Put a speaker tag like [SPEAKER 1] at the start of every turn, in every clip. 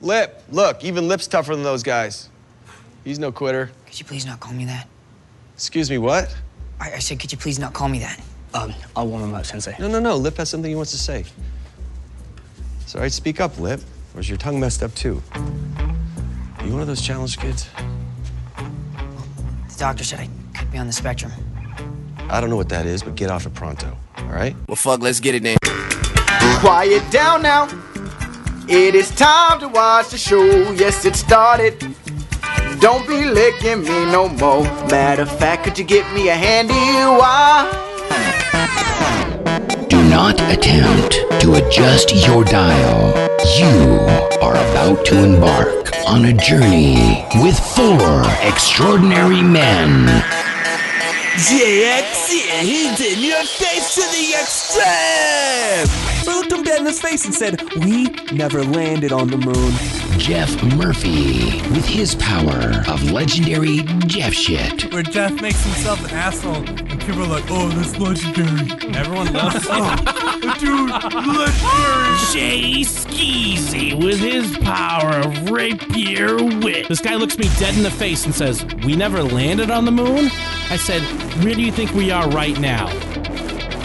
[SPEAKER 1] Lip, look, even Lip's tougher than those guys. He's no quitter.
[SPEAKER 2] Could you please not call me that?
[SPEAKER 1] Excuse me, what?
[SPEAKER 2] I, I said, could you please not call me that?
[SPEAKER 3] Um, I'll warm him up, Sensei.
[SPEAKER 1] No, no, no. Lip has something he wants to say. It's all right, speak up, Lip. Or is your tongue messed up too? You one of those challenged kids?
[SPEAKER 2] The doctor said I could be on the spectrum.
[SPEAKER 1] I don't know what that is, but get off it pronto, all right?
[SPEAKER 4] Well, fuck, let's get it then.
[SPEAKER 5] Quiet down now. It is time to watch the show. Yes, it started. Don't be licking me no more. Matter of fact, could you get me a handy wire?
[SPEAKER 6] Do not attempt to adjust your dial. You are about to embark on a journey with four extraordinary men.
[SPEAKER 4] JX, yeah, he's in your face to the extreme! I looked him dead in his face and said, We never landed on the moon.
[SPEAKER 6] Jeff Murphy with his power of legendary Jeff shit.
[SPEAKER 7] where Jeff makes himself an asshole, and people are like, "Oh, that's legendary." Everyone loves it. Dude, legendary.
[SPEAKER 8] Jay Skeezy with his power of rapier wit. This guy looks me dead in the face and says, We never landed on the moon? I said, Where do you think we are right now?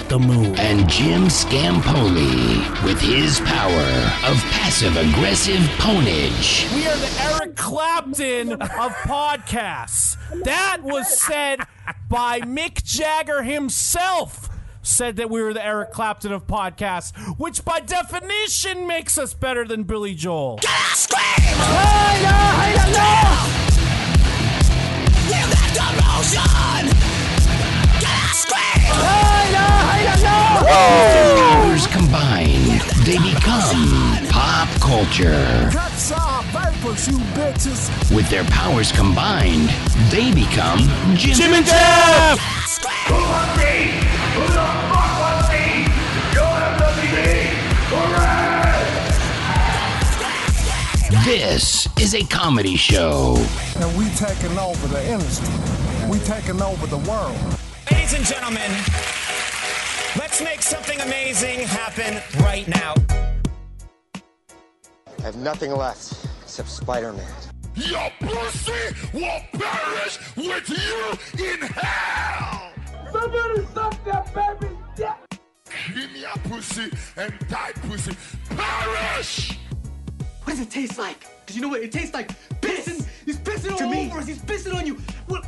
[SPEAKER 8] The moon.
[SPEAKER 6] And Jim Scampoli with his power of passive aggressive ponage.
[SPEAKER 8] We are the Eric Clapton of podcasts. That was said by Mick Jagger himself. Said that we were the Eric Clapton of podcasts, which by definition makes us better than Billy Joel. uh, uh,
[SPEAKER 6] Powers combined, they become pop culture.
[SPEAKER 7] That's our vipers, you bitches.
[SPEAKER 6] With their powers combined, they become Jim,
[SPEAKER 8] Jim and Jeff!
[SPEAKER 6] This is a comedy show.
[SPEAKER 7] And we taking over the industry. We taking over the world.
[SPEAKER 9] Ladies and gentlemen, let's make something amazing happen right now.
[SPEAKER 10] I have nothing left except Spider-Man.
[SPEAKER 11] Your pussy will perish with you in hell! Somebody suck that baby's dick! Give me your pussy and die pussy perish!
[SPEAKER 12] What does it taste like? Because you know what? It tastes like pissing. He's pissing all over us. He's pissing on you. What?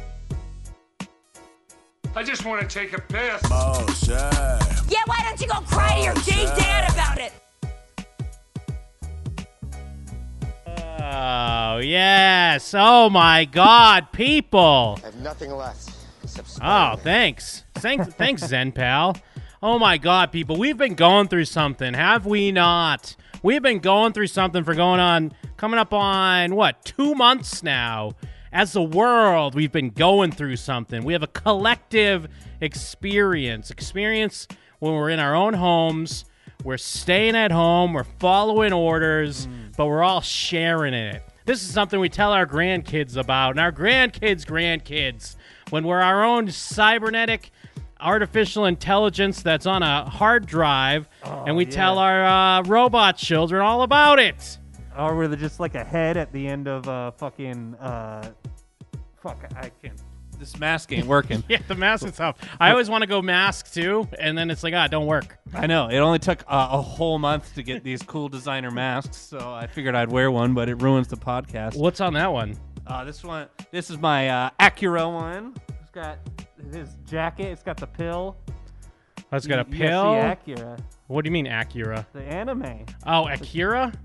[SPEAKER 11] I just want to take a piss.
[SPEAKER 13] Yeah, why don't you go cry to your gay dad about it?
[SPEAKER 8] Oh, yes. Oh, my God, people.
[SPEAKER 10] I have nothing left except
[SPEAKER 8] Oh,
[SPEAKER 14] Ah.
[SPEAKER 10] Spider-Man.
[SPEAKER 8] thanks. Thanks, thanks, Zen Pal. Oh my God, people, we've been going through something, have we not? We've been going through something for going on, coming up on what, two months now. As a world, we've been going through something. We have a collective experience. Experience when we're in our own homes, we're staying at home, we're following orders, but we're all sharing in it. This is something we tell our grandkids about, and our grandkids' grandkids, when we're our own cybernetic artificial intelligence that's on a hard drive, and we tell our uh, robot children all about it.
[SPEAKER 15] Or were they just like a head at the end of uh, fucking uh, fuck? I can't. This mask ain't working.
[SPEAKER 8] Yeah, the mask itself. I always want to go mask too, and then it's like, ah, it don't work.
[SPEAKER 15] I know. It only took uh, a whole month to get these cool designer masks, so I figured I'd wear one, but it ruins the podcast.
[SPEAKER 8] What's on that one?
[SPEAKER 15] Uh, this one, this is my uh, Acura one. It's got his jacket. It's got the pill.
[SPEAKER 8] Oh, it's got a
[SPEAKER 15] You- you
[SPEAKER 8] pill.
[SPEAKER 15] see Acura,
[SPEAKER 8] What do you mean Acura?
[SPEAKER 15] the anime.
[SPEAKER 8] Oh, Akira?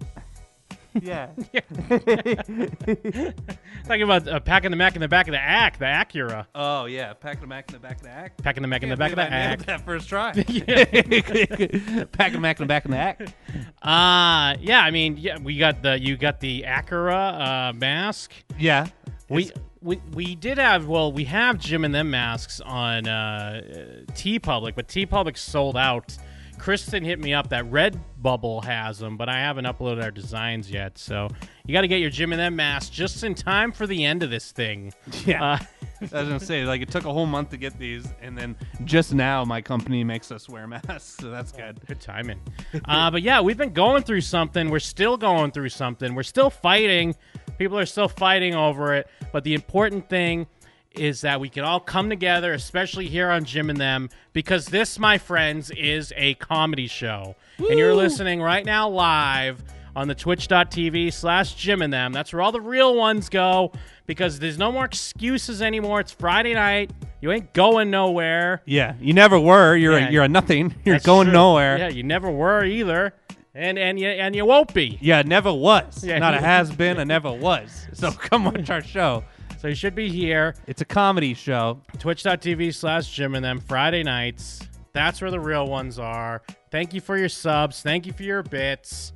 [SPEAKER 15] Yeah.
[SPEAKER 8] Talking about uh, packing the Mac in the back of the ack, the Acura.
[SPEAKER 15] oh yeah, pack the Mac in the back of the act.
[SPEAKER 8] Packing the Mac in the back of the ack.
[SPEAKER 15] That first try.
[SPEAKER 8] Yeah.
[SPEAKER 15] pack the Mac in the back of the act. Um,
[SPEAKER 8] Uh yeah, I mean, yeah, we got the you got the Acura uh, mask.
[SPEAKER 15] Yeah.
[SPEAKER 8] We we we did have well, we have Jim and them masks on uh, T Public, but T Public sold out Kristen hit me up that Red Bubble has them, but I haven't uploaded our designs yet. So you got to get your Jim and them mask just in time for the end of this thing.
[SPEAKER 15] Yeah.
[SPEAKER 8] Uh,
[SPEAKER 15] I was gonna say, like, it took a whole month to get these, and then just now my company makes us wear masks, so that's good.
[SPEAKER 8] Good timing. uh, but yeah, we've been going through something. We're still going through something. We're still fighting. People are still fighting over it. But the important thing is that we can all come together, especially here on Jim and Them, because this, my friends, is a comedy show. And you're
[SPEAKER 16] Woo!
[SPEAKER 8] listening right now live on the twitch.tv slash Jim and Them. That's where all the real ones go because there's no more excuses anymore. It's Friday night. You ain't going nowhere.
[SPEAKER 15] Yeah, you never were. You're
[SPEAKER 8] Yeah.
[SPEAKER 15] a, you're a nothing. You're
[SPEAKER 8] That's
[SPEAKER 15] going
[SPEAKER 8] true.
[SPEAKER 15] nowhere.
[SPEAKER 8] Yeah, you never were either, and and you and you won't be.
[SPEAKER 15] Yeah, never was.
[SPEAKER 8] Yeah.
[SPEAKER 15] Not a has been, a never was. So come watch our show.
[SPEAKER 8] So you should be here.
[SPEAKER 15] It's a comedy show.
[SPEAKER 8] Twitch.tv slash Jim and them Friday nights. That's where the real ones are. Thank you for your subs. Thank you for your bits.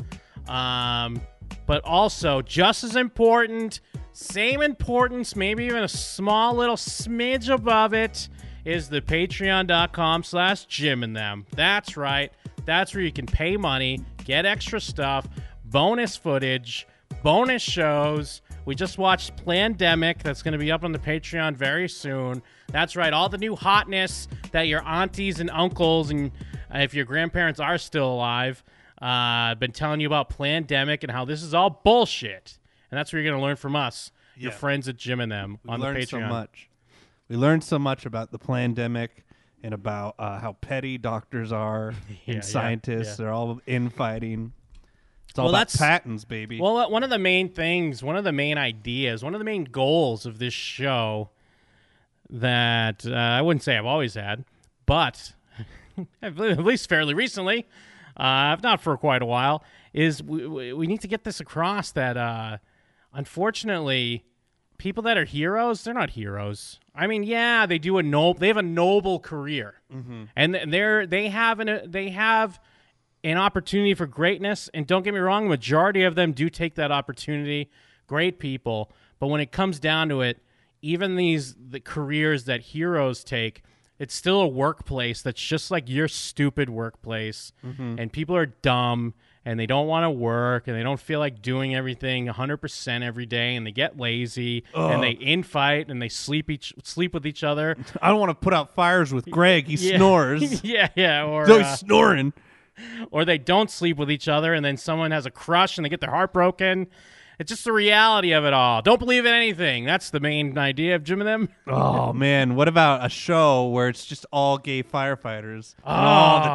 [SPEAKER 8] Um, but also just as important, same importance, maybe even a small little smidge above it, is the patreon.com slash Jim and them. That's right. That's where you can pay money, get extra stuff, bonus footage, bonus shows. We just watched Plandemic. That's going to be up on the Patreon very soon. That's right. All the new hotness that your aunties and uncles and uh, if your grandparents are still alive, uh, been telling you about Plandemic and how this is all bullshit. And that's what you're going to learn from us, your
[SPEAKER 15] Yeah.
[SPEAKER 8] friends at Jim and them
[SPEAKER 15] We
[SPEAKER 8] on the
[SPEAKER 15] learned
[SPEAKER 8] Patreon.
[SPEAKER 15] so much. We learned so much about the pandemic and about uh, how petty doctors are
[SPEAKER 8] Yeah, yeah,
[SPEAKER 15] and scientists.
[SPEAKER 8] yeah.
[SPEAKER 15] They're all infighting. It's all
[SPEAKER 8] Well,
[SPEAKER 15] about
[SPEAKER 8] that's-
[SPEAKER 15] patents, baby.
[SPEAKER 8] Well, uh, one of the main things, one of the main ideas, one of the main goals of this show that uh, I wouldn't say I've always had, but at le- at least fairly recently, uh, if not for quite a while, is we- we, we need to get this across that uh, unfortunately, people that are heroes, they're not heroes. I mean, yeah, they do a noble, they have a noble career,
[SPEAKER 15] Mhm.
[SPEAKER 8] and th- they're they have an uh, they have an opportunity for greatness. And don't get me wrong, majority of them do take that opportunity. Great people, but when it comes down to it, even these the careers that heroes take, it's still a workplace that's just like your stupid workplace,
[SPEAKER 15] Mhm.
[SPEAKER 8] and people are dumb and they don't want to work and they don't feel like doing everything 100% every day and they get lazy
[SPEAKER 15] Ugh.
[SPEAKER 8] and they infight and they sleep each sleep with each other
[SPEAKER 15] I don't want to put out fires with Greg. He
[SPEAKER 8] Yeah.
[SPEAKER 15] snores.
[SPEAKER 8] yeah, yeah. Or uh,
[SPEAKER 15] So he's snoring.
[SPEAKER 8] Or they don't sleep with each other, and then someone has a crush, and they get their heart broken. It's just the reality of it all. Don't believe in anything. That's the main idea of Jim and them.
[SPEAKER 15] Oh man, what about a show where it's just all gay firefighters? Oh,
[SPEAKER 8] Ah.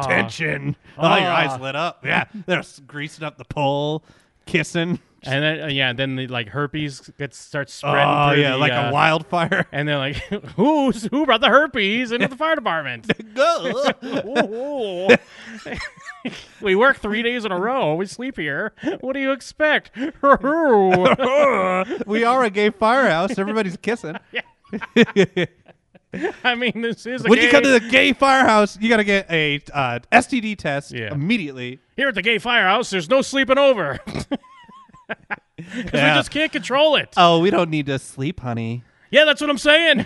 [SPEAKER 15] the tension! Oh, your
[SPEAKER 8] Ah.
[SPEAKER 15] eyes lit up. Yeah, they're s- greasing up the pole, kissing.
[SPEAKER 8] And then uh, yeah, then the like herpes gets starts spreading.
[SPEAKER 15] Oh,
[SPEAKER 8] through
[SPEAKER 15] yeah,
[SPEAKER 8] the,
[SPEAKER 15] like a
[SPEAKER 8] uh,
[SPEAKER 15] wildfire.
[SPEAKER 8] And they're like, who's who brought the herpes into the fire department? Ooh. we work three days in a row. We sleep here. What do you expect?
[SPEAKER 15] we are a gay firehouse. Everybody's kissing.
[SPEAKER 8] I mean, this is a
[SPEAKER 15] when you come
[SPEAKER 8] gay-
[SPEAKER 15] to the gay firehouse, you gotta get a uh, STD test immediately.
[SPEAKER 8] Here at the gay firehouse, there's no sleeping over. Because
[SPEAKER 15] Yeah.
[SPEAKER 8] we just can't control it.
[SPEAKER 15] Oh, we don't need to sleep, honey.
[SPEAKER 8] Yeah, that's what I'm saying.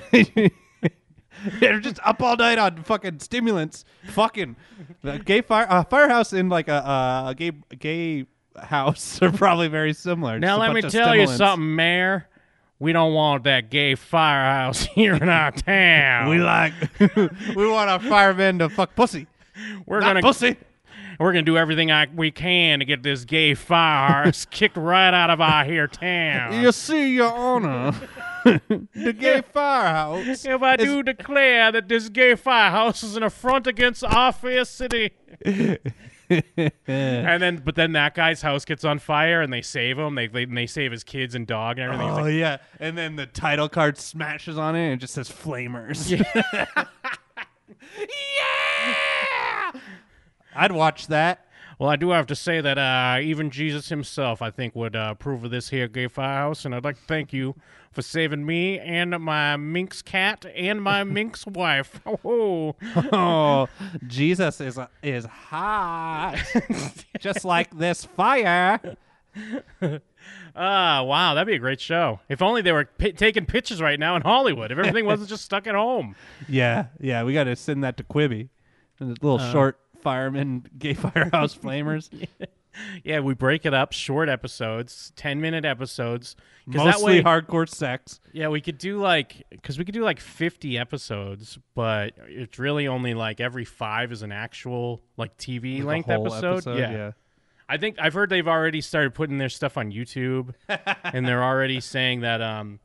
[SPEAKER 15] They're just up all night on fucking stimulants. Fucking the gay fire uh, firehouse in like a, uh, a gay gay house are probably very similar. Just a
[SPEAKER 8] now, let
[SPEAKER 15] bunch
[SPEAKER 8] me
[SPEAKER 15] of
[SPEAKER 8] tell you
[SPEAKER 15] stimulants.
[SPEAKER 8] something, Mayor. We don't want that gay firehouse here in our town.
[SPEAKER 15] We like we want our firemen to fuck pussy.
[SPEAKER 8] We're
[SPEAKER 15] Not
[SPEAKER 8] gonna
[SPEAKER 15] pussy.
[SPEAKER 8] We're gonna do everything I, we can to get this gay firehouse kicked right out of our here town.
[SPEAKER 15] You see, Your Honor, the gay firehouse.
[SPEAKER 8] If I do declare that this gay firehouse is an affront against our fair city. and then, but then that guy's house gets on fire, and they save him. They they, and they save his kids and dog and everything. He's
[SPEAKER 15] Oh
[SPEAKER 8] like,
[SPEAKER 15] yeah, and then the title card smashes on it and it just says "Flamers." Yeah, I'd watch that.
[SPEAKER 8] Well, I do have to say that uh, even Jesus himself, I think, would uh, approve of this here gay firehouse, and I'd like to thank you for saving me and my minx cat and my minx wife. Oh,
[SPEAKER 15] oh, Jesus is is hot, just like this fire.
[SPEAKER 8] Ah, wow, that'd be a great show. If only they were pi taking pictures right now in Hollywood. If everything wasn't just stuck at home.
[SPEAKER 15] Yeah, yeah, we got to send that to Quibi, a little
[SPEAKER 8] Uh,
[SPEAKER 15] short firemen, gay firehouse flamers.
[SPEAKER 8] yeah, we break it up, short episodes, ten minute episodes. 'cause that
[SPEAKER 15] Mostly
[SPEAKER 8] way-
[SPEAKER 15] hardcore sex.
[SPEAKER 8] Yeah, we could do like because we could do like fifty episodes, but it's really only like every five is an actual like TV
[SPEAKER 15] Like a
[SPEAKER 8] length
[SPEAKER 15] whole
[SPEAKER 8] episode.
[SPEAKER 15] episode, yeah.
[SPEAKER 8] I think I've heard they've already started putting their stuff on YouTube, and they're already saying that um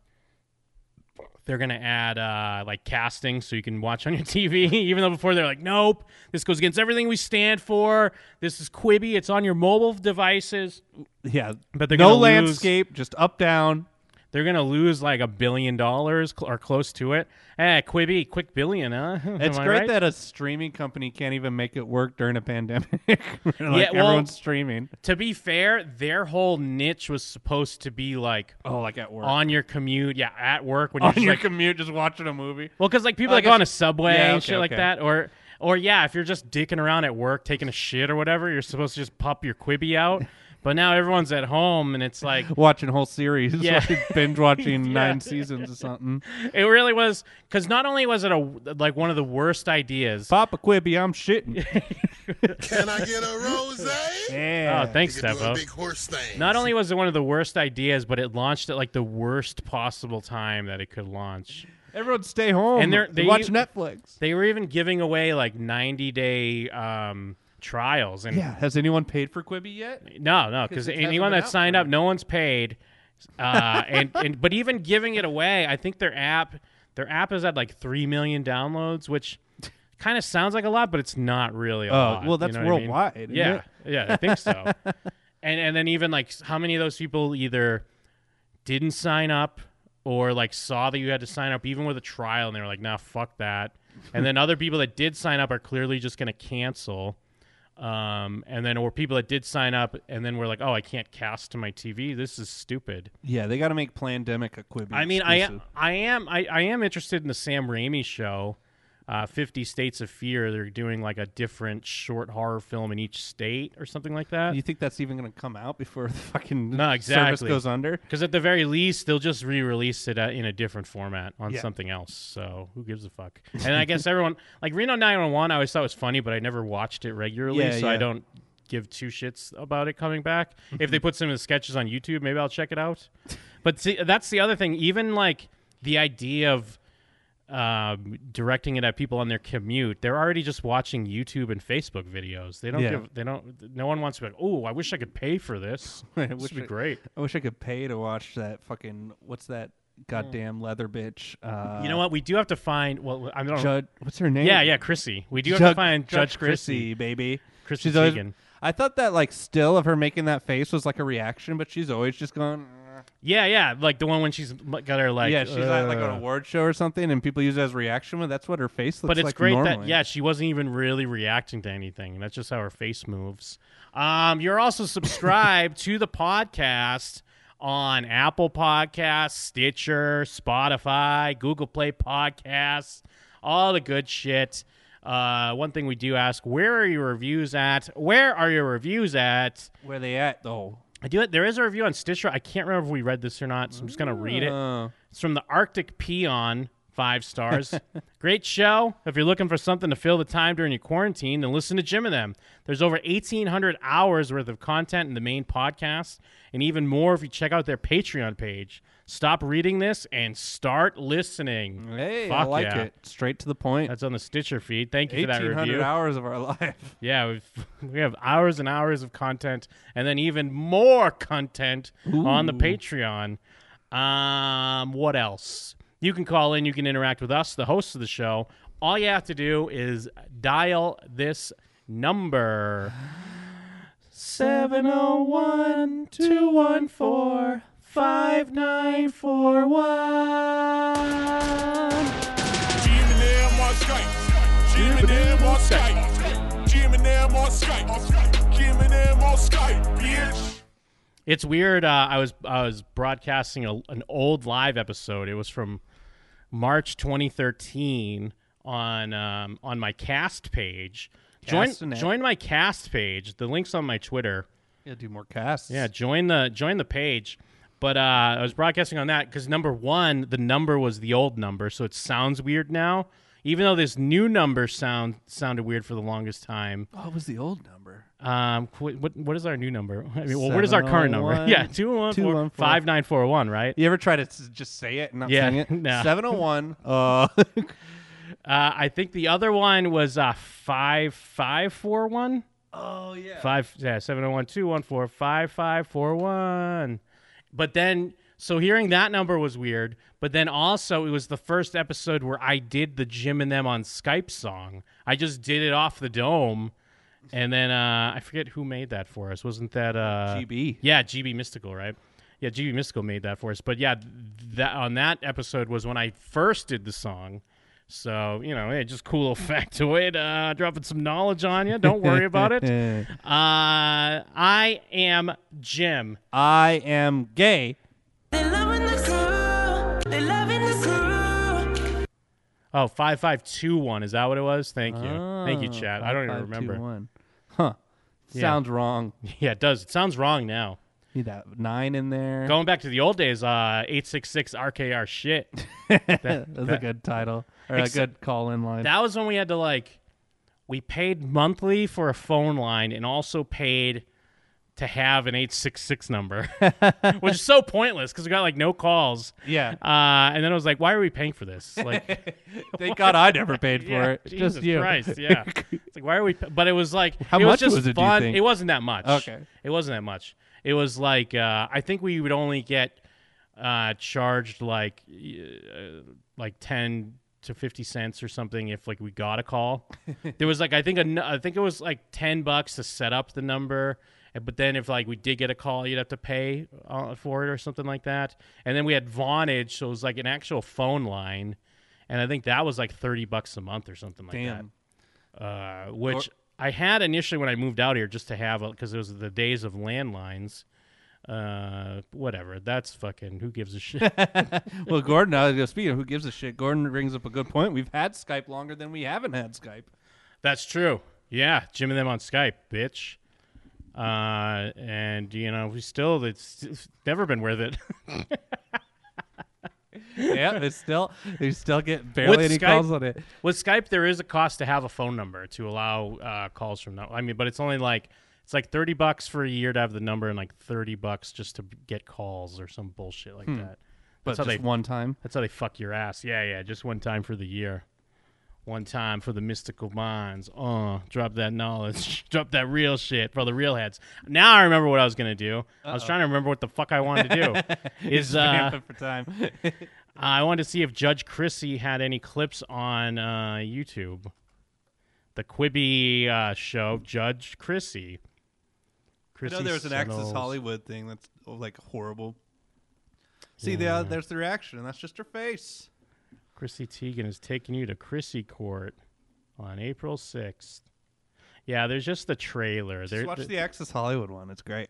[SPEAKER 8] they're gonna add uh like casting so you can watch on your TV. Even though before they're like, nope, this goes against everything we stand for. This is Quibi. It's on your mobile devices.
[SPEAKER 15] Yeah,
[SPEAKER 8] but they're
[SPEAKER 15] no
[SPEAKER 8] gonna lose-
[SPEAKER 15] landscape, just up down.
[SPEAKER 8] They're gonna lose like a billion dollars cl- or close to it. Eh, Quibi, quick billion, huh? Am
[SPEAKER 15] It's
[SPEAKER 8] I
[SPEAKER 15] great
[SPEAKER 8] right?
[SPEAKER 15] that a streaming company can't even make it work during a pandemic. like
[SPEAKER 8] well-
[SPEAKER 15] everyone's streaming.
[SPEAKER 8] To be fair, their whole niche was supposed to be like, oh, like at
[SPEAKER 15] work.
[SPEAKER 8] on your commute, yeah, at work when you're
[SPEAKER 15] On
[SPEAKER 8] just,
[SPEAKER 15] your
[SPEAKER 8] like-
[SPEAKER 15] commute, just watching a movie.
[SPEAKER 8] Well, because like
[SPEAKER 15] Oh,
[SPEAKER 8] people
[SPEAKER 15] I
[SPEAKER 8] like
[SPEAKER 15] guess
[SPEAKER 8] on a
[SPEAKER 15] it-
[SPEAKER 8] subway
[SPEAKER 15] yeah,
[SPEAKER 8] and
[SPEAKER 15] okay,
[SPEAKER 8] shit like
[SPEAKER 15] okay.
[SPEAKER 8] that, or or yeah, if you're just dicking around at work taking a shit or whatever, you're supposed to just pop your Quibi out. But now everyone's at home and it's like
[SPEAKER 15] watching whole series,
[SPEAKER 8] Yeah.
[SPEAKER 15] like binge watching
[SPEAKER 8] Yeah.
[SPEAKER 15] nine seasons or something.
[SPEAKER 8] It really was because not only was it a like one of the worst ideas.
[SPEAKER 15] Papa Quibi, I'm shitting.
[SPEAKER 11] Can I get a rose?
[SPEAKER 8] Oh, thanks,
[SPEAKER 11] You can do a
[SPEAKER 8] Steppo.
[SPEAKER 11] big horse thing.
[SPEAKER 8] Not only was it one of the worst ideas, but it launched at like the worst possible time that it could launch.
[SPEAKER 15] Everyone stay home
[SPEAKER 8] and they're they
[SPEAKER 15] watch Netflix.
[SPEAKER 8] They were even giving away like ninety day um, trials. And
[SPEAKER 15] Yeah, has anyone paid for Quibi yet?
[SPEAKER 8] no, no,
[SPEAKER 15] 'Cause
[SPEAKER 8] because
[SPEAKER 15] it hasn't
[SPEAKER 8] anyone
[SPEAKER 15] been
[SPEAKER 8] that
[SPEAKER 15] out
[SPEAKER 8] signed up, no one's paid. Uh, and, and but even giving it away, I think their app their app has had like three million downloads, which kind of sounds like a lot, but it's not really a
[SPEAKER 15] Oh,
[SPEAKER 8] lot.
[SPEAKER 15] well,
[SPEAKER 8] you
[SPEAKER 15] that's
[SPEAKER 8] know what I mean?
[SPEAKER 15] worldwide, isn't
[SPEAKER 8] Yeah,
[SPEAKER 15] it?
[SPEAKER 8] yeah, I think so. and and then even like how many of those people either didn't sign up or like saw that you had to sign up even with a trial and they were like, nah, fuck that. And then other people that did sign up are clearly just going to cancel. Um, and then or people that did sign up and then were like, oh, I can't cast to my TV. This is stupid.
[SPEAKER 15] Yeah, they got to make Plandemic a Quibi.
[SPEAKER 8] I mean,
[SPEAKER 15] exclusive.
[SPEAKER 8] I I am I, I am interested in the Sam Raimi show, uh, Fifty States of Fear. They're doing like a different short horror film in each state or something like that.
[SPEAKER 15] You think that's even going to come out before the fucking
[SPEAKER 8] no, exactly.
[SPEAKER 15] service goes under?
[SPEAKER 8] Because at the very least, they'll just re-release it uh, in a different format on
[SPEAKER 15] Yeah.
[SPEAKER 8] something else. So who gives a fuck? And I guess everyone like Reno 911. I always thought was funny, but I never watched it regularly,
[SPEAKER 15] Yeah,
[SPEAKER 8] so I
[SPEAKER 15] yeah. Mm-hmm.
[SPEAKER 8] don't give two shits about it coming back. if they put some of the sketches on YouTube, maybe I'll check it out. But see, that's the other thing. Even like the idea of um, directing it at people on their commute, they're already just watching YouTube and Facebook videos. They don't
[SPEAKER 15] Yeah.
[SPEAKER 8] give. They don't. No one wants to be like, oh, I wish I could pay for this.
[SPEAKER 15] I
[SPEAKER 8] this
[SPEAKER 15] wish
[SPEAKER 8] would be
[SPEAKER 15] I-
[SPEAKER 8] great.
[SPEAKER 15] I wish I could pay to watch that fucking what's that goddamn leather bitch? Uh,
[SPEAKER 8] You know what? We do have to find. Well, I don't.
[SPEAKER 15] Judge, what's her name?
[SPEAKER 8] Yeah, yeah, Chrissy. We do have to
[SPEAKER 15] Judge-
[SPEAKER 8] find Judge, Chrissy.
[SPEAKER 15] baby.
[SPEAKER 8] Chrissy
[SPEAKER 15] She's always-
[SPEAKER 8] Teigen.
[SPEAKER 15] I thought that like still of her making that face was like a reaction, but she's always just going.
[SPEAKER 8] Yeah, yeah, like the one when she's m- got her like.
[SPEAKER 15] yeah, she's at like an
[SPEAKER 8] uh,
[SPEAKER 15] award show or something, and people use it as a reaction. But that's what her face looks
[SPEAKER 8] But it's
[SPEAKER 15] like
[SPEAKER 8] great that
[SPEAKER 15] normally.
[SPEAKER 8] yeah, she wasn't even really reacting to anything. That's just how her face moves. Um, you're also subscribed to the podcast on Apple Podcasts, Stitcher, Spotify, Google Play Podcasts, all the good shit. Uh, one thing we do ask: Where are your reviews at? Where are your reviews at?
[SPEAKER 15] Where they at though?
[SPEAKER 8] I do it. There is a review on Stitcher. I can't remember if we read this or not, so I'm just gonna read
[SPEAKER 15] Uh.
[SPEAKER 8] it. It's from the Arctic Peon, five stars. Great show. If you're looking for something to fill the time during your quarantine, then listen to Jim and them. There's over 1,800 hours worth of content in the main podcast, and even more if you check out their Patreon page. Stop reading this and start listening.
[SPEAKER 15] Hey, I
[SPEAKER 8] Fuck
[SPEAKER 15] like
[SPEAKER 8] yeah.
[SPEAKER 15] it. Straight to the point.
[SPEAKER 8] That's on the Stitcher feed. Thank you for that
[SPEAKER 15] Eighteen hundred
[SPEAKER 8] review.
[SPEAKER 15] hours of our life.
[SPEAKER 8] Yeah, we've, we have hours and hours of content, and then even more content on the
[SPEAKER 15] Ooh.
[SPEAKER 8] Patreon. Um, what else? You can call in. You can interact with us, the hosts of the show. All you have to do is dial this number.
[SPEAKER 15] 701 214 5941.
[SPEAKER 11] Jim and them on Skype. Jim and them on Skype. Jim and them on Skype. Jim and them on Skype, bitch.
[SPEAKER 8] It's weird. Uh, I was I was broadcasting a, an old live episode. It was from March 2013 on um, on my cast page. Join
[SPEAKER 15] Castinet.
[SPEAKER 8] join my cast page. The link's on my Twitter.
[SPEAKER 15] Yeah, do more casts.
[SPEAKER 8] Yeah, join the join the page. But uh, I was broadcasting on that because number one, the number was the old number, so it sounds weird now. even though this new number sound sounded weird for the longest time.
[SPEAKER 15] Oh, it was the old number.
[SPEAKER 8] Um, qu- what what is our new number? I mean, well, what is our current number? Yeah, 214 5941, right?
[SPEAKER 15] You ever try to s- just say it and not
[SPEAKER 8] Yeah, Oh,
[SPEAKER 15] sing it?
[SPEAKER 8] no.
[SPEAKER 15] 701. Uh,
[SPEAKER 8] Uh, I think the other one was uh, five five four one.
[SPEAKER 15] Oh yeah.
[SPEAKER 8] Five yeah seven zero one two one four five five four one. But then so hearing that number was weird. But then also it was the first episode where I did the Jim and them on Skype song. I just did it off the dome. And then uh, I forget who made that for us. Wasn't that uh,
[SPEAKER 15] GB?
[SPEAKER 8] Yeah, GB Mystical, right? Yeah, GB Mystical made that for us. But yeah, th- that on that episode was when I first did the song. So you know, hey, just cool little factoid, uh, dropping some knowledge on you. Don't worry about it. Uh, I am Jim.
[SPEAKER 15] I am gay.
[SPEAKER 8] Oh, five five two one. Is that what it was? Thank you, thank you, Chad. I don't even remember.
[SPEAKER 15] 5521. Huh.
[SPEAKER 8] Yeah.
[SPEAKER 15] Sounds wrong.
[SPEAKER 8] Yeah, it does. It sounds wrong now.
[SPEAKER 15] Need that nine in there.
[SPEAKER 8] Going back to the old days, uh, eight six six RKR shit.
[SPEAKER 15] That's a good title or
[SPEAKER 8] Exce-
[SPEAKER 15] a good call in line.
[SPEAKER 8] That was when we had to like, we paid monthly for a phone line and also paid to have an eight six six number, which is so pointless because we got like no calls.
[SPEAKER 15] Yeah.
[SPEAKER 8] Uh, and then I was like, why are we paying for this? Like,
[SPEAKER 15] Thank God I never paid for
[SPEAKER 8] Yeah,
[SPEAKER 15] it.
[SPEAKER 8] Jesus
[SPEAKER 15] Just you.
[SPEAKER 8] Christ, yeah. it's like why are we? But it was like
[SPEAKER 15] How
[SPEAKER 8] it
[SPEAKER 15] much
[SPEAKER 8] was just
[SPEAKER 15] was it, do you
[SPEAKER 8] fun.
[SPEAKER 15] think?
[SPEAKER 8] It wasn't that much.
[SPEAKER 15] Okay.
[SPEAKER 8] it wasn't that much. It was like uh, I think we would only get uh, charged like uh, like ten to fifty cents or something if like we got a call. there was like I think a n- I think it was like ten bucks to set up the number. and- But then, if like we did get a call, you'd have to pay uh, for it or something like that. And then we had Vonage, so it was like an actual phone line, and I think that was like thirty bucks a month or something like that
[SPEAKER 15] Damn.
[SPEAKER 8] uh, which I had initially when I moved out here just to have because it was the days of landlines. Uh, whatever. That's fucking. Who gives a shit?
[SPEAKER 15] well, Gordon, uh, speaking of who gives a shit, Gordon brings up a good point. We've had Skype longer than we haven't had Skype.
[SPEAKER 8] That's true. Yeah, Jim and them on Skype, bitch. Uh, and you know we still it's, it's never been worth it.
[SPEAKER 15] yeah, it's still they still get barely
[SPEAKER 8] With
[SPEAKER 15] any
[SPEAKER 8] Skype-
[SPEAKER 15] calls on it.
[SPEAKER 8] With Skype, there is a cost to have a phone number to allow uh, calls from. no- I mean, but it's only like it's like thirty bucks for a year to have the number, and like thirty bucks just to b- get calls or some bullshit like
[SPEAKER 15] Hmm.
[SPEAKER 8] that.
[SPEAKER 15] But just one time?
[SPEAKER 8] That's how they fuck your ass. Yeah, yeah, just one time for the year. One time for the mystical minds. Uh, drop that knowledge. drop that real shit for the real heads. Now I remember what I was gonna do. I was
[SPEAKER 15] Uh-oh.
[SPEAKER 8] trying to remember what the fuck I wanted to do.
[SPEAKER 15] He's
[SPEAKER 8] is uh,
[SPEAKER 15] vamping for time.
[SPEAKER 8] I wanted to see if Judge Chrissy had any clips on uh, YouTube. The Quibi uh, show, Judge Chrissy.
[SPEAKER 15] I know there was an Access
[SPEAKER 8] Suttles.
[SPEAKER 15] Hollywood thing that's oh, like horrible. See,
[SPEAKER 8] Yeah.
[SPEAKER 15] there, there's the reaction. That's just her face.
[SPEAKER 8] Chrissy Teigen is taking you to Chrissy Court on April 6th. Yeah, there's just the trailer. They're-
[SPEAKER 15] Just watch
[SPEAKER 8] they-
[SPEAKER 15] the Access Hollywood one. It's great.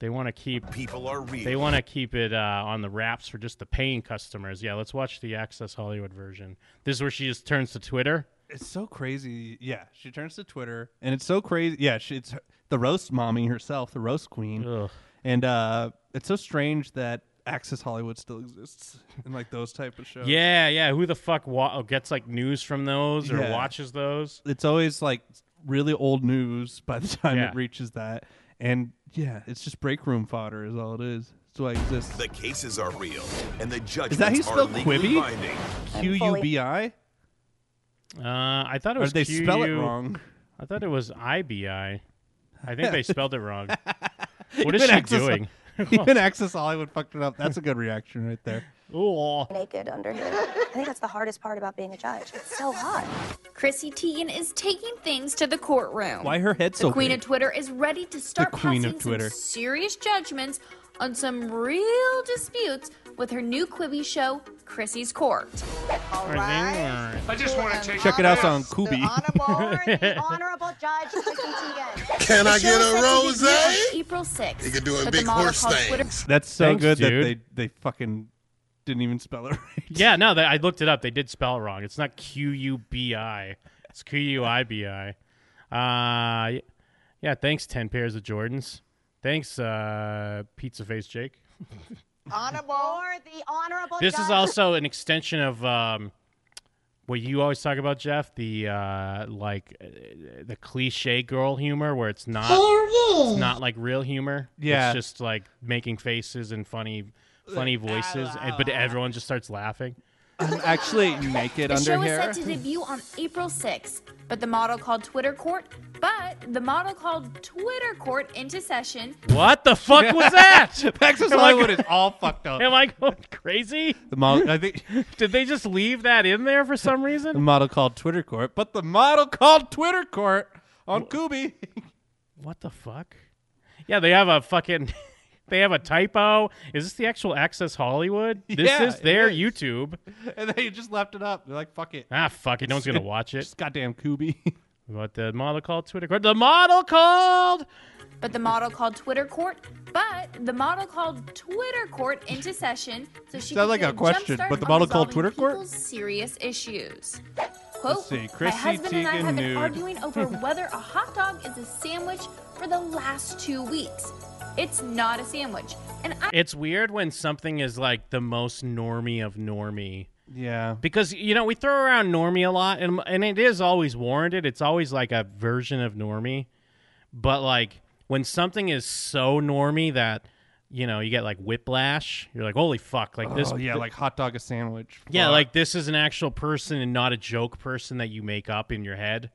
[SPEAKER 8] They want to keep
[SPEAKER 15] People are real.
[SPEAKER 8] They want to keep it uh, on the wraps for just the paying customers. Yeah, let's watch the Access Hollywood version. This is where she just turns to Twitter.
[SPEAKER 15] It's so crazy. Yeah, she turns to Twitter, and it's so crazy. Yeah, she, it's her- the roast mommy herself, the roast queen, and uh, it's so strange that Access Hollywood still exists and like those type of shows.
[SPEAKER 8] Yeah, yeah. Who the fuck wa- oh, gets like news from those or
[SPEAKER 15] Yeah.
[SPEAKER 8] watches those?
[SPEAKER 15] it's always like really old news by the time
[SPEAKER 8] Yeah.
[SPEAKER 15] it reaches that, and yeah, it's just break room fodder is all it is. That's why it exists.
[SPEAKER 16] The cases are real, and the
[SPEAKER 15] Is
[SPEAKER 16] judgments
[SPEAKER 15] that he
[SPEAKER 16] are
[SPEAKER 15] spelled
[SPEAKER 16] legally
[SPEAKER 15] Quibi?
[SPEAKER 16] binding.
[SPEAKER 15] Q U B I.
[SPEAKER 8] Uh, I thought it
[SPEAKER 15] Or
[SPEAKER 8] was.
[SPEAKER 15] they
[SPEAKER 8] Q
[SPEAKER 15] spell it
[SPEAKER 8] U-
[SPEAKER 15] wrong.
[SPEAKER 8] I thought it was I B I. I think they spelled it wrong. What is
[SPEAKER 15] Even
[SPEAKER 8] she
[SPEAKER 15] Access-
[SPEAKER 8] doing?
[SPEAKER 15] Even Access Hollywood fucked it up. That's a good reaction right there.
[SPEAKER 17] Naked under here. I think that's the hardest part about being a judge. It's so hot.
[SPEAKER 18] Chrissy Teigen is taking things to the courtroom.
[SPEAKER 15] Why her head
[SPEAKER 18] the
[SPEAKER 15] so
[SPEAKER 18] Queen
[SPEAKER 15] big?
[SPEAKER 18] of Twitter is ready to start
[SPEAKER 15] queen of
[SPEAKER 18] passing some
[SPEAKER 15] Twitter.
[SPEAKER 18] serious judgments on some real disputes with her new Quibi show, Chrissy's Court.
[SPEAKER 17] I just want to take
[SPEAKER 15] Check it out on Kubi.
[SPEAKER 17] Honorable Judge Chrissy Teigen.
[SPEAKER 11] Can I get a rose?
[SPEAKER 18] April 6th.
[SPEAKER 11] You're doing
[SPEAKER 18] but the
[SPEAKER 11] big
[SPEAKER 18] model
[SPEAKER 11] horse
[SPEAKER 18] called Twitter-
[SPEAKER 11] things.
[SPEAKER 15] That's so
[SPEAKER 8] Thanks,
[SPEAKER 15] good
[SPEAKER 8] dude.
[SPEAKER 15] that they they fucking didn't even spell it right.
[SPEAKER 8] Yeah, no, they, I looked it up. They did spell it wrong. It's not Q U B I. It's Q U I B I. Uh, y- yeah. Thanks, ten pairs of Jordans. Thanks, uh, pizza face Jake.
[SPEAKER 17] Honorable. Or the honorable
[SPEAKER 8] This
[SPEAKER 17] judge.
[SPEAKER 8] is also an extension of um, what you always talk about, Jeff, the uh, like uh, the cliche girl humor where it's not
[SPEAKER 19] Harry.
[SPEAKER 8] it's not like real humor.
[SPEAKER 15] Yeah.
[SPEAKER 8] it's just like making faces and funny funny voices, and, but everyone just starts laughing.
[SPEAKER 15] I'm actually naked
[SPEAKER 18] The show is set to debut on April 6th, but the model called Twitter Court, but the model called Twitter Court into session.
[SPEAKER 8] What the fuck was that?
[SPEAKER 15] Texas
[SPEAKER 8] Am I
[SPEAKER 15] Hollywood
[SPEAKER 8] go-
[SPEAKER 15] is all fucked up.
[SPEAKER 8] Am I going crazy?
[SPEAKER 15] The model, I think,
[SPEAKER 8] Did they just leave that in there for some reason?
[SPEAKER 15] the model called Twitter Court, but the model called Twitter Court on Kubi.
[SPEAKER 8] What the fuck? Yeah, they have a fucking. They have a typo. Is this the actual Access Hollywood? This
[SPEAKER 15] Yeah,
[SPEAKER 8] is
[SPEAKER 15] it
[SPEAKER 8] their
[SPEAKER 15] is.
[SPEAKER 8] YouTube.
[SPEAKER 15] And they just left it up. They're like, fuck it.
[SPEAKER 8] Ah, fuck it. No one's gonna watch it.
[SPEAKER 15] goddamn Kubi.
[SPEAKER 8] What the model called Twitter? The model called.
[SPEAKER 18] But the model called Twitter Court, but the model called Twitter Court into session, so she
[SPEAKER 15] Sounds
[SPEAKER 18] could
[SPEAKER 15] like
[SPEAKER 18] get
[SPEAKER 15] a question,
[SPEAKER 18] jumpstart
[SPEAKER 15] but the
[SPEAKER 18] on
[SPEAKER 15] model called Twitter
[SPEAKER 18] resolving
[SPEAKER 15] Court?
[SPEAKER 18] people's serious issues.
[SPEAKER 15] Let's
[SPEAKER 18] Quote,
[SPEAKER 15] see,
[SPEAKER 18] my
[SPEAKER 15] Chrissy
[SPEAKER 18] husband and I
[SPEAKER 15] Teigen
[SPEAKER 18] have been
[SPEAKER 15] nude."
[SPEAKER 18] arguing over whether a hot dog is a sandwich for the last two weeks. It's not a sandwich. And I
[SPEAKER 8] It's weird when something is like the most normie of normie.
[SPEAKER 15] Yeah.
[SPEAKER 8] Because you know we throw around normie a lot, and and it is always warranted. It's always like a version of normie, but like when something is so normie that you know you get like whiplash, you're like, holy fuck! Like this,
[SPEAKER 15] oh, yeah, like hot dog a sandwich.
[SPEAKER 8] yeah,
[SPEAKER 15] Fuck.
[SPEAKER 8] like this is an actual person and not a joke person that you make up in your head.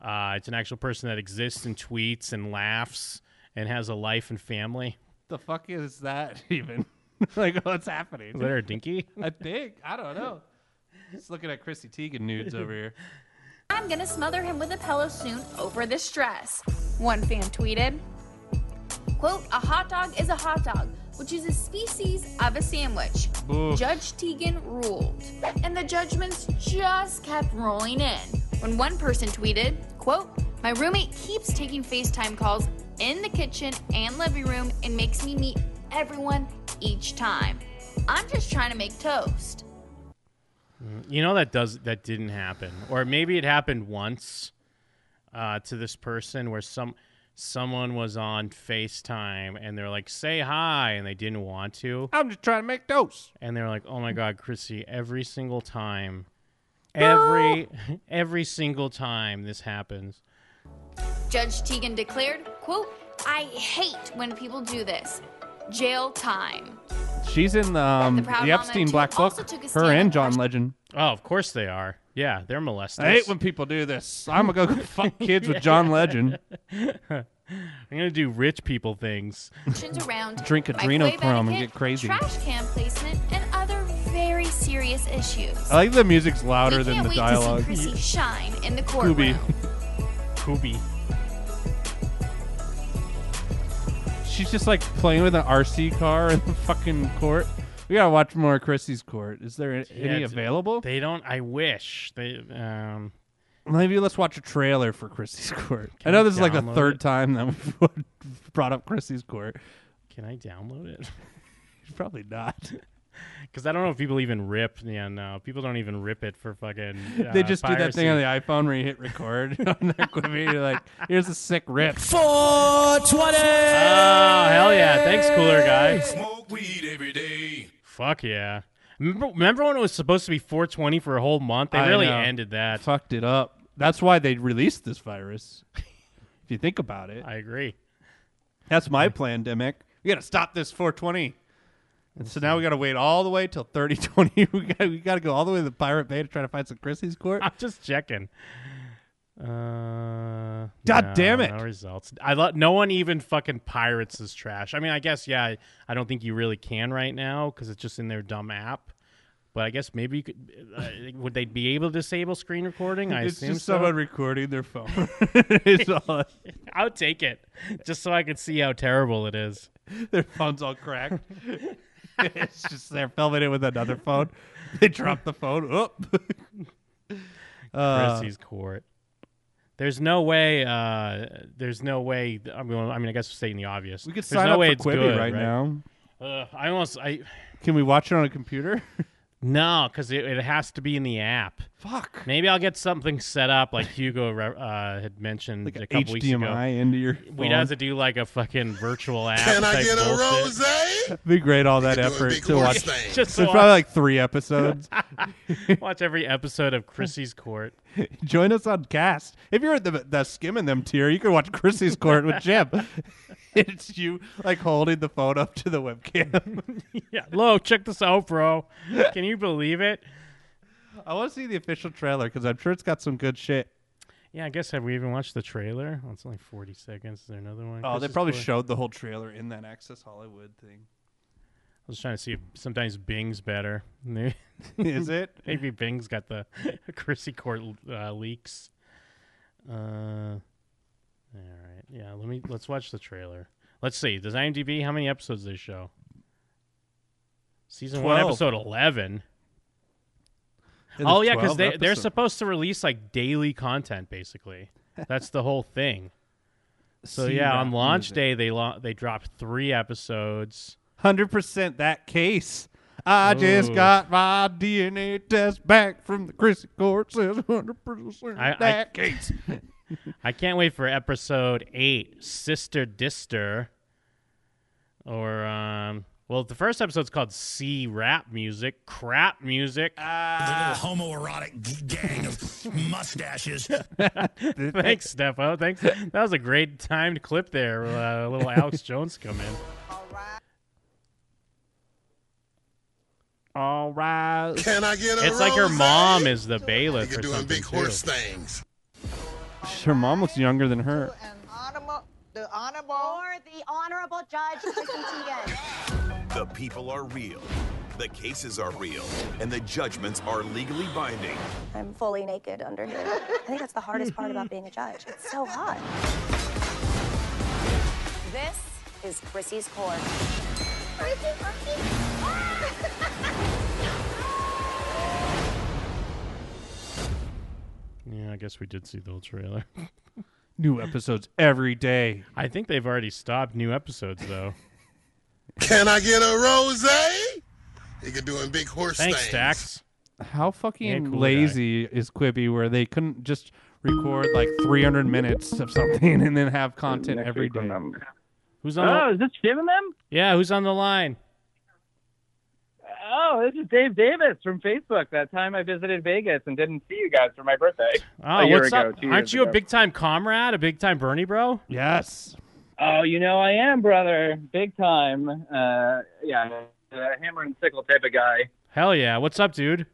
[SPEAKER 8] Uh, it's an actual person that exists and tweets and laughs and has a life and family.
[SPEAKER 15] the fuck is that even? like, what's happening?
[SPEAKER 8] Is that her dinky?
[SPEAKER 15] I think. I don't know. Just looking at Chrissy Teigen nudes over here.
[SPEAKER 18] I'm gonna smother him with a pillow soon over this stress. One fan tweeted, quote, a hot dog is a hot dog, which is a species of a sandwich.
[SPEAKER 15] Boo.
[SPEAKER 18] Judge Teagan ruled. And the judgments just kept rolling in. When one person tweeted, quote, my roommate keeps taking FaceTime calls in the kitchen and living room and makes me meet everyone each time. I'm just trying to make toast.
[SPEAKER 8] You know that does that didn't happen, or maybe it happened once uh, to this person where some someone was on Facetime and they're like, "Say hi," and they didn't want to.
[SPEAKER 15] I'm just trying to make toast.
[SPEAKER 8] and they were like, "Oh my god, Chrissy! Every single time, every every single time this happens."
[SPEAKER 18] Judge Teagan declared, quote, I hate when people do this. Jail time.
[SPEAKER 15] She's in the, um,
[SPEAKER 18] The
[SPEAKER 15] the,
[SPEAKER 18] Proud Mama
[SPEAKER 15] Epstein
[SPEAKER 18] too
[SPEAKER 15] Black Book.
[SPEAKER 18] also took a stand
[SPEAKER 15] Her
[SPEAKER 18] on
[SPEAKER 15] and John Legend.
[SPEAKER 8] Oh, of course they are. Yeah, they're molesters.
[SPEAKER 15] I hate when people do this. I'm gonna go fuck kids with John Legend.
[SPEAKER 8] I'm gonna do rich people things.
[SPEAKER 18] Actions around
[SPEAKER 8] Drink
[SPEAKER 18] microwave
[SPEAKER 15] adrenochrome and
[SPEAKER 18] etiquette,
[SPEAKER 15] get crazy.
[SPEAKER 18] Trash can placement and other very serious issues.
[SPEAKER 15] I like the music's louder
[SPEAKER 18] we
[SPEAKER 15] than
[SPEAKER 18] can't
[SPEAKER 15] the
[SPEAKER 18] wait
[SPEAKER 15] dialogue.
[SPEAKER 18] to see Chrissy shine in the courtroom.
[SPEAKER 15] Kubi.
[SPEAKER 8] Kubi.
[SPEAKER 15] She's just like playing with an RC car in the fucking court. We gotta watch more of Chrissy's court. Is there any
[SPEAKER 8] Yeah,
[SPEAKER 15] available?
[SPEAKER 8] They don't. I wish they. Um,
[SPEAKER 15] Maybe let's watch a trailer for Chrissy's court. I know this is like the
[SPEAKER 8] download
[SPEAKER 15] third
[SPEAKER 8] it?
[SPEAKER 15] time that we've brought up Chrissy's court.
[SPEAKER 8] can I download it?
[SPEAKER 15] Probably not.
[SPEAKER 8] Because I don't know if people even rip. Yeah, no, people don't even rip it for fucking.
[SPEAKER 15] they
[SPEAKER 8] uh,
[SPEAKER 15] just do that thing on
[SPEAKER 8] piracy.
[SPEAKER 15] the iPhone where you hit record on their Quibi. You're like, here's a sick rip.
[SPEAKER 4] 420.
[SPEAKER 8] Oh hell yeah! Thanks, cooler guy. Fuck yeah! Remember, remember when it was supposed to be 420 for a whole month? They
[SPEAKER 15] I
[SPEAKER 8] really
[SPEAKER 15] know.
[SPEAKER 8] ended that.
[SPEAKER 15] Fucked it up. That's why they released this virus. if you think about it,
[SPEAKER 8] I agree.
[SPEAKER 15] that's my pandemic. We got to stop this 420. And so now we got to wait all the way till 3020. we got we got to go all the way to the Pirate Bay to try to find some Chrissy's court.
[SPEAKER 8] I'm just checking. Uh,
[SPEAKER 15] God
[SPEAKER 8] no,
[SPEAKER 15] damn it.
[SPEAKER 8] No results. I lo- no one even fucking pirates this trash. I mean, I guess yeah. I, I don't think you really can right now because it's just in their dumb app. But I guess maybe you could. Uh, would they be able to disable screen recording? I
[SPEAKER 15] it's
[SPEAKER 8] assume
[SPEAKER 15] just
[SPEAKER 8] so.
[SPEAKER 15] someone recording their phone. it's all,
[SPEAKER 8] I'll take it just so I could see how terrible it is.
[SPEAKER 15] their phone's all cracked. it's just they're filming it with another phone. They drop the phone. Oop. Uh,
[SPEAKER 8] Chrissy's court. There's no way. Uh, there's no way. I mean, I mean, I guess we're stating the obvious.
[SPEAKER 15] we could
[SPEAKER 8] there's
[SPEAKER 15] sign
[SPEAKER 8] no
[SPEAKER 15] up
[SPEAKER 8] way
[SPEAKER 15] for
[SPEAKER 8] it's
[SPEAKER 15] Quibi
[SPEAKER 8] good,
[SPEAKER 15] right now.
[SPEAKER 8] Ugh, I almost. I
[SPEAKER 15] Can we watch it on a computer?
[SPEAKER 8] no, because it, it has to be in the app.
[SPEAKER 15] Fuck.
[SPEAKER 8] Maybe I'll get something set up like Hugo re- uh, had mentioned a couple weeks ago.
[SPEAKER 15] HDMI into your
[SPEAKER 8] We'd
[SPEAKER 15] phone.
[SPEAKER 8] have to do like a fucking virtual app.
[SPEAKER 11] Can I
[SPEAKER 8] type
[SPEAKER 11] get a
[SPEAKER 8] bullshit.
[SPEAKER 15] It'd be great. All that effort
[SPEAKER 8] big
[SPEAKER 15] to
[SPEAKER 8] horse
[SPEAKER 15] watch.
[SPEAKER 8] thing.
[SPEAKER 15] Just
[SPEAKER 8] Just
[SPEAKER 15] There's
[SPEAKER 8] watch.
[SPEAKER 15] probably like three episodes.
[SPEAKER 8] Watch every episode of Chrissy's Court.
[SPEAKER 15] Join us on cast. If you're at the, the skimming them tier, you can watch Chrissy's court with Jim. it's you like holding the phone up to the webcam.
[SPEAKER 8] yeah. Lo, check this out, bro. Can you believe it?
[SPEAKER 15] I want to see the official trailer because I'm sure it's got some good shit.
[SPEAKER 8] Yeah, I guess have we even watched the trailer? Well, it's only forty seconds. Is there another one?
[SPEAKER 15] Oh, they
[SPEAKER 8] Chris's
[SPEAKER 15] probably
[SPEAKER 8] Court?
[SPEAKER 15] showed the whole trailer in that Access Hollywood thing.
[SPEAKER 8] I was trying to see if sometimes Bing's better. Maybe-
[SPEAKER 15] Is it?
[SPEAKER 8] Maybe Bing's got the Chrissy Court uh, leaks. Uh, all right. Yeah. Let me. Let's watch the trailer. Let's see. Does IMDb how many episodes they show? Season one,
[SPEAKER 15] Twelve.
[SPEAKER 8] episode eleven.
[SPEAKER 15] Yeah,
[SPEAKER 8] oh
[SPEAKER 15] there's
[SPEAKER 8] yeah, because
[SPEAKER 15] 12
[SPEAKER 8] they they're
[SPEAKER 15] episodes.
[SPEAKER 8] supposed to release like daily content basically. That's the whole thing. So
[SPEAKER 15] See
[SPEAKER 8] yeah, on
[SPEAKER 15] rap
[SPEAKER 8] launch
[SPEAKER 15] music.
[SPEAKER 8] day they lo- they dropped three episodes.
[SPEAKER 15] Hundred percent that case. I just
[SPEAKER 8] Ooh.
[SPEAKER 15] got my DNA test back from the Chrissy court. Says hundred percent
[SPEAKER 8] I- I-
[SPEAKER 15] that case.
[SPEAKER 8] I can't wait for episode eight, Sister Dister. Or um well the first episode's called C Rap Music, Crap Music.
[SPEAKER 15] Ah,
[SPEAKER 11] The little homoerotic g- gang of mustaches.
[SPEAKER 8] Thanks, Stefo. Thanks. That was a great timed clip there. Uh, little Alex Jones come in.
[SPEAKER 15] All right.
[SPEAKER 11] Can I get a
[SPEAKER 8] It's like her
[SPEAKER 11] rose?
[SPEAKER 8] mom is the bailiff or
[SPEAKER 11] You're doing
[SPEAKER 8] something.
[SPEAKER 11] big horse
[SPEAKER 8] too.
[SPEAKER 11] things.
[SPEAKER 15] Her mom looks younger than her.
[SPEAKER 13] Honorable, the honorable. Or the honorable judge, Kristen Teigen.
[SPEAKER 16] The people are real, the cases are real, and the judgments are legally binding.
[SPEAKER 17] I'm fully naked under here. I think that's the hardest part about being a judge. It's so hot.
[SPEAKER 13] This is Chrissy's court.
[SPEAKER 8] Yeah, I guess we did see the whole trailer.
[SPEAKER 15] New episodes every day.
[SPEAKER 8] I think they've already stopped new episodes though.
[SPEAKER 11] Can I get a rose? You're doing big horse
[SPEAKER 8] Thanks,
[SPEAKER 11] things.
[SPEAKER 8] Dax.
[SPEAKER 15] How fucking
[SPEAKER 8] cool guy.
[SPEAKER 15] lazy is Quibi where they couldn't just record like 300 minutes of something and then have content every day?
[SPEAKER 8] Who's on
[SPEAKER 19] Oh,
[SPEAKER 8] the
[SPEAKER 19] is this Jim and them?
[SPEAKER 8] Yeah, who's on the line?
[SPEAKER 19] Oh, this is Dave Davis from Facebook. That time I visited Vegas and didn't see you guys for my birthday.
[SPEAKER 8] Oh,
[SPEAKER 19] a year
[SPEAKER 8] what's
[SPEAKER 19] ago,
[SPEAKER 8] up?
[SPEAKER 19] two years
[SPEAKER 8] Aren't you
[SPEAKER 19] ago.
[SPEAKER 8] a big time comrade, a big time Bernie bro?
[SPEAKER 15] Yes.
[SPEAKER 19] Oh, you know I am, brother. Big time. Uh, yeah, uh, hammer and sickle type of guy.
[SPEAKER 8] Hell yeah. What's up, dude?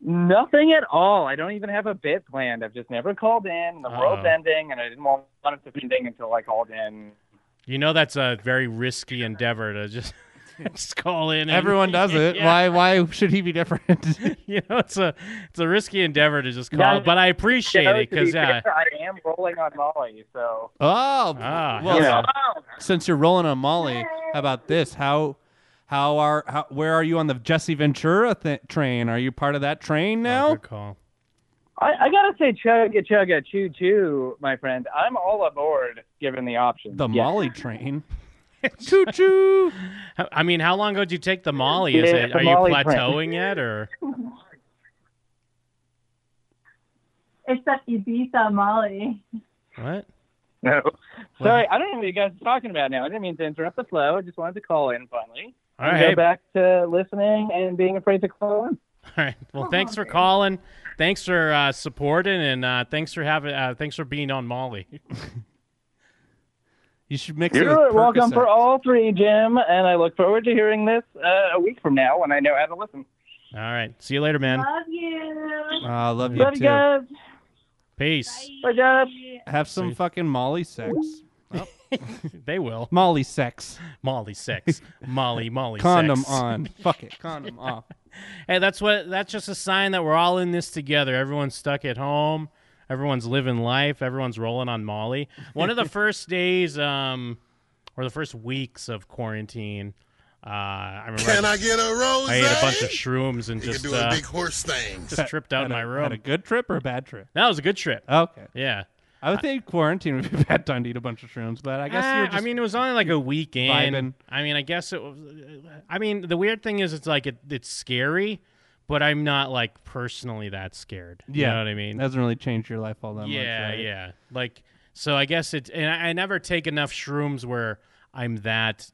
[SPEAKER 19] Nothing at all. I don't even have a bit planned. I've just never called in. The world's
[SPEAKER 8] Uh-oh.
[SPEAKER 19] ending, and I didn't want it to be ending until I called in.
[SPEAKER 8] You know that's a very risky endeavor to just just call in. and-
[SPEAKER 15] Everyone does it. Why why should he be different?
[SPEAKER 8] You know it's a it's a risky endeavor to just call,
[SPEAKER 19] Yeah.
[SPEAKER 8] but I appreciate
[SPEAKER 19] You know,
[SPEAKER 8] it
[SPEAKER 19] to be
[SPEAKER 8] because uh, yeah.
[SPEAKER 19] fair, I am rolling on Molly, so.
[SPEAKER 15] Oh,
[SPEAKER 8] Ah,
[SPEAKER 15] well,
[SPEAKER 8] yeah.
[SPEAKER 15] since you're rolling on Molly, how about this? How how are how, where are you on the Jesse Ventura th- train? Are you part of that train now? good
[SPEAKER 8] call.
[SPEAKER 19] I, I gotta say, chugga chugga choo choo, my friend. I'm all aboard given the option.
[SPEAKER 15] The Molly train.
[SPEAKER 8] Choo choo. I mean, how long ago did you take the Molly? Is
[SPEAKER 19] Yeah,
[SPEAKER 8] it
[SPEAKER 19] the
[SPEAKER 8] are you
[SPEAKER 19] Molly print.
[SPEAKER 8] plateauing yet or
[SPEAKER 20] It's the Ibiza Molly.
[SPEAKER 8] what?
[SPEAKER 19] No. Sorry, I don't know what you guys are talking about now. I didn't mean to interrupt the flow. I just wanted to call in finally.
[SPEAKER 8] All
[SPEAKER 19] And
[SPEAKER 8] right,
[SPEAKER 19] Go
[SPEAKER 8] hey.
[SPEAKER 19] back to listening and being afraid to call in.
[SPEAKER 8] All right. Well, thanks for calling. Thanks for uh, supporting, and uh, thanks for having. Uh, thanks for being on Molly.
[SPEAKER 15] you should mix
[SPEAKER 19] You're welcome for all three, Jim, and I look forward to hearing this uh, a week from now when I know how to listen.
[SPEAKER 8] All right. See you later, man.
[SPEAKER 20] Love you.
[SPEAKER 15] Ah, I love you
[SPEAKER 19] Love
[SPEAKER 15] too.
[SPEAKER 19] you guys.
[SPEAKER 8] Peace.
[SPEAKER 19] Bye, Jeff.
[SPEAKER 15] Have some fucking Molly sex. Oh.
[SPEAKER 8] they will.
[SPEAKER 15] Molly sex.
[SPEAKER 8] Molly sex. Molly Molly
[SPEAKER 15] Condom
[SPEAKER 8] sex.
[SPEAKER 15] on. Fuck it. Condom off.
[SPEAKER 8] Hey, that's what. That's just a sign that we're all in this together. Everyone's stuck at home. Everyone's living life. Everyone's rolling on Molly. One of the first days, um, or the first weeks of quarantine, uh, I remember.
[SPEAKER 11] Can I get a rose?
[SPEAKER 8] I ate a bunch of shrooms and
[SPEAKER 11] You're
[SPEAKER 8] just
[SPEAKER 11] doing
[SPEAKER 8] uh,
[SPEAKER 11] big horse things.
[SPEAKER 8] Just tripped
[SPEAKER 15] Had
[SPEAKER 8] out in my
[SPEAKER 15] a-
[SPEAKER 8] room.
[SPEAKER 15] Had a good Oh. trip or a bad trip?
[SPEAKER 8] That was a good trip.
[SPEAKER 15] Okay.
[SPEAKER 8] Yeah.
[SPEAKER 15] I would think quarantine would be a bad time to eat a bunch of shrooms, but I guess
[SPEAKER 8] Ah,
[SPEAKER 15] you're just
[SPEAKER 8] I mean, it was only like a weekend.
[SPEAKER 15] vibing.
[SPEAKER 8] I mean, I guess it was. I mean, the weird thing is, it's like it, it's scary, but I'm not like personally that scared. You
[SPEAKER 15] Yeah.
[SPEAKER 8] know what I mean?
[SPEAKER 15] Doesn't really change your life all that much.
[SPEAKER 8] yeah,
[SPEAKER 15] right?
[SPEAKER 8] yeah. Like, so I guess it. And I, I never take enough shrooms where I'm that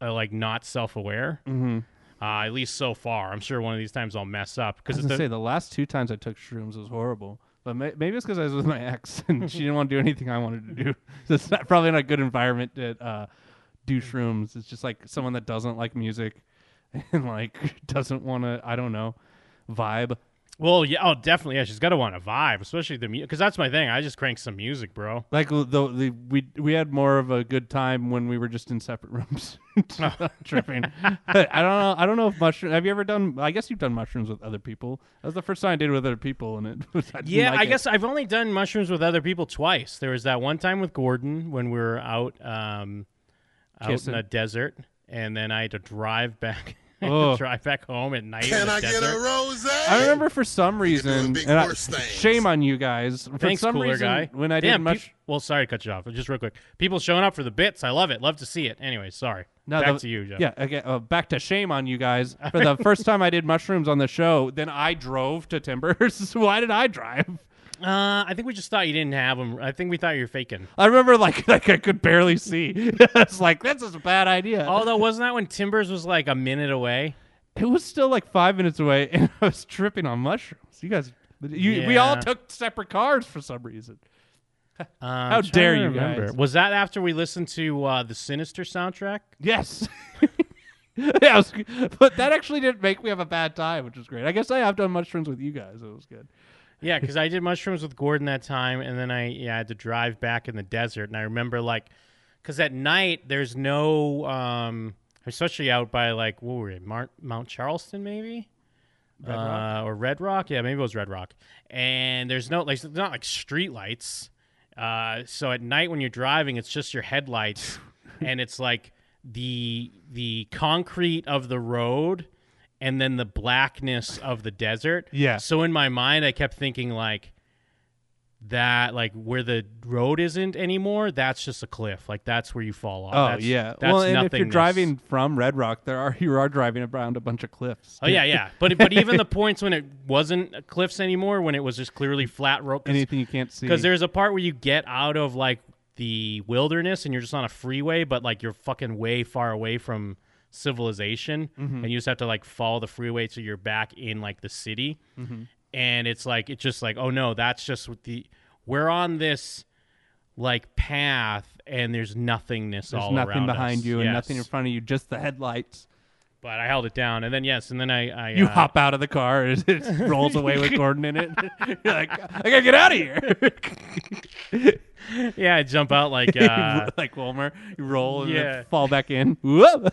[SPEAKER 8] uh, like not self-aware.
[SPEAKER 15] Mhm.
[SPEAKER 8] Uh, at least so far. I'm sure one of these times I'll mess up
[SPEAKER 15] I was
[SPEAKER 8] because
[SPEAKER 15] gonna say the last two times I took shrooms was horrible, but may- maybe it's because I was with my ex and she didn't want to do anything I wanted to do. So it's not, probably not a good environment to uh, do shrooms. It's just like someone that doesn't like music and like doesn't want to. I don't know, vibe.
[SPEAKER 8] Well, yeah, oh, definitely. Yeah, she's got to want to vibe, especially the music. Because that's my thing. I just crank some music, bro.
[SPEAKER 15] Like the, the we we had more of a good time when we were just in separate rooms tripping. But I don't know. I don't know if mushroom. Have you ever done? I guess you've done mushrooms with other people. That was the first time I did with other people, and it. Was, I didn't
[SPEAKER 8] Yeah,
[SPEAKER 15] like
[SPEAKER 8] I
[SPEAKER 15] it.
[SPEAKER 8] guess I've only done mushrooms with other people twice. There was that one time with Gordon when we were out, um, out in
[SPEAKER 15] Kissing.
[SPEAKER 8] the desert, and then I had to drive back,
[SPEAKER 15] Ugh.
[SPEAKER 8] drive back home at night. in
[SPEAKER 11] Can
[SPEAKER 8] the
[SPEAKER 11] I get a
[SPEAKER 8] desert.
[SPEAKER 11] rose?
[SPEAKER 15] I remember for some reason, and I,
[SPEAKER 11] horse things.
[SPEAKER 15] shame on you guys. For
[SPEAKER 8] Thanks,
[SPEAKER 15] some
[SPEAKER 8] cooler
[SPEAKER 15] reason,
[SPEAKER 8] guy.
[SPEAKER 15] when I
[SPEAKER 8] Damn,
[SPEAKER 15] did mush,
[SPEAKER 8] peop- well, sorry to cut you off. but Just real quick, people showing up for the bits. I love it. Love to see it. Anyway, sorry.
[SPEAKER 15] No,
[SPEAKER 8] back
[SPEAKER 15] the-
[SPEAKER 8] to you, Jeff.
[SPEAKER 15] Yeah, okay, uh, back to shame on you guys. For the first time I did mushrooms on the show, then I drove to Timbers. Why did I drive?
[SPEAKER 8] Uh, I think we just thought you didn't have them. I think we thought you were faking.
[SPEAKER 15] I remember like like I could barely see. It's like this is a bad idea.
[SPEAKER 8] Although, wasn't that when Timbers was like a minute away?
[SPEAKER 15] It was still like five minutes away, and I was tripping on mushrooms. You guys, you, we all
[SPEAKER 8] Yeah.
[SPEAKER 15] took separate cars for some reason.
[SPEAKER 8] Um,
[SPEAKER 15] How
[SPEAKER 8] trying
[SPEAKER 15] dare
[SPEAKER 8] to
[SPEAKER 15] you
[SPEAKER 8] remember.
[SPEAKER 15] guys.
[SPEAKER 8] Was that after we listened to uh, the Sinister soundtrack?
[SPEAKER 15] Yes. yeah, I was, but that actually didn't make me have a bad time, which is great. I guess I have done mushrooms with you guys. It was good.
[SPEAKER 8] Yeah, because I did mushrooms with Gordon that time, and then I yeah I had to drive back in the desert, and I remember like, because at night there's no um especially out by like what were it Mar- Mount Charleston maybe.
[SPEAKER 15] Red
[SPEAKER 8] uh,
[SPEAKER 15] Rock?
[SPEAKER 8] or Red Rock, yeah, maybe it was Red Rock. And there's no like, not like street lights. Uh, so at night when you're driving, it's just your headlights, and it's like the the concrete of the road, and then the blackness of the desert.
[SPEAKER 15] Yeah.
[SPEAKER 8] So in my mind, I kept thinking like that, like where the road isn't anymore. That's just a cliff. Like that's where you fall off.
[SPEAKER 15] Oh
[SPEAKER 8] that's,
[SPEAKER 15] yeah.
[SPEAKER 8] That's
[SPEAKER 15] well, and if
[SPEAKER 8] nothingness.
[SPEAKER 15] you're driving from Red Rock, there are you are driving around a bunch of cliffs.
[SPEAKER 8] Oh yeah, yeah. But but even the points when it wasn't cliffs anymore, when it was just clearly flat road.
[SPEAKER 15] Anything you can't see.
[SPEAKER 8] Because there's a part where you get out of like the wilderness and you're just on a freeway, but like you're fucking way far away from civilization,
[SPEAKER 15] Mhm.
[SPEAKER 8] and you just have to like follow the freeway till you're back in like the city.
[SPEAKER 15] Mhm.
[SPEAKER 8] And it's like it's just like oh no, that's just what the we're on this like path and there's nothingness
[SPEAKER 15] There's
[SPEAKER 8] all
[SPEAKER 15] nothing
[SPEAKER 8] around
[SPEAKER 15] behind
[SPEAKER 8] us.
[SPEAKER 15] you and
[SPEAKER 8] Yes.
[SPEAKER 15] nothing in front of you, just the headlights.
[SPEAKER 8] But I held it down, and then yes, and then I, I
[SPEAKER 15] You
[SPEAKER 8] uh,
[SPEAKER 15] hop out of the car and it rolls away with Gordon in it. You're like, I gotta get out of here.
[SPEAKER 8] yeah, I jump out like uh,
[SPEAKER 15] like Wilmer, you roll and
[SPEAKER 8] Yeah.
[SPEAKER 15] then fall back in. Whoop.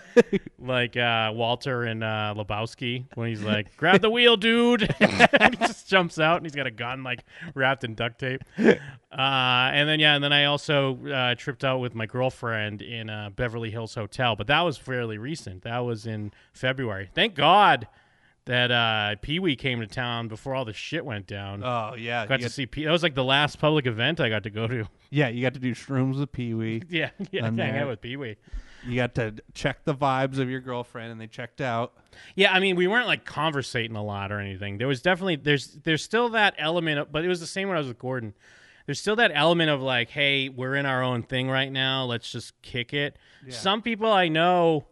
[SPEAKER 8] like uh, Walter and uh, Lebowski when he's like, "Grab the wheel, dude!" and he just jumps out and he's got a gun like wrapped in duct tape. Uh, and then yeah, and then I also uh, tripped out with my girlfriend in a Beverly Hills hotel, but that was fairly recent. That was in February. Thank God that uh, Pee Wee came to town before all the shit went down.
[SPEAKER 15] Oh, yeah,
[SPEAKER 8] got
[SPEAKER 15] you
[SPEAKER 8] to
[SPEAKER 15] got-
[SPEAKER 8] see Pee. That was like the last public event I got to go to.
[SPEAKER 15] Yeah, you got to do shrooms with Pee Wee.
[SPEAKER 8] Yeah, yeah,
[SPEAKER 15] And
[SPEAKER 8] hang out
[SPEAKER 15] there-
[SPEAKER 8] with Pee Wee.
[SPEAKER 15] You got to check the vibes of your girlfriend, and they checked out.
[SPEAKER 8] Yeah, I mean, we weren't like conversating a lot or anything. There was definitely there's there's still that element, of, but it was the same when I was with Gordon. There's still that element of like, hey, we're in our own thing right now. Let's just kick it. Some people I know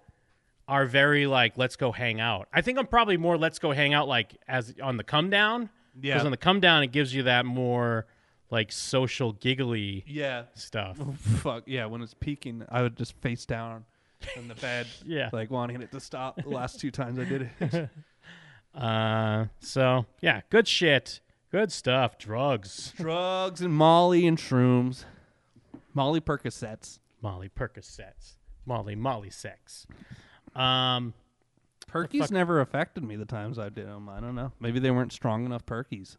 [SPEAKER 8] are very like, let's go hang out. I think I'm probably more let's go hang out like as on the come down.
[SPEAKER 15] Yeah.
[SPEAKER 8] Because on the come down, it gives you that more like social giggly
[SPEAKER 15] Yeah.
[SPEAKER 8] stuff.
[SPEAKER 15] Oh, fuck yeah! When it's peaking, I would just face down on the bed.
[SPEAKER 8] Yeah.
[SPEAKER 15] like wanting it to stop. The last two times I did it.
[SPEAKER 8] Uh, so yeah, good shit, good stuff. Drugs.
[SPEAKER 15] drugs and Molly and shrooms. Molly Percocets.
[SPEAKER 8] Molly Percocets. Molly Molly sex. Um,
[SPEAKER 15] Perkies
[SPEAKER 8] fuck-
[SPEAKER 15] never affected me the times I did them. I don't know. Maybe they weren't strong enough perkies.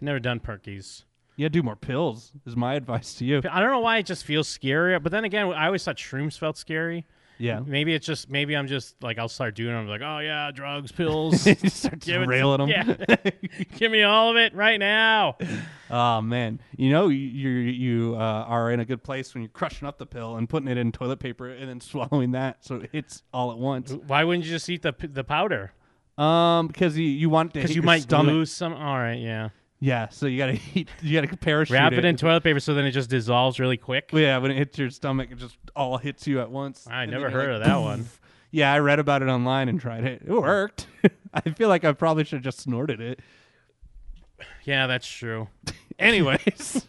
[SPEAKER 8] Never done perkies.
[SPEAKER 15] Yeah, do more pills is my advice to you.
[SPEAKER 8] I don't know why it just feels scary, but then again, I always thought shrooms felt scary.
[SPEAKER 15] Yeah.
[SPEAKER 8] Maybe it's just maybe I'm just like I'll start doing them like oh yeah drugs pills
[SPEAKER 15] You start
[SPEAKER 8] Give it-
[SPEAKER 15] railing 'em.
[SPEAKER 8] yeah. give me all of it right now
[SPEAKER 15] Oh man, you know you you uh, are in a good place when you're crushing up the pill and putting it in toilet paper and then swallowing that, so it's all at once.
[SPEAKER 8] why wouldn't you just eat the the powder
[SPEAKER 15] Um, because you, you want to
[SPEAKER 8] Because
[SPEAKER 15] hit
[SPEAKER 8] you
[SPEAKER 15] your
[SPEAKER 8] might
[SPEAKER 15] stomach.
[SPEAKER 8] lose some. All right, yeah.
[SPEAKER 15] Yeah, so you gotta heat, you gotta parachute
[SPEAKER 8] Wrap
[SPEAKER 15] it.
[SPEAKER 8] it in toilet paper so then it just dissolves really quick.
[SPEAKER 15] Yeah, when it hits your stomach, it just all hits you at once.
[SPEAKER 8] I
[SPEAKER 15] And
[SPEAKER 8] never
[SPEAKER 15] then you're
[SPEAKER 8] heard
[SPEAKER 15] like,
[SPEAKER 8] of that one.
[SPEAKER 15] Yeah, I read about it online and tried it. It worked. I feel like I probably should have just snorted it.
[SPEAKER 8] Yeah, that's true.
[SPEAKER 15] Anyways,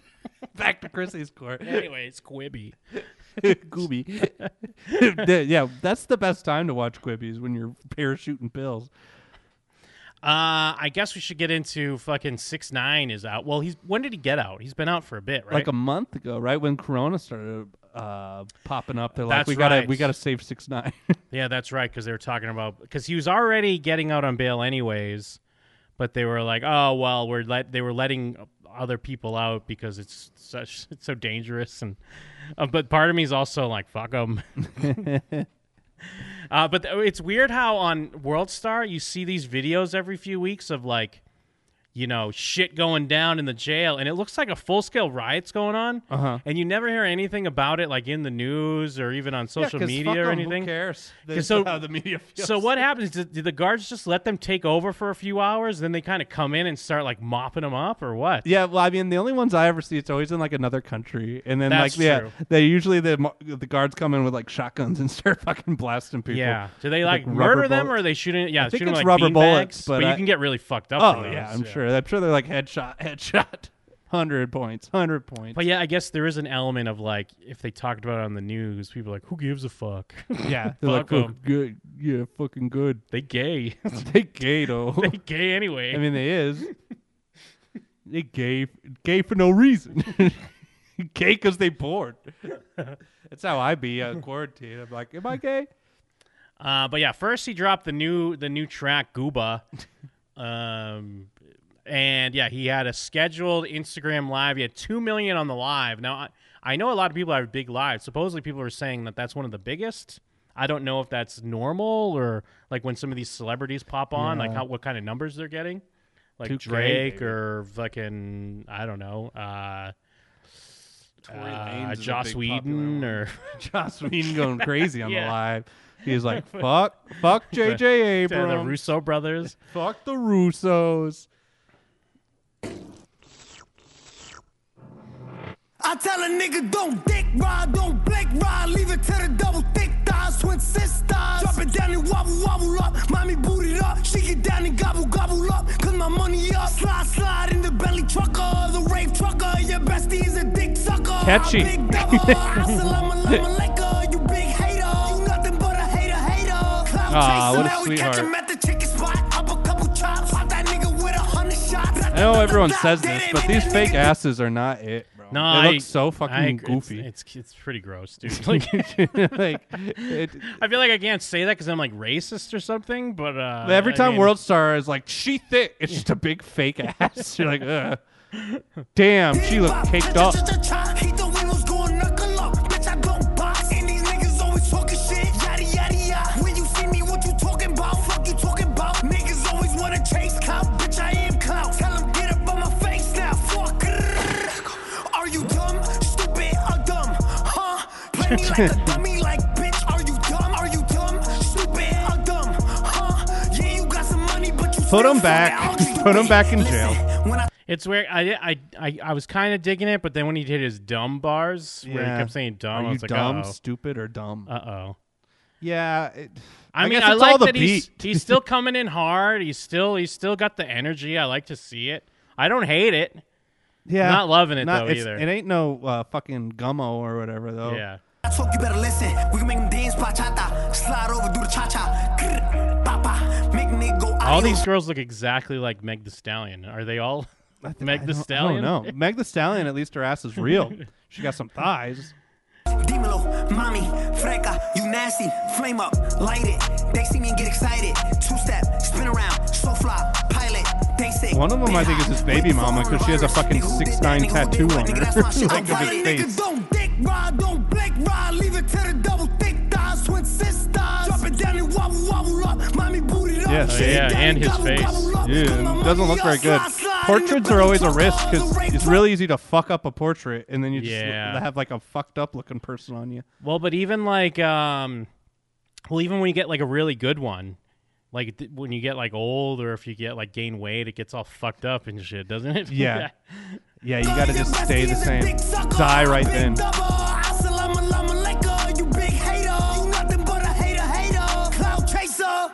[SPEAKER 15] back to Chrissy's court.
[SPEAKER 8] Anyways, Quibby.
[SPEAKER 15] Gooby. Th- yeah, that's the best time to watch Quibbies when you're parachuting pills.
[SPEAKER 8] Uh, I guess we should get into fucking six nine is out. Well, he's when did he get out? He's been out for a bit, right?
[SPEAKER 15] Like a month ago, right when Corona started uh, popping up, they're like,
[SPEAKER 8] That's
[SPEAKER 15] "We gotta,
[SPEAKER 8] right.
[SPEAKER 15] we gotta save six nine.
[SPEAKER 8] yeah, that's right. Because they were talking about because he was already getting out on bail anyways, but they were like, oh well, we're let they were letting other people out because it's such it's so dangerous and uh, but part of me is also like fuck them. uh, but th- it's weird how on World Star you see these videos every few weeks of like. You know, shit going down in the jail, and it looks like a full scale riot's going on.
[SPEAKER 15] Uh-huh.
[SPEAKER 8] And you never hear anything about it, like in the news or even on social
[SPEAKER 15] 'cause
[SPEAKER 8] media
[SPEAKER 15] fuck
[SPEAKER 8] or
[SPEAKER 15] 'em, who
[SPEAKER 8] anything.
[SPEAKER 15] cares?
[SPEAKER 8] 'Cause
[SPEAKER 15] That's
[SPEAKER 8] so,
[SPEAKER 15] how the media feels.
[SPEAKER 8] So what happens? Do, do the guards just let them take over for a few hours, then they kind of come in and start like mopping them up, or what?
[SPEAKER 15] Yeah, well, I mean, the only ones I ever see, it's always in like another country, and then
[SPEAKER 8] That's
[SPEAKER 15] like yeah,
[SPEAKER 8] true.
[SPEAKER 15] they usually the mo- the guards come in with like shotguns and start fucking blasting people.
[SPEAKER 8] Yeah. Do they
[SPEAKER 15] With,
[SPEAKER 8] like,
[SPEAKER 15] rubber
[SPEAKER 8] murder them,
[SPEAKER 15] bullets.
[SPEAKER 8] or are they shooting? Yeah,
[SPEAKER 15] I think
[SPEAKER 8] shooting
[SPEAKER 15] it's
[SPEAKER 8] like
[SPEAKER 15] rubber
[SPEAKER 8] bean
[SPEAKER 15] bullets,
[SPEAKER 8] bags,
[SPEAKER 15] but, I-
[SPEAKER 8] you can get really fucked up.
[SPEAKER 15] Oh
[SPEAKER 8] for
[SPEAKER 15] yeah,
[SPEAKER 8] those,
[SPEAKER 15] I'm sure. I'm sure they're like headshot, headshot, hundred points, hundred points.
[SPEAKER 8] But yeah, I guess there is an element of like if they talked about it on the news, people are like, who gives a fuck?
[SPEAKER 15] Yeah, they're like
[SPEAKER 8] fuck
[SPEAKER 15] "Oh,
[SPEAKER 8] 'em.
[SPEAKER 15] good, yeah, fucking good.
[SPEAKER 8] They gay.
[SPEAKER 15] they gay though.
[SPEAKER 8] They gay anyway.
[SPEAKER 15] I mean, they is. they gay, gay for no reason. gay because they bored. That's how I be uh, quarantine. I'm like, am I gay?
[SPEAKER 8] Uh, but yeah, first he dropped the new the new track Gooba, um, and yeah, he had a scheduled Instagram live. He had two million on the live. Now I, I know a lot of people have big lives. Supposedly, people are saying that that's one of the biggest. I don't know if that's normal or like when some of these celebrities pop on, like
[SPEAKER 15] Yeah.
[SPEAKER 8] how what kind of numbers they're getting, like
[SPEAKER 15] 2K,
[SPEAKER 8] Drake
[SPEAKER 15] baby.
[SPEAKER 8] or fucking I don't know. Uh,
[SPEAKER 15] Tory
[SPEAKER 8] uh,
[SPEAKER 15] Lanez is a
[SPEAKER 8] Joss
[SPEAKER 15] big
[SPEAKER 8] Whedon or
[SPEAKER 15] Joss Whedon going crazy on
[SPEAKER 8] Yeah.
[SPEAKER 15] the live. He's like, fuck, fuck J.J.
[SPEAKER 8] The- the
[SPEAKER 15] Abrams.
[SPEAKER 8] Russo brothers.
[SPEAKER 15] Fuck the Russos.
[SPEAKER 12] I tell a nigga don't dick ride, don't blink ride, leave it to the double thick thighs, switch sisters. Drop it down and wobble, wobble up, mommy booted up, she get down and gobble, gobble up, cause my money up. Slide, slide in the belly trucker, the rave trucker, your bestie is a dick sucker. I
[SPEAKER 15] Catchy.
[SPEAKER 12] Big double, assalamu alaikum, you big hater, you nothing but a hater, hater. Cloud
[SPEAKER 15] Aw,
[SPEAKER 12] chaser,
[SPEAKER 15] what a
[SPEAKER 12] now we catch
[SPEAKER 15] sweetheart.
[SPEAKER 12] him at the chicken spot, up a couple chops, pop that nigga with a hundred shots.
[SPEAKER 15] I know everyone says this, but these fake asses are not it, bro.
[SPEAKER 8] No,
[SPEAKER 15] they
[SPEAKER 8] I-
[SPEAKER 15] look so fucking
[SPEAKER 8] I agree. It's-
[SPEAKER 15] goofy.
[SPEAKER 8] It's, it's pretty gross, dude. Like,
[SPEAKER 15] Like, it-
[SPEAKER 8] I feel like I can't say that because I'm like racist or something. But uh,
[SPEAKER 15] Every
[SPEAKER 8] I
[SPEAKER 15] time
[SPEAKER 8] mean,
[SPEAKER 15] World Star is like, she thick, it's just a big fake ass. You're like, ugh. Damn, she looked caked up.
[SPEAKER 12] He thought we was going knuckle up. Bitch, I don't box. And these niggas always talking shit. Yada, yada, yada. When you see me, what you talking about? Fuck you talking about? Niggas always wanna chase clout. Bitch, I am clout. Tell 'em get up on my face now. Fuck. Are you dumb? Stupid or dumb? Huh? Play me like a dummy, like bitch. Are you dumb? Are you dumb? Stupid or dumb? Huh? Yeah, you got some money, but you
[SPEAKER 15] Put him back. Put him back in jail.
[SPEAKER 8] it's where I I I, I was kind of digging it, but then when he did his dumb bars, where he
[SPEAKER 15] Yeah.
[SPEAKER 8] kept saying dumb,
[SPEAKER 15] Are
[SPEAKER 8] I
[SPEAKER 15] you
[SPEAKER 8] was like,
[SPEAKER 15] dumb,
[SPEAKER 8] uh-oh.
[SPEAKER 15] stupid, or dumb?
[SPEAKER 8] Uh oh.
[SPEAKER 15] Yeah. It,
[SPEAKER 8] I,
[SPEAKER 15] I
[SPEAKER 8] mean,
[SPEAKER 15] guess
[SPEAKER 8] I
[SPEAKER 15] it's
[SPEAKER 8] like
[SPEAKER 15] all the
[SPEAKER 8] that he's
[SPEAKER 15] beat.
[SPEAKER 8] he's still coming in hard. He's still he's still got the energy. I like to see it. I don't hate it.
[SPEAKER 15] Yeah.
[SPEAKER 8] not loving it
[SPEAKER 15] Not-
[SPEAKER 8] though
[SPEAKER 15] it's-
[SPEAKER 8] either.
[SPEAKER 15] It ain't no uh, fucking gummo or whatever, though.
[SPEAKER 8] Yeah.
[SPEAKER 12] I talk, you better listen. We can make them dance bachata. Slide over, do the cha cha. Papa, make nigga go out.
[SPEAKER 8] all these girls look exactly like Meg The Stallion. Are they all Meg The
[SPEAKER 15] I don't
[SPEAKER 8] Stallion?
[SPEAKER 15] know. Meg the Stallion, at least her ass is real. she got some thighs.
[SPEAKER 12] Dímelo, mommy, freca, you nasty. Flame up, light it. They see me and get excited. Two step, spin around, so fly, pilot. They say,
[SPEAKER 15] One of them, I think, is his baby mama because she has a fucking six nine tattoo on her, like of his
[SPEAKER 12] Nigga,
[SPEAKER 15] face.
[SPEAKER 12] don't dick ride, don't blink ride, leave it to the double thick thighs, twin sisters. Drop it down and wobble, wobble up, mommy booted up.
[SPEAKER 15] Yeah,
[SPEAKER 12] Shake it down
[SPEAKER 8] and his
[SPEAKER 12] gobble,
[SPEAKER 8] face.
[SPEAKER 12] gobble up.
[SPEAKER 15] Yeah, doesn't look very good. Portraits are always a risk because it's really easy to fuck up a portrait, and then you just
[SPEAKER 8] Yeah.
[SPEAKER 15] have like a fucked up looking person on you.
[SPEAKER 8] Well, but even like, um, well, even when you get like a really good one, Like th- when you get like old, or if you get like gain weight, it gets all fucked up and shit, doesn't it?
[SPEAKER 15] Yeah. yeah, you gotta just stay the same. Die right then.
[SPEAKER 12] Assalamu alaikum, alaikum, you big hater. You nothing but a hater, hater. Cloud chaser.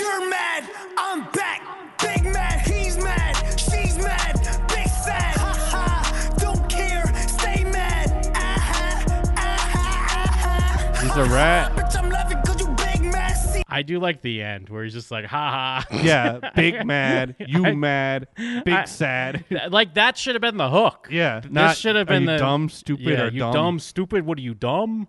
[SPEAKER 12] You're mad, I'm back. Big mad, he's mad, she's mad. Big fat, ha ha. Don't care, stay mad. Ah ha, ah ha, ah ha.
[SPEAKER 15] He's a rat.
[SPEAKER 12] Bitch, I'm loving cause you big mad. See,
[SPEAKER 8] I do like the end where he's just like, ha ha.
[SPEAKER 15] Yeah, big mad, you mad, big
[SPEAKER 8] I-
[SPEAKER 15] sad.
[SPEAKER 8] Th- like that should have been the hook.
[SPEAKER 15] Yeah,
[SPEAKER 8] Th-
[SPEAKER 15] not,
[SPEAKER 8] this should have
[SPEAKER 15] "Are
[SPEAKER 8] been
[SPEAKER 15] you
[SPEAKER 8] the
[SPEAKER 15] dumb, stupid,
[SPEAKER 8] Yeah,
[SPEAKER 15] or
[SPEAKER 8] you
[SPEAKER 15] dumb?"
[SPEAKER 8] stupid. What are you dumb?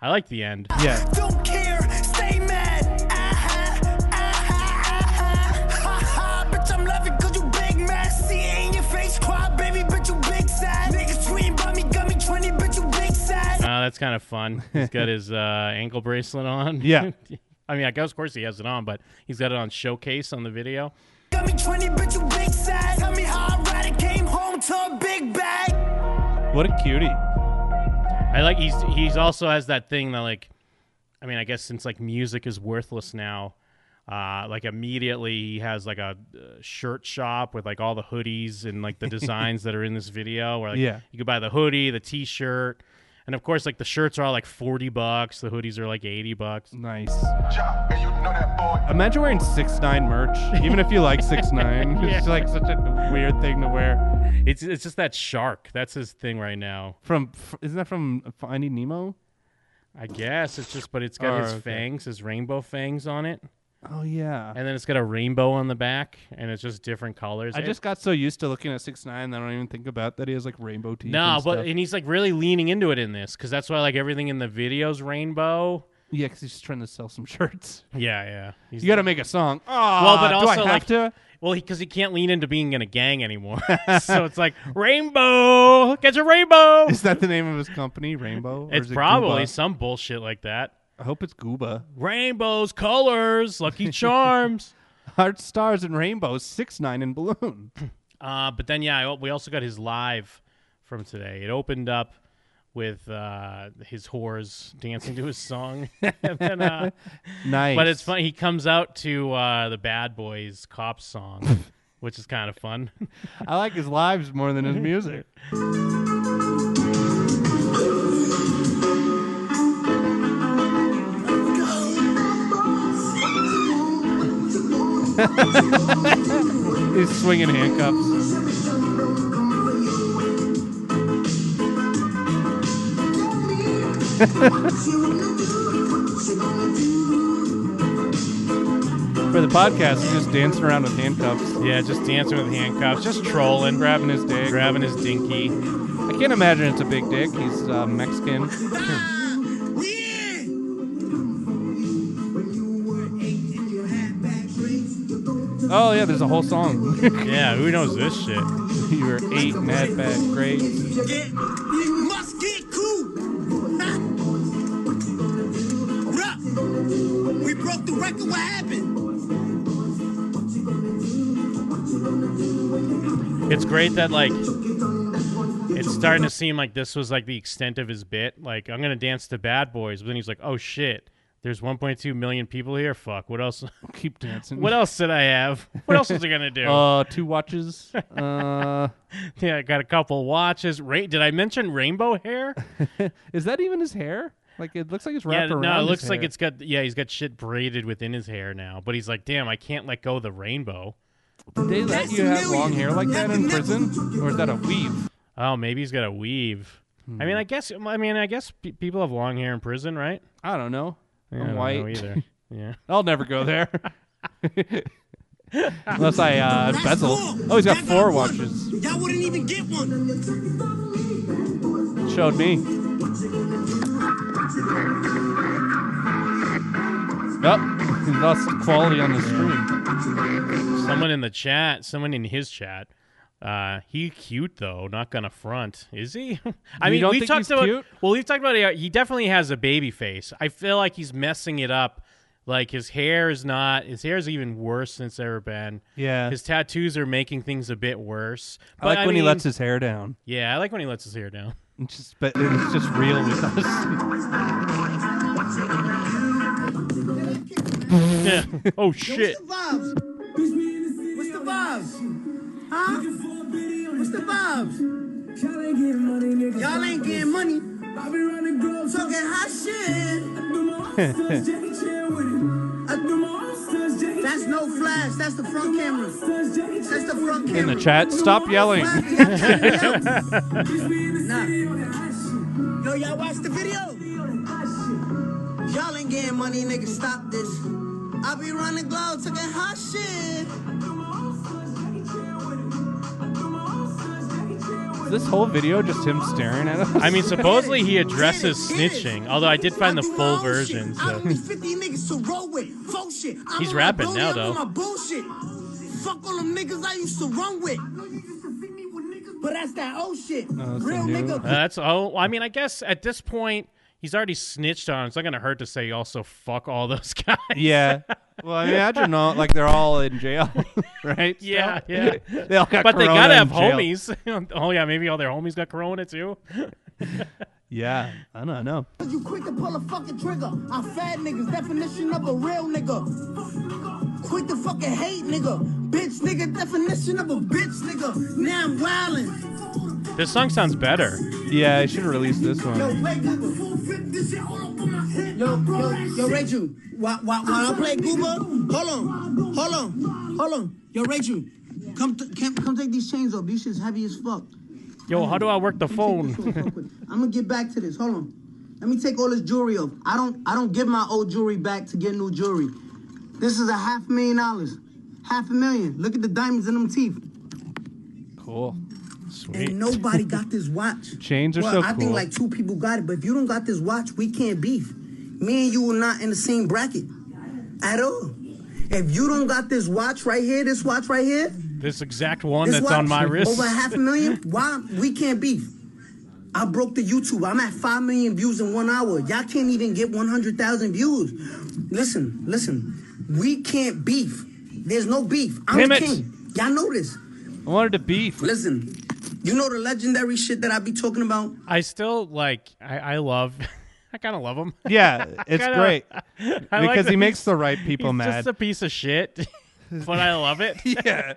[SPEAKER 8] I like the end. Uh,
[SPEAKER 15] Yeah.
[SPEAKER 12] don't care, stay mad. Ah ha, ah ha, ah ha. Ha ha, bitch, I'm loving cause you big mad. See it in your face, cry, baby, bitch, you big sad. Niggas tweeting about me, got me 20, bitch, you big sad.
[SPEAKER 8] Uh, that's kind of fun. He's got his uh, ankle bracelet on.
[SPEAKER 15] Yeah.
[SPEAKER 8] I mean, I guess of course he has it on, but he's got it on showcase on the video.
[SPEAKER 12] Got me 20, bitch, you big sad. Tell me how I ride it, came home to a big bag.
[SPEAKER 15] What a cutie.
[SPEAKER 8] I like he's he's also has that thing that like, I mean, I guess since like music is worthless now, uh, like immediately he has like a uh, shirt shop with like all the hoodies and like the designs that are in this video. Where like
[SPEAKER 15] Yeah.
[SPEAKER 8] you could buy the hoodie, the T-shirt, and of course like the shirts are all like forty bucks, the hoodies are like eighty bucks.
[SPEAKER 15] Nice. Imagine wearing six nine merch, even if you like six nine. It's like such a weird thing to wear.
[SPEAKER 8] It's it's just that shark. That's his thing right now.
[SPEAKER 15] From f- isn't that from Finding Nemo?
[SPEAKER 8] I guess it's just, but it's got
[SPEAKER 15] Oh,
[SPEAKER 8] his
[SPEAKER 15] okay.
[SPEAKER 8] fangs, his rainbow fangs on it.
[SPEAKER 15] Oh yeah.
[SPEAKER 8] And then it's got a rainbow on the back, and it's just different colors.
[SPEAKER 15] I
[SPEAKER 8] It-
[SPEAKER 15] just got so used to looking at six nine that I don't even think about that he has like rainbow teeth.
[SPEAKER 8] No,
[SPEAKER 15] and
[SPEAKER 8] but
[SPEAKER 15] stuff.
[SPEAKER 8] and he's like really leaning into it in this because that's why like everything in the videos rainbow.
[SPEAKER 15] yeah, because he's trying to sell some shirts.
[SPEAKER 8] Yeah, yeah. He's
[SPEAKER 15] you got to make a song. Oh,
[SPEAKER 8] well, but also
[SPEAKER 15] do I have
[SPEAKER 8] like
[SPEAKER 15] to?
[SPEAKER 8] well, because he, can't lean into being in a gang anymore, so it's like rainbow, get your rainbow.
[SPEAKER 15] Is that the name of his company, Rainbow? Or
[SPEAKER 8] It's
[SPEAKER 15] is it
[SPEAKER 8] probably
[SPEAKER 15] Gooba?
[SPEAKER 8] some bullshit like that.
[SPEAKER 15] I hope it's Gooba.
[SPEAKER 8] Rainbows, colors, Lucky Charms.
[SPEAKER 15] Heart stars and rainbows, six nine and balloon.
[SPEAKER 8] Uh, but then, yeah, I, we also got his live from today. It opened up with uh, his whores dancing to his song. and then, uh,
[SPEAKER 15] Nice.
[SPEAKER 8] But it's funny. He comes out to uh, the Bad Boys cop song, which is kind of fun.
[SPEAKER 15] I like his lives more than his music. He's swinging handcuffs.
[SPEAKER 12] Ah,
[SPEAKER 15] For the podcast, he's just dancing around with handcuffs.
[SPEAKER 8] yeah, just dancing with handcuffs, just trolling,
[SPEAKER 15] grabbing his dick,
[SPEAKER 8] grabbing his dinky.
[SPEAKER 15] I can't imagine it's a big dick. He's uh, Mexican. oh yeah, there's a whole song.
[SPEAKER 8] Yeah, who knows this shit?
[SPEAKER 15] you were eight and had bad grades.
[SPEAKER 12] You must get cool. Bruh, we broke the record. What happened?
[SPEAKER 8] It's great that like it's starting to seem like this was like the extent of his bit. Like I'm gonna dance to Bad Boys, but then he's like, oh shit. There's 1.2 million people here. Fuck. What else?
[SPEAKER 15] Keep dancing.
[SPEAKER 8] What else did I have? What else was I gonna do?
[SPEAKER 15] Uh, two watches. Uh,
[SPEAKER 8] yeah, I got a couple watches. Ra- did I mention rainbow hair?
[SPEAKER 15] is that even his hair? Like it looks like it's
[SPEAKER 8] yeah,
[SPEAKER 15] wrapped around.
[SPEAKER 8] no, it
[SPEAKER 15] his
[SPEAKER 8] looks like
[SPEAKER 15] hair.
[SPEAKER 8] it's got. Yeah, he's got shit braided within his hair now. But he's like, damn, I can't let go of the rainbow.
[SPEAKER 15] Did they let you have long hair like that in prison, or is that a weave?
[SPEAKER 8] Oh, maybe he's got a weave. I
[SPEAKER 15] Hmm.
[SPEAKER 8] mean, I guess. I mean, I guess pe- people have long hair in prison, right?
[SPEAKER 15] I don't know.
[SPEAKER 8] Yeah,
[SPEAKER 15] I'm
[SPEAKER 8] I don't know
[SPEAKER 15] white.
[SPEAKER 8] either. Yeah.
[SPEAKER 15] I'll never go there. Unless I uh, bezel. Oh, he's got four watches.
[SPEAKER 12] Y'all wouldn't even get one.
[SPEAKER 15] Showed me. Oh, he lost quality on the stream.
[SPEAKER 8] Someone in the chat, someone in his chat. Uh, he cute though, not gonna front, is he? I
[SPEAKER 15] You
[SPEAKER 8] mean,
[SPEAKER 15] don't
[SPEAKER 8] we've
[SPEAKER 15] think
[SPEAKER 8] talked
[SPEAKER 15] he's
[SPEAKER 8] about.
[SPEAKER 15] cute?
[SPEAKER 8] Well, we've talked about. it. He definitely has a baby face. I feel like he's messing it up. Like his hair is not. His hair is even worse than it's ever been.
[SPEAKER 15] Yeah.
[SPEAKER 8] His tattoos are making things a bit worse.
[SPEAKER 15] I like when he
[SPEAKER 8] mean-
[SPEAKER 15] lets his hair down.
[SPEAKER 8] Yeah, I like when he lets his hair down.
[SPEAKER 15] It's just, but it's just real with us.
[SPEAKER 8] Yeah. Oh shit.
[SPEAKER 12] What's the vibes? What's the vibes? Huh? What's the vibs? Y'all ain't getting money, nigga. Y'all ain't getting money. I be running girls talking hot shit. I do my own stunts, Jackie Chan with it. I do my own stunts, Jackie That's no flash. That's the front camera. That's the front camera.
[SPEAKER 15] In the chat, stop yelling.
[SPEAKER 12] Nah. Yo, y'all watch the video? Y'all ain't getting money, nigga. Stop this. I be running glow, talking hot shit.
[SPEAKER 15] Is this whole video just him staring at us?
[SPEAKER 8] I mean, supposedly he addresses snitching, although I did find the full version. So.
[SPEAKER 12] Fifty niggas to roll with. Fuck shit. I'm
[SPEAKER 8] He's
[SPEAKER 12] on my
[SPEAKER 8] rapping
[SPEAKER 12] booty,
[SPEAKER 8] now,
[SPEAKER 12] I'm on
[SPEAKER 8] though.
[SPEAKER 12] my bullshit. Fuck all them niggas I used to run with. But that's that old shit. Real
[SPEAKER 8] Uh,
[SPEAKER 12] nigga.
[SPEAKER 8] that's oh. I mean, I guess at this point he's already snitched on. him. It's not gonna hurt to say also fuck all those guys.
[SPEAKER 15] yeah. Well, I imagine all like they're all in jail, right?
[SPEAKER 8] Yeah,
[SPEAKER 15] Still?
[SPEAKER 8] yeah.
[SPEAKER 15] they all got.
[SPEAKER 8] but they
[SPEAKER 15] corona
[SPEAKER 8] gotta have
[SPEAKER 15] in jail.
[SPEAKER 8] homies. oh yeah, maybe all their homies got corona too.
[SPEAKER 15] Yeah, I don't know.
[SPEAKER 12] You quick to pull a fucking trigger. I'm fat niggas, definition of a real nigga. Quick to fucking hate nigga. Bitch nigga, definition of a bitch nigga. Now I'm wildin'.
[SPEAKER 8] this song sounds better.
[SPEAKER 15] Yeah, I should release this
[SPEAKER 12] Yo,
[SPEAKER 15] one.
[SPEAKER 12] play Gooba. Yo, yo, yo, Rachel. While, while, while I play Gooba, hold on, hold on, hold on. Yo, Rachel, come, t- come, come take these chains off. These shit's heavy as fuck.
[SPEAKER 8] Yo, how do I work the phone?
[SPEAKER 12] I'm gonna get back to this. Hold on. Let me take all this jewelry off. I don't, I don't give my old jewelry back to get new jewelry. This is a half million dollars. Half a million. Look at the diamonds in them teeth.
[SPEAKER 15] Cool. Sweet.
[SPEAKER 12] Ain't nobody got this watch.
[SPEAKER 15] Chains are so
[SPEAKER 12] well, I
[SPEAKER 15] cool.
[SPEAKER 12] think like two people got it, but if you don't got this watch, we can't beef. Me and you are not in the same bracket at all. If you don't got this watch right here, this watch right here,
[SPEAKER 8] this exact one
[SPEAKER 12] this
[SPEAKER 8] that's
[SPEAKER 12] watch
[SPEAKER 8] on my wrist.
[SPEAKER 12] over half a million, why we can't beef? I broke the YouTube. I'm at five million views in one hour. Y'all can't even get one hundred thousand views. Listen, listen, we can't beef. There's no beef. I'm
[SPEAKER 15] Damn
[SPEAKER 12] the
[SPEAKER 15] it.
[SPEAKER 12] king. Y'all know this.
[SPEAKER 15] I wanted to beef.
[SPEAKER 12] Listen, you know the legendary shit that I be talking about.
[SPEAKER 8] I still like. I, I love. I kind of love him.
[SPEAKER 15] Yeah, it's
[SPEAKER 8] Kinda-
[SPEAKER 15] great
[SPEAKER 8] I like
[SPEAKER 15] because
[SPEAKER 8] that
[SPEAKER 15] he makes
[SPEAKER 8] he's-
[SPEAKER 15] the right people
[SPEAKER 8] he's
[SPEAKER 15] mad.
[SPEAKER 8] Just a piece of shit, but I love it.
[SPEAKER 15] yeah.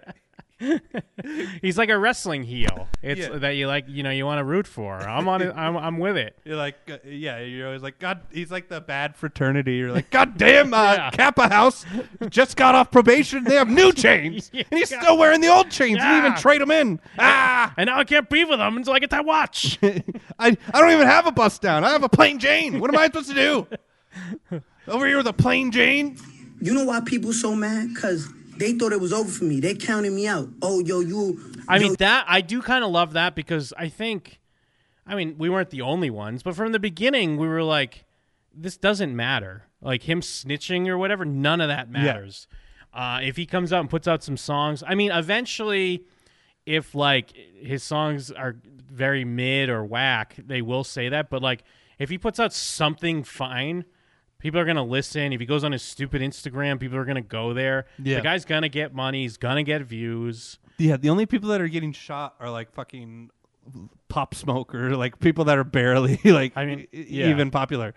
[SPEAKER 8] He's like a wrestling heel. It's
[SPEAKER 15] Yeah.
[SPEAKER 8] that you like, you know, you want to root for. I'm on it. I'm, I'm with it.
[SPEAKER 15] You're like, uh, yeah, you're always like, God, he's like the bad fraternity. You're like, God damn, uh, Kappa House just got off probation. They have new chains. And he's still wearing the old chains. He didn't
[SPEAKER 8] Yeah.
[SPEAKER 15] even trade them in. Ah!
[SPEAKER 8] And now I can't be with him until I get that watch.
[SPEAKER 15] I, I don't even have a bust down. I have a plain Jane. What am I supposed to do? Over here with a plain Jane?
[SPEAKER 12] You know why people so mad? Cause they thought it was over for me. They counted me out. Oh, yo, you.
[SPEAKER 8] I
[SPEAKER 12] yo,
[SPEAKER 8] mean that I do kind of love that because I think, I mean, we weren't the only ones, but from the beginning we were like, this doesn't matter. Like him snitching or whatever, none of that matters. Uh, if he comes out and puts out some songs, I mean, eventually, if like his songs are very mid or whack, they will say that. But like, if he puts out something fine, people are gonna listen. If he goes on his stupid Instagram, people are gonna go there.
[SPEAKER 15] Yeah.
[SPEAKER 8] The guy's gonna get money. He's gonna get views.
[SPEAKER 15] Yeah, the only people that are getting shot are like fucking pop smoke or like people that are barely like I mean,
[SPEAKER 8] yeah.
[SPEAKER 15] even popular.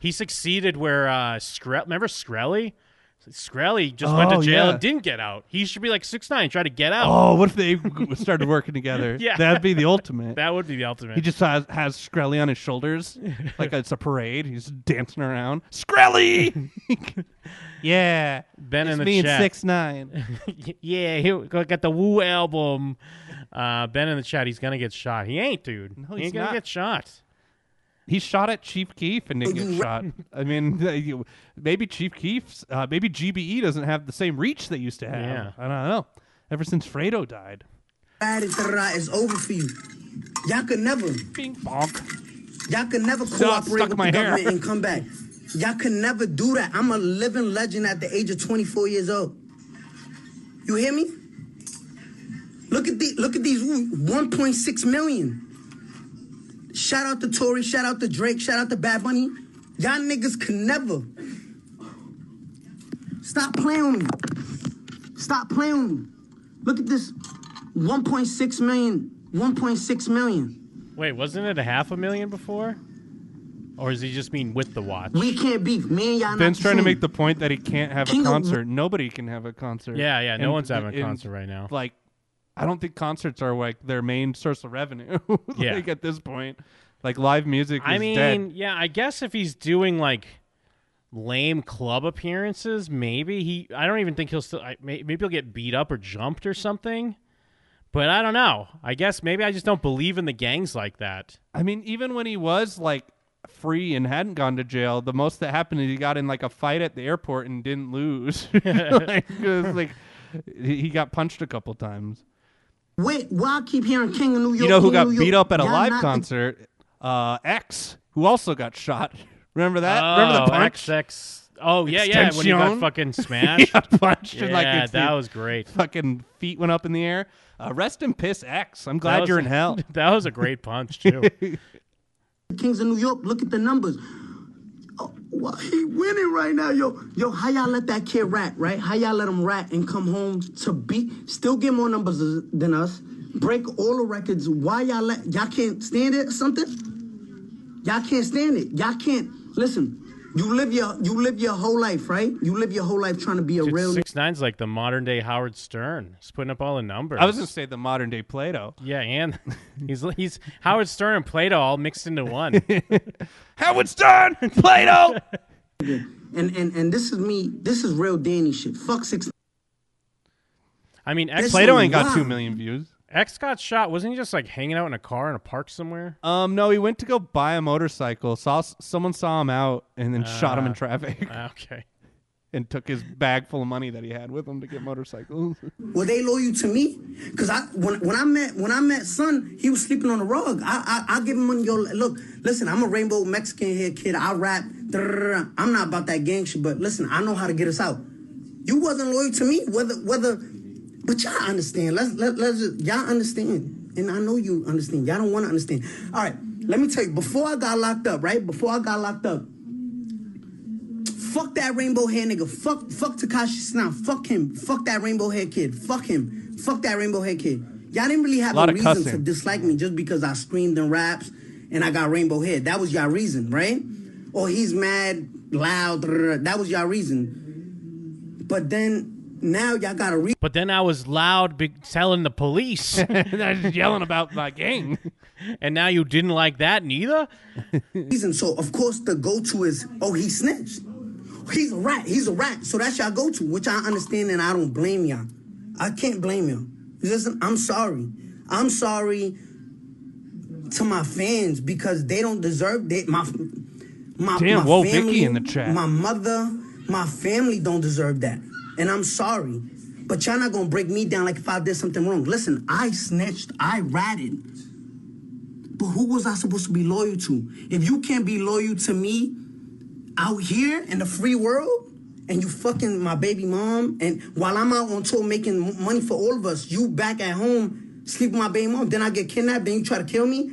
[SPEAKER 8] He succeeded where uh Scre- remember Skrelly? Skrelly just went to
[SPEAKER 15] Oh,
[SPEAKER 8] jail
[SPEAKER 15] yeah.
[SPEAKER 8] and didn't get out. He should be like six nine, try to get out.
[SPEAKER 15] Oh, what if they started working together?
[SPEAKER 8] Yeah.
[SPEAKER 15] That'd be the ultimate.
[SPEAKER 8] That would be the ultimate.
[SPEAKER 15] He just has, has Skrelly on his shoulders, like it's a parade. He's dancing around. Skrelly, yeah.
[SPEAKER 8] Ben
[SPEAKER 15] it's
[SPEAKER 8] in the
[SPEAKER 15] me
[SPEAKER 8] chat.
[SPEAKER 15] and six nine.
[SPEAKER 8] yeah, he got the Woo album. Uh, ben in the chat, he's gonna get shot. He ain't, dude.
[SPEAKER 15] No,
[SPEAKER 8] he
[SPEAKER 15] he's
[SPEAKER 8] ain't gonna
[SPEAKER 15] not.
[SPEAKER 8] get shot.
[SPEAKER 15] He shot at Chief Keef and didn't get shot. I mean, you- maybe Chief Keef's, uh, maybe GBE doesn't have the same reach they used to have.
[SPEAKER 12] Yeah.
[SPEAKER 15] I don't know. Ever since Fredo died,
[SPEAKER 12] bad is da-da-da, it's over for you. Y'all could never.
[SPEAKER 15] Bing bonk.
[SPEAKER 12] Y'all could never
[SPEAKER 15] Stop,
[SPEAKER 12] cooperate
[SPEAKER 15] stuck
[SPEAKER 12] with
[SPEAKER 15] my
[SPEAKER 12] the
[SPEAKER 15] hair.
[SPEAKER 12] government and come back. Y'all could never do that. I'm a living legend at the age of 24 years old. You hear me? Look at the look at these 1.6 million. Shout out to Tory, shout out to Drake, shout out to Bad Bunny. Y'all niggas could never. Stop playing with me. Stop playing with me. Look at this 1.6 million, 1.6 million.
[SPEAKER 8] Wait, wasn't it a half a million before? Or does he just mean with the watch?
[SPEAKER 12] We can't beef. Me and y'all not
[SPEAKER 15] Ben's
[SPEAKER 12] the
[SPEAKER 15] trying to
[SPEAKER 12] same.
[SPEAKER 15] make the point that he can't have
[SPEAKER 12] King
[SPEAKER 15] a
[SPEAKER 12] of-
[SPEAKER 15] concert. Nobody can have a concert.
[SPEAKER 8] Yeah, yeah, no one's having a concert right now.
[SPEAKER 15] Like, I don't think concerts are like their main source of revenue.
[SPEAKER 8] Yeah.
[SPEAKER 15] like at this point, like live music.
[SPEAKER 8] I
[SPEAKER 15] is
[SPEAKER 8] mean,
[SPEAKER 15] dead.
[SPEAKER 8] yeah, I guess if he's doing like lame club appearances, maybe he. I don't even think he'll still. I, may, maybe he'll get beat up or jumped or something. But I don't know. I guess maybe I just don't believe in the gangs like that.
[SPEAKER 15] I mean, even when he was like free and hadn't gone to jail, the most that happened is he got in like a fight at the airport and didn't lose. like, it was, like he he got punched a couple times.
[SPEAKER 12] Wait, why I keep hearing King of New York?
[SPEAKER 15] You know who
[SPEAKER 12] King of
[SPEAKER 15] got
[SPEAKER 12] New
[SPEAKER 15] beat
[SPEAKER 12] York?
[SPEAKER 15] up at a
[SPEAKER 12] Y'all
[SPEAKER 15] live
[SPEAKER 12] not the-
[SPEAKER 15] concert? Uh, X, who also got shot. Remember that? Remember the
[SPEAKER 8] Oh,
[SPEAKER 15] punch?
[SPEAKER 8] XX. Oh yeah, yeah. When he got
[SPEAKER 15] Extension?
[SPEAKER 8] fucking
[SPEAKER 15] He
[SPEAKER 8] smashed,
[SPEAKER 15] got punched and like
[SPEAKER 8] Yeah,
[SPEAKER 15] his
[SPEAKER 8] that
[SPEAKER 15] feet-
[SPEAKER 8] was great.
[SPEAKER 15] Fucking feet went up in the air. Uh, rest in piss, X. I'm glad
[SPEAKER 8] was-
[SPEAKER 15] you're in hell.
[SPEAKER 8] That was a great punch too.
[SPEAKER 12] Kings of New York, look at the numbers. Oh, why he winning right now, yo, yo. How y'all let that kid rat, right? How y'all let him rat and come home to beat, still get more numbers than us, break all the records. Why y'all let y'all can't stand it? or Something? Y'all can't stand it. Y'all can't listen. You live your you live your whole life, right? You live your whole life trying to be a real.
[SPEAKER 8] Six nine's like the modern day Howard Stern. He's putting up all the numbers.
[SPEAKER 15] I was gonna say the modern day Plato.
[SPEAKER 8] Yeah, and he's he's Howard Stern and Plato all mixed into one.
[SPEAKER 15] Howard Stern, Plato.
[SPEAKER 12] and and and this is me. This is real Danny shit. Fuck six.
[SPEAKER 8] I mean, X
[SPEAKER 15] Plato ain't got two million views.
[SPEAKER 8] X got shot. Wasn't he just like hanging out in a car in a park somewhere?
[SPEAKER 15] Um, no, he went to go buy a motorcycle. Saw s- someone saw him out and then shot him
[SPEAKER 8] Ah,
[SPEAKER 15] in traffic.
[SPEAKER 8] Okay.
[SPEAKER 15] and took his bag full of money that he had with him to get motorcycles.
[SPEAKER 12] Were they loyal to me? Cause I when when I met when I met son, he was sleeping on the rug. I I, I give him money. Yo, look, listen, I'm a rainbow Mexican here kid. I rap. Drrrr. I'm not about that gang shit, but listen, I know how to get us out. You wasn't loyal to me, whether whether, but y'all understand. Let's let let's just, y'all understand, and I know you understand. Y'all don't want to understand. All right, let me tell you. Before I got locked up, right? Before I got locked up, Fuck that rainbow hair nigga. Fuck fuck Takashi Snap. Fuck him. Fuck that rainbow hair kid. Fuck him. Fuck that rainbow hair kid. Y'all didn't really have a,
[SPEAKER 15] Lot of
[SPEAKER 12] reason to
[SPEAKER 15] cussing.
[SPEAKER 12] dislike me just because I screamed and raps and I got rainbow hair. That was y'all reason, right? Or he's mad, loud. brr. That was y'all reason. But then now y'all got a reason.
[SPEAKER 8] But then I was loud, big, telling the police.
[SPEAKER 15] I was yelling about my gang.
[SPEAKER 8] And now you didn't like that neither.
[SPEAKER 12] reason. So of course the go-to is, oh, he snitched. He's a rat. He's a rat. So that's y'all go-to, which I understand and I don't blame y'all. I can't blame y'all. Listen, I'm sorry. I'm sorry to my fans because they don't deserve that. My my,
[SPEAKER 15] Damn,
[SPEAKER 12] my
[SPEAKER 15] whoa,
[SPEAKER 12] family,
[SPEAKER 15] Vicky in the chat.
[SPEAKER 12] My mother, my family don't deserve that, and I'm sorry. But y'all not gonna break me down like if I did something wrong. Listen, I snitched. I ratted. But who was I supposed to be loyal to? If you can't be loyal to me out here in the free world, and you fucking my baby mom, and while I'm out on tour making m- money for all of us, you back at home sleep with my baby mom, then I get kidnapped, then you try to kill me.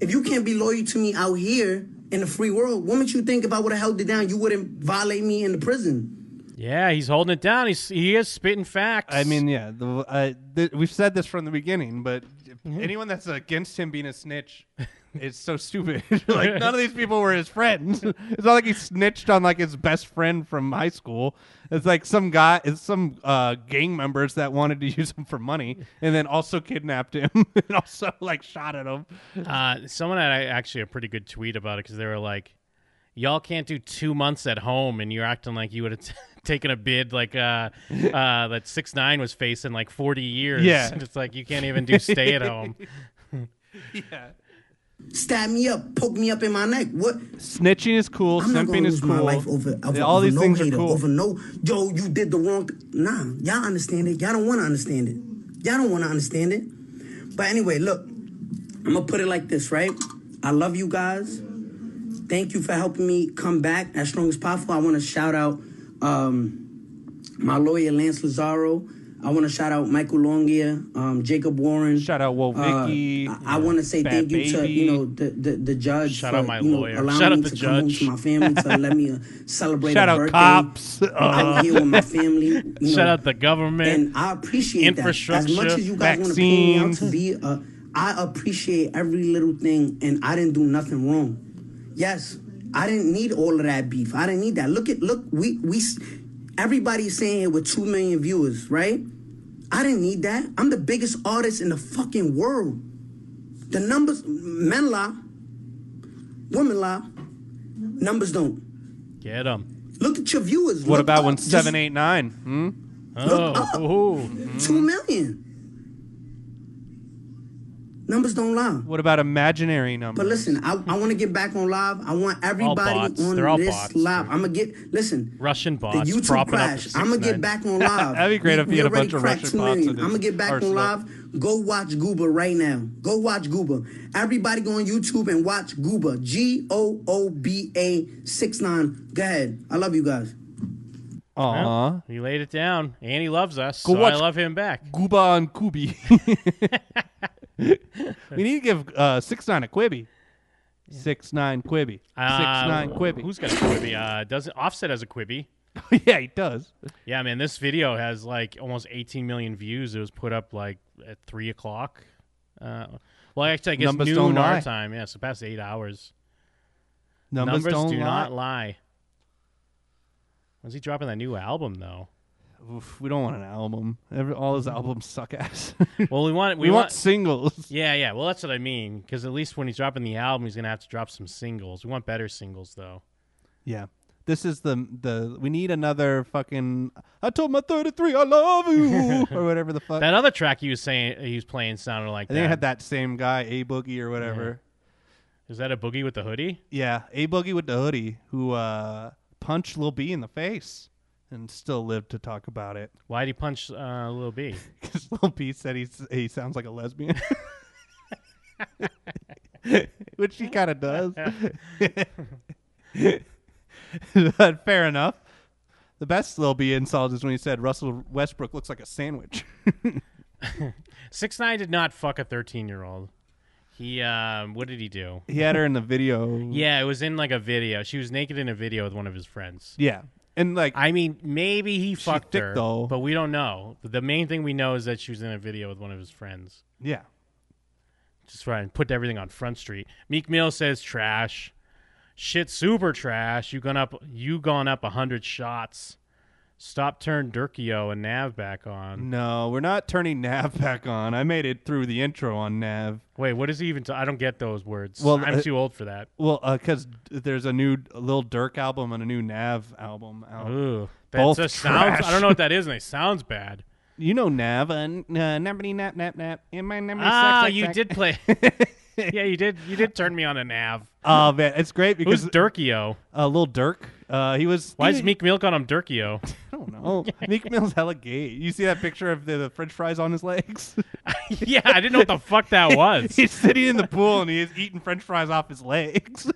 [SPEAKER 12] If you can't be loyal to me out here in the free world, what makes you think if I would have held it down, you wouldn't violate me in the prison?
[SPEAKER 8] Yeah, he's holding it down. He's he is spitting facts.
[SPEAKER 15] I mean, yeah, the, uh, th- we've said this from the beginning, but anyone that's against him being a snitch is so stupid. like none of these people were his friends. It's not like he snitched on like his best friend from high school. It's like some guy, it's some uh, gang members that wanted to use him for money, and then also kidnapped him, and also like shot at him.
[SPEAKER 8] Uh, someone had uh, actually a pretty good tweet about it because they were like, "Y'all can't do two months at home, and you're acting like you would have t- taken a bid like uh, uh, that six nine was facing like forty years.
[SPEAKER 15] Yeah.
[SPEAKER 8] it's like you can't even do stay at home.
[SPEAKER 15] Yeah.
[SPEAKER 12] Stab me up, poke me up in my neck. What?
[SPEAKER 15] Snitching is cool.
[SPEAKER 12] I'm not
[SPEAKER 15] simping
[SPEAKER 12] gonna
[SPEAKER 15] is
[SPEAKER 12] lose
[SPEAKER 15] cool.
[SPEAKER 12] my life over, over
[SPEAKER 15] all
[SPEAKER 12] over
[SPEAKER 15] these
[SPEAKER 12] no
[SPEAKER 15] things
[SPEAKER 12] hater,
[SPEAKER 15] are cool.
[SPEAKER 12] Over no, yo, you did the wrong. Th- nah, y'all understand it. Y'all don't want to understand it. Y'all don't want to understand it. But anyway, look, I'm gonna put it like this, right? I love you guys. Thank you for helping me come back as strong as possible. I want to shout out um, my lawyer Lance Lazaro. I want to shout out Michael Longia, um, Jacob Warren. Shout
[SPEAKER 15] out Will
[SPEAKER 12] Vicky. Uh, I, want to say
[SPEAKER 8] Bad
[SPEAKER 12] thank you to
[SPEAKER 8] Baby.
[SPEAKER 12] you know the the, the judge.
[SPEAKER 8] Shout
[SPEAKER 12] for,
[SPEAKER 8] out my
[SPEAKER 12] you know,
[SPEAKER 8] lawyer.
[SPEAKER 12] allowing
[SPEAKER 8] Shout out
[SPEAKER 12] me
[SPEAKER 8] the
[SPEAKER 12] to come home to
[SPEAKER 8] judge.
[SPEAKER 12] my family to let me uh, celebrate.
[SPEAKER 8] Shout
[SPEAKER 12] a
[SPEAKER 8] out
[SPEAKER 12] birthday.
[SPEAKER 8] cops. Uh,
[SPEAKER 12] I'm here with my family. You know,
[SPEAKER 8] Shout out the government.
[SPEAKER 12] and I appreciate
[SPEAKER 8] infrastructure,
[SPEAKER 12] that. As much as you guys want to pay me out to
[SPEAKER 8] vaccines.
[SPEAKER 12] be a, I appreciate every little thing, and I didn't do nothing wrong. Yes,
[SPEAKER 21] I didn't need all of that beef. I didn't need that. Look at look. We we s- everybody's saying here with two million viewers, right? I didn't need that. I'm the biggest artist in the fucking world. The numbers, men lie, women lie, numbers don't.
[SPEAKER 8] Get him.
[SPEAKER 21] Look at your viewers.
[SPEAKER 15] What
[SPEAKER 21] Look
[SPEAKER 15] about when
[SPEAKER 21] up. Just
[SPEAKER 15] seven, eight, nine? Hmm?
[SPEAKER 21] Look up.
[SPEAKER 8] Oh.
[SPEAKER 21] Two
[SPEAKER 15] Mm-hmm.
[SPEAKER 21] million. Numbers don't lie.
[SPEAKER 15] What about imaginary numbers?
[SPEAKER 21] But listen, I, I want to get back on live. I want everybody
[SPEAKER 15] bots.
[SPEAKER 21] on
[SPEAKER 15] They're all
[SPEAKER 21] this
[SPEAKER 15] bots.
[SPEAKER 21] live. I'm gonna get listen.
[SPEAKER 8] Russian
[SPEAKER 21] The
[SPEAKER 8] bots
[SPEAKER 21] YouTube
[SPEAKER 8] propping up.
[SPEAKER 21] crash.
[SPEAKER 8] the
[SPEAKER 21] I'm gonna
[SPEAKER 8] 6ix9ine.
[SPEAKER 21] get back on live.
[SPEAKER 15] That'd be great if you had a bunch of Russian bots in
[SPEAKER 21] I'm gonna
[SPEAKER 15] his
[SPEAKER 21] get back
[SPEAKER 15] arsenal.
[SPEAKER 21] on live. Go watch Gooba right now. Go watch Gooba. Everybody go on YouTube and watch Gooba. G O O B A six nine. Go ahead. I love you guys.
[SPEAKER 15] Aw.
[SPEAKER 8] Well, he laid it down, and he loves us,
[SPEAKER 15] Go
[SPEAKER 8] so I
[SPEAKER 15] watch
[SPEAKER 8] love him back.
[SPEAKER 15] Gooba and Kubi. we need to give uh, six nine a Quibby. Six nine Quibby. six nine Quibby.
[SPEAKER 8] Uh, Who's got a Quibi? Uh, does Offset has a Quibi?
[SPEAKER 15] yeah, he does.
[SPEAKER 8] Yeah, man, this video has like almost 18 million views. It was put up like at three o'clock. Uh, well, actually, I guess
[SPEAKER 15] Numbers don't
[SPEAKER 8] noon our
[SPEAKER 15] lie.
[SPEAKER 8] time. Yeah, so past eight hours.
[SPEAKER 15] Numbers don't
[SPEAKER 8] do
[SPEAKER 15] lie.
[SPEAKER 8] not lie. When's he dropping that new album though?
[SPEAKER 15] Oof, we don't want an album. Every, all his albums suck ass.
[SPEAKER 8] Well, Mm-hmm. we want
[SPEAKER 15] we, want, singles.
[SPEAKER 8] Yeah, yeah. Well, that's what I mean. Because at least when he's dropping the album, he's gonna have to drop some singles. We want better singles though.
[SPEAKER 15] Yeah. This is the the we need another fucking I told my 33 I love you or whatever the fuck.
[SPEAKER 8] That other track he was saying he was playing sounded like
[SPEAKER 15] I
[SPEAKER 8] that.
[SPEAKER 15] think I had that same guy A Boogie or whatever.
[SPEAKER 8] Is that a boogie with the hoodie?
[SPEAKER 15] Yeah, A Boogie with the hoodie who uh punched Lil B in the face and still lived to talk about it.
[SPEAKER 8] Why'd he punch uh, Lil B?
[SPEAKER 15] Cuz Lil B said he s- he sounds like a lesbian. Which he kind of does. but fair enough. The best Lil B insult is when he said Russell Westbrook looks like a sandwich.
[SPEAKER 8] Six nine did not fuck a thirteen year old. He um, what did he do?
[SPEAKER 15] he had her in the video.
[SPEAKER 8] Yeah, it was in like a video. She was naked in a video with one of his friends.
[SPEAKER 15] Yeah. And like
[SPEAKER 8] I mean, maybe he fucked
[SPEAKER 15] thick,
[SPEAKER 8] her,
[SPEAKER 15] though.
[SPEAKER 8] but we don't know. The main thing we know is that she was in a video with one of his friends.
[SPEAKER 15] Yeah.
[SPEAKER 8] Just try and put everything on Front Street. Meek Mill says trash, shit, super trash. You gone up, you gone up a hundred shots. Stop, turn Durkio and Nav back on.
[SPEAKER 15] No, we're not turning Nav back on. I made it through the intro on Nav.
[SPEAKER 8] Wait, what is he even? I I don't get those words.
[SPEAKER 15] Well,
[SPEAKER 8] I'm
[SPEAKER 15] uh,
[SPEAKER 8] too old for that.
[SPEAKER 15] Well, because there's a new Lil Durk album and a new Nav album out.
[SPEAKER 8] Ooh, that
[SPEAKER 15] Both
[SPEAKER 8] just
[SPEAKER 15] trash.
[SPEAKER 8] sounds. I don't know what that is, and it sounds bad.
[SPEAKER 15] You know Nav, uh, n- uh, numbity nap nap nap. In my number
[SPEAKER 8] Ah, you did play. yeah, you did. You did turn me on a Nav.
[SPEAKER 15] Oh man, it's great because
[SPEAKER 8] Who's Durkio?
[SPEAKER 15] Uh, Lil Durk. Uh, he was.
[SPEAKER 8] Why is
[SPEAKER 15] he-
[SPEAKER 8] Meek Mill calling him Durkio?
[SPEAKER 15] I don't know. Meek Mill's hella gay. You see that picture of the, the French fries on his legs?
[SPEAKER 8] yeah, I didn't know what the fuck that was.
[SPEAKER 15] He's sitting in the pool and he is eating French fries off his legs.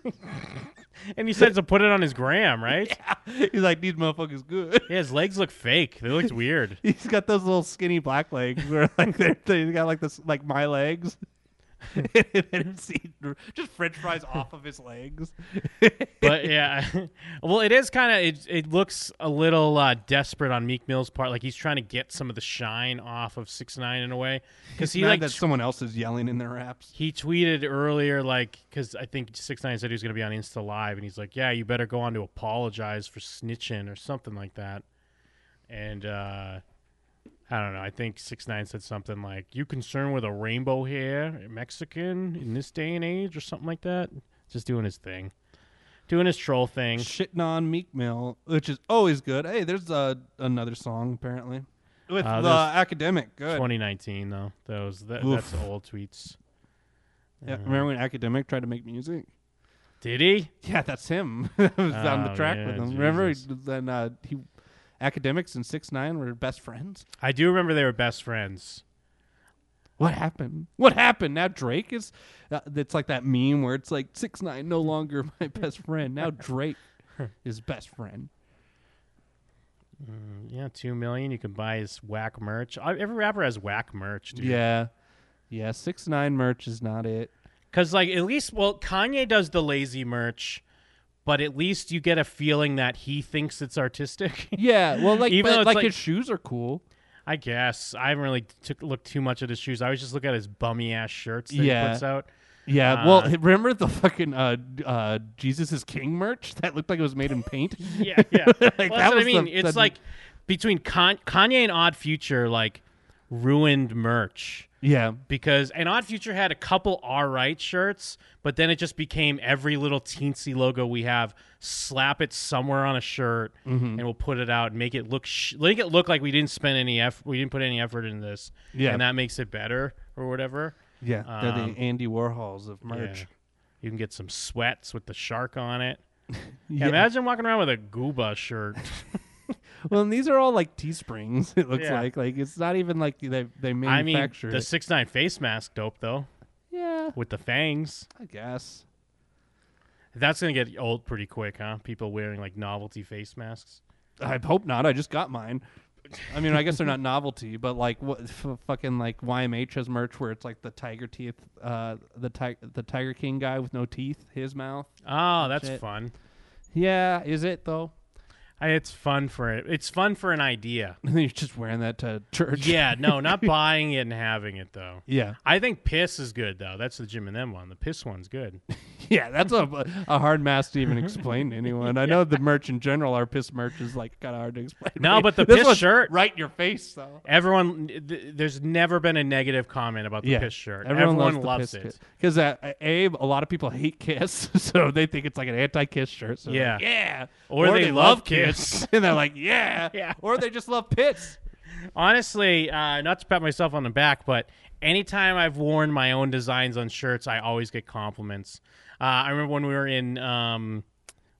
[SPEAKER 8] and he said to put it on his gram, right?
[SPEAKER 15] He's like, these motherfuckers good.
[SPEAKER 8] Yeah, his legs look fake. They looked weird.
[SPEAKER 15] He's got those little skinny black legs where like they're, they got like this like my legs. and it's eating just French fries off of his legs.
[SPEAKER 8] but yeah, well, it is kind of it. It looks a little uh, desperate on Meek Mill's part, like he's trying to get some of the shine off of Six Nine in a way, because he
[SPEAKER 15] Mad
[SPEAKER 8] like
[SPEAKER 15] that someone else is yelling in their raps.
[SPEAKER 8] He tweeted earlier, like, because I think Six Nine said he was going to be on Insta Live, and he's like, "Yeah, you better go on to apologize for snitching or something like that." And uh, I don't know. I think Six Nine said something like, "You concerned with a rainbow hair Mexican in this day and age, or something like that." Just doing his thing, doing his troll thing.
[SPEAKER 15] Shitting on Meek Mill, which is always good. Hey, there's uh, another song apparently with
[SPEAKER 8] Uh,
[SPEAKER 15] the
[SPEAKER 8] there's
[SPEAKER 15] academic. Good.
[SPEAKER 8] 2019 though. Those that,
[SPEAKER 15] Oof.
[SPEAKER 8] that's old tweets.
[SPEAKER 15] Yeah, remember when academic tried to make music?
[SPEAKER 8] Did he?
[SPEAKER 15] Yeah, that's him. I was on the
[SPEAKER 8] Oh,
[SPEAKER 15] track
[SPEAKER 8] yeah,
[SPEAKER 15] with him. Remember he-
[SPEAKER 8] Jesus.
[SPEAKER 15] then uh, he academics and six nine were best friends.
[SPEAKER 8] I do remember they were best friends.
[SPEAKER 15] What happened? What happened? Now Drake is. Uh, it's like that meme where it's like six nine no longer my best friend. Now Drake is best friend.
[SPEAKER 8] Mm, yeah, two million. You can buy his whack merch. I, every rapper has whack merch, dude.
[SPEAKER 15] Yeah, yeah. Six nine merch is not it.
[SPEAKER 8] Because, like, at least, well, Kanye does the lazy merch, but at least you get a feeling that he thinks it's artistic.
[SPEAKER 15] Yeah, well, like
[SPEAKER 8] Even
[SPEAKER 15] but,
[SPEAKER 8] though it's
[SPEAKER 15] like,
[SPEAKER 8] like-
[SPEAKER 15] his shoes are cool.
[SPEAKER 8] I guess. I haven't really took, looked too much at his shoes. I was just looking at his bummy ass shirts that he
[SPEAKER 15] Yeah.
[SPEAKER 8] puts out.
[SPEAKER 15] Yeah, well,
[SPEAKER 8] Uh,
[SPEAKER 15] remember the fucking uh, uh, Jesus is King merch that looked like it was made in paint?
[SPEAKER 8] yeah, yeah.
[SPEAKER 15] like,
[SPEAKER 8] Well,
[SPEAKER 15] that
[SPEAKER 8] that's what I
[SPEAKER 15] was the-
[SPEAKER 8] mean. it's
[SPEAKER 15] the-
[SPEAKER 8] like between Con- Kanye and Odd Future, like ruined merch.
[SPEAKER 15] Yeah.
[SPEAKER 8] because and Odd Future had a couple R right shirts, but then it just became every little teensy logo we have. Slap it somewhere on a shirt,
[SPEAKER 15] Mhm.
[SPEAKER 8] and we'll put it out and make it look sh- make it look like we didn't spend any effort. We didn't put any effort in this.
[SPEAKER 15] Yeah.
[SPEAKER 8] and that makes it better or whatever.
[SPEAKER 15] Yeah, they're
[SPEAKER 8] Um,
[SPEAKER 15] the Andy
[SPEAKER 8] Warhols
[SPEAKER 15] of merch.
[SPEAKER 8] You can get some sweats with the shark on it.
[SPEAKER 15] Yeah.
[SPEAKER 8] Imagine walking around with a Gooba shirt.
[SPEAKER 15] well, and these are all like Teesprings. It looks
[SPEAKER 8] Yeah.
[SPEAKER 15] like like it's not even like they they
[SPEAKER 8] I mean,
[SPEAKER 15] manufactured.
[SPEAKER 8] the six nine face mask, dope though.
[SPEAKER 15] Yeah.
[SPEAKER 8] with the fangs.
[SPEAKER 15] I guess
[SPEAKER 8] That's gonna get old pretty quick, huh? People wearing like novelty face masks.
[SPEAKER 15] I hope not. I just got mine. I mean, I guess they're not novelty, but like what f- fucking like YMH has merch where it's like the tiger teeth, uh, the ti- the Tiger King guy with no teeth, his mouth.
[SPEAKER 8] Oh, that's
[SPEAKER 15] Shit.
[SPEAKER 8] fun.
[SPEAKER 15] Yeah, is it though?
[SPEAKER 8] I, it's fun for it. It's fun for an idea.
[SPEAKER 15] You're just wearing that to church.
[SPEAKER 8] yeah, no, not buying it and having it though.
[SPEAKER 15] Yeah.
[SPEAKER 8] I think piss is good though. That's the Jim and them one. The piss one's good.
[SPEAKER 15] yeah, that's a a hard mask to even explain to anyone. I know the merch in general, our piss merch is like kind of hard to explain.
[SPEAKER 8] No, but the
[SPEAKER 15] This
[SPEAKER 8] piss
[SPEAKER 15] one's
[SPEAKER 8] shirt
[SPEAKER 15] right in your face though.
[SPEAKER 8] Everyone, th- there's never been a negative comment about the
[SPEAKER 15] yeah.
[SPEAKER 8] piss shirt.
[SPEAKER 15] Everyone,
[SPEAKER 8] loves, it.
[SPEAKER 15] because uh, Abe. A lot of people hate Kiss, so they think it's like an anti-Kiss shirt. So they're
[SPEAKER 8] yeah,
[SPEAKER 15] like, yeah.
[SPEAKER 8] Or, they, love kids,
[SPEAKER 15] and they're like, yeah,
[SPEAKER 8] yeah.
[SPEAKER 15] Or they just love pits.
[SPEAKER 8] Honestly, uh, not to pat myself on the back, but anytime I've worn my own designs on shirts, I always get compliments. Uh, I remember when we were in, um,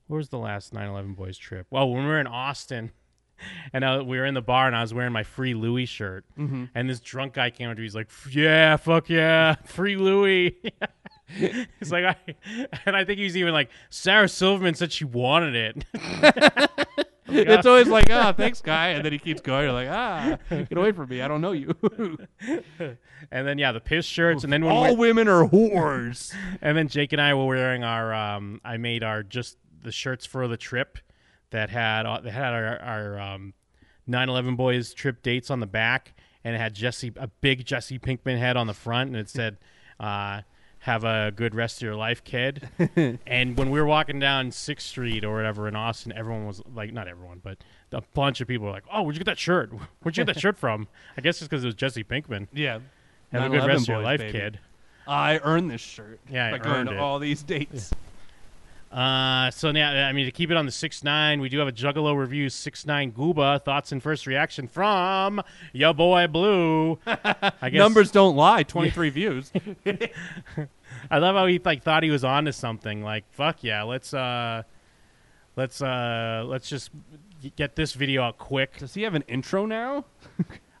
[SPEAKER 8] where was the last 9/11 boys trip? Well, when we were in Austin, and uh, we were in the bar, and I was wearing my Free Louis shirt,
[SPEAKER 15] Mhm.
[SPEAKER 8] and this drunk guy came up to me, he's like, "Yeah, fuck yeah, Free Louis." He's like, I, and I think he was even like, Sarah Silverman said she wanted it. Like,
[SPEAKER 15] it's
[SPEAKER 8] oh.
[SPEAKER 15] always like, ah, thanks, guy, and then he keeps going. You're like, ah, get away from me. I don't know you.
[SPEAKER 8] and then yeah, the piss shirts, and then when
[SPEAKER 15] All
[SPEAKER 8] we're-
[SPEAKER 15] women are whores.
[SPEAKER 8] and then Jake and I were wearing our. Um, I made our just the shirts for the trip that had uh, that had our our um, 9/11 boys trip dates on the back, and it had Jesse a big Jesse Pinkman head on the front, and it said. Uh, have a good rest of your life, kid. and when we were walking down Sixth Street or whatever in Austin, everyone was like, not everyone, but a bunch of people were like, "Oh, where'd you get that shirt? Where'd you get that shirt from?" I guess it's because it was Jesse Pinkman.
[SPEAKER 15] Yeah.
[SPEAKER 8] have a good
[SPEAKER 15] 9/11
[SPEAKER 8] rest of your
[SPEAKER 15] boys,
[SPEAKER 8] life,
[SPEAKER 15] baby.
[SPEAKER 8] kid.
[SPEAKER 15] I earned this shirt.
[SPEAKER 8] Yeah, I
[SPEAKER 15] by going
[SPEAKER 8] earned
[SPEAKER 15] to
[SPEAKER 8] it.
[SPEAKER 15] all these dates.
[SPEAKER 8] Uh, so now, I mean, to keep it on the six nine, we do have a Juggalo review six nine Gooba thoughts and first reaction from your boy Blue. I guess
[SPEAKER 15] Numbers don't lie. Twenty three views.
[SPEAKER 8] I love how he like thought he was onto something. Like, fuck yeah, let's uh, let's uh, let's just get this video out quick.
[SPEAKER 15] Does he have an intro now?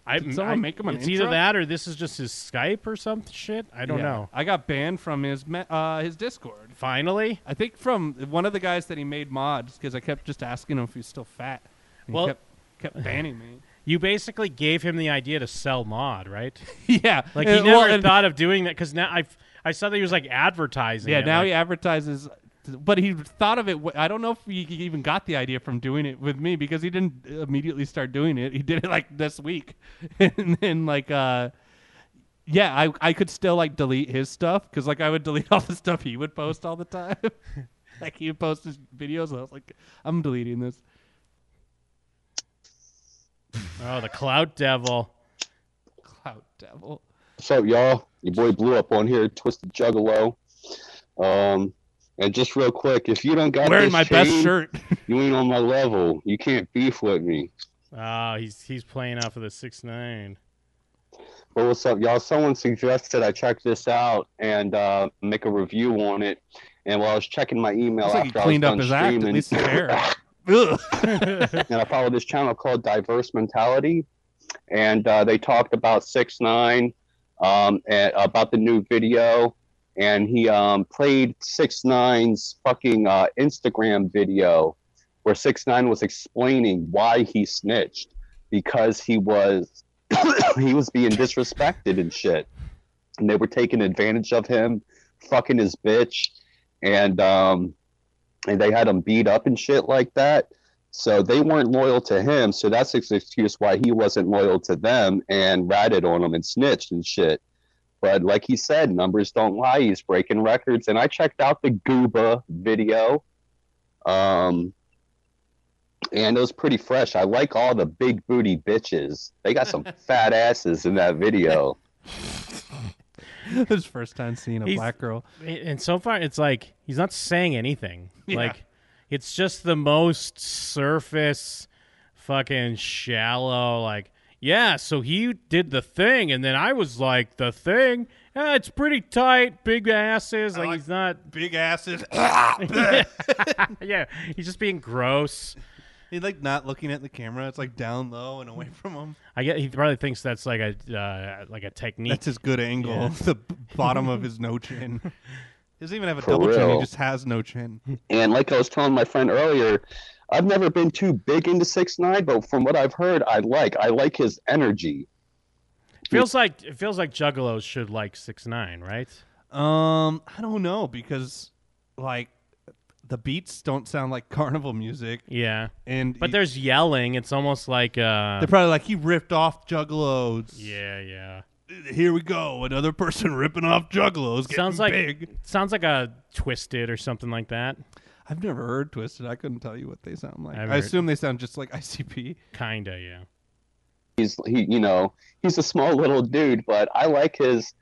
[SPEAKER 8] I,
[SPEAKER 15] Did someone
[SPEAKER 8] I-
[SPEAKER 15] make him an
[SPEAKER 8] It's
[SPEAKER 15] intro?
[SPEAKER 8] either that or this is just his Skype or some shit. I don't
[SPEAKER 15] Yeah.
[SPEAKER 8] know.
[SPEAKER 15] I got banned from his me- uh, his Discord.
[SPEAKER 8] Finally,
[SPEAKER 15] I think from one of the guys that he made mods because I kept just asking him if he's still fat. And
[SPEAKER 8] Well-
[SPEAKER 15] he kept, kept banning me.
[SPEAKER 8] You basically gave him the idea to sell mod, right?
[SPEAKER 15] yeah,
[SPEAKER 8] Like
[SPEAKER 15] Uh,
[SPEAKER 8] he never
[SPEAKER 15] well, and-
[SPEAKER 8] thought of doing that because now I I saw that he was like advertising.
[SPEAKER 15] Yeah,
[SPEAKER 8] it,
[SPEAKER 15] now
[SPEAKER 8] like,
[SPEAKER 15] he advertises, but he thought of it. w- I don't know if he he even got the idea from doing it with me because he didn't immediately start doing it. He did it like this week, and then like uh, yeah, I I could still like delete his stuff because like I would delete all the stuff he would post all the time. like he would post his videos, and I was like, I'm deleting this.
[SPEAKER 8] Oh, the clout devil.
[SPEAKER 15] Clout devil.
[SPEAKER 22] What's up, y'all? Your boy Blue up on here, Twisted Juggalo. Um, and just real quick, if you don't got
[SPEAKER 15] Wearing
[SPEAKER 22] this
[SPEAKER 15] my best
[SPEAKER 22] chain,
[SPEAKER 15] shirt.
[SPEAKER 22] you ain't on my level. You can't beef with me.
[SPEAKER 8] Oh, he's he's playing off of the six nine.
[SPEAKER 22] But what's up, y'all? Someone suggested I check this out and uh, make a review on it. And while I was checking my email
[SPEAKER 15] Looks like he
[SPEAKER 22] after
[SPEAKER 15] cleaned
[SPEAKER 22] I
[SPEAKER 15] up
[SPEAKER 22] was
[SPEAKER 15] his
[SPEAKER 22] done
[SPEAKER 15] act. At
[SPEAKER 22] streaming,
[SPEAKER 15] least his hair.
[SPEAKER 22] and I followed this channel called Diverse Mentality, and uh, they talked about six nine, um, and about the new video, and he um, played six nine's fucking uh, Instagram video, where six nine was explaining why he snitched because he was he was being disrespected and shit, and they were taking advantage of him, fucking his bitch, and um, and they had him beat up and shit like that. So they weren't loyal to him. So that's his excuse why he wasn't loyal to them and ratted on them and snitched and shit. But like he said, numbers don't lie. He's breaking records. And I checked out the Gooba video. Um, and it was pretty fresh. I like all the big booty bitches. They got some fat asses in that video.
[SPEAKER 15] His first time seeing a
[SPEAKER 8] He's-
[SPEAKER 15] black girl.
[SPEAKER 8] And so far, it's like he's not saying anything.
[SPEAKER 15] Yeah.
[SPEAKER 8] Like it's just the most surface, fucking shallow. Like yeah, so he did the thing, and then I was like the thing. "Ah, it's pretty tight, big asses. Like, he's not
[SPEAKER 15] big asses.
[SPEAKER 8] yeah, he's just being gross.
[SPEAKER 15] He's like not looking at the camera. It's like down low and away from him.
[SPEAKER 8] I get he probably thinks that's like a uh, like a technique.
[SPEAKER 15] That's his good angle.
[SPEAKER 8] Yeah.
[SPEAKER 15] The b- bottom of his no chin. He doesn't even have a
[SPEAKER 22] For
[SPEAKER 15] double chin. He
[SPEAKER 22] real.
[SPEAKER 15] just has no chin.
[SPEAKER 22] And like I was telling my friend earlier, I've never been too big into six nine, but from what I've heard, I like I like his energy.
[SPEAKER 8] feels like it feels like juggalos should like six nine, right?
[SPEAKER 15] Um, I don't know because like the beats don't sound like carnival music.
[SPEAKER 8] Yeah,
[SPEAKER 15] and
[SPEAKER 8] but there's yelling. It's almost like uh,
[SPEAKER 15] They're probably like he ripped off Juggalos.
[SPEAKER 8] Yeah, yeah.
[SPEAKER 15] Here we go, another person ripping off Juggalos.
[SPEAKER 8] sounds
[SPEAKER 15] getting
[SPEAKER 8] like
[SPEAKER 15] big.
[SPEAKER 8] sounds like a twisted or something like that.
[SPEAKER 15] I've never heard Twisted. I couldn't tell you what they sound like.
[SPEAKER 8] I've
[SPEAKER 15] I
[SPEAKER 8] heard-
[SPEAKER 15] assume they sound just like ICP.
[SPEAKER 8] Kinda, yeah.
[SPEAKER 22] He's he you know he's a small little dude, but I like his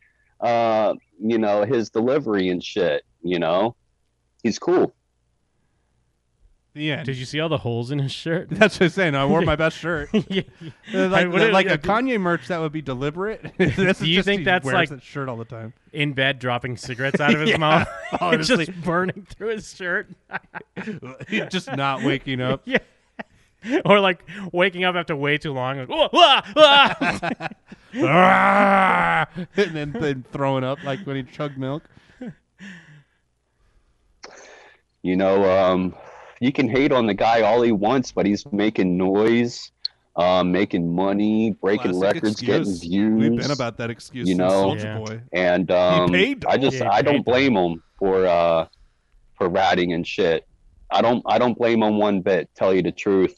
[SPEAKER 22] uh you know his delivery and shit. You know, he's cool.
[SPEAKER 15] Yeah.
[SPEAKER 8] Did you see all the holes in his shirt?
[SPEAKER 15] That's what I'm saying. I wore my best shirt.
[SPEAKER 8] yeah.
[SPEAKER 15] Uh, Like,
[SPEAKER 8] I wouldn't-
[SPEAKER 15] like a
[SPEAKER 8] yeah,
[SPEAKER 15] Kanye merch that would be deliberate. This is
[SPEAKER 8] Do you
[SPEAKER 15] just
[SPEAKER 8] think
[SPEAKER 15] he
[SPEAKER 8] that's
[SPEAKER 15] wears
[SPEAKER 8] like
[SPEAKER 15] that shirt all the time?
[SPEAKER 8] in bed dropping cigarettes out of his
[SPEAKER 15] Yeah,
[SPEAKER 8] mouth? It's
[SPEAKER 15] honestly.
[SPEAKER 8] just burning through his shirt.
[SPEAKER 15] just not waking up.
[SPEAKER 8] yeah. Or like waking up after way too long. Like, "Whoa, wah, wah."
[SPEAKER 15] Ah! and then, then throwing up like when he chugged milk.
[SPEAKER 22] You know, um, you can hate on the guy all he wants, but he's making noise, um, making money, breaking
[SPEAKER 15] Classic
[SPEAKER 22] records,
[SPEAKER 15] excuse.
[SPEAKER 22] getting views.
[SPEAKER 15] We've been about that excuse
[SPEAKER 22] You
[SPEAKER 15] since
[SPEAKER 22] know,
[SPEAKER 15] Soulja Yeah. Boy.
[SPEAKER 22] and um,
[SPEAKER 15] paid
[SPEAKER 22] I just
[SPEAKER 15] them.
[SPEAKER 22] I
[SPEAKER 15] He
[SPEAKER 22] don't
[SPEAKER 15] paid
[SPEAKER 22] blame him for uh, for ratting and shit. I don't I don't blame him one bit. Tell you the truth,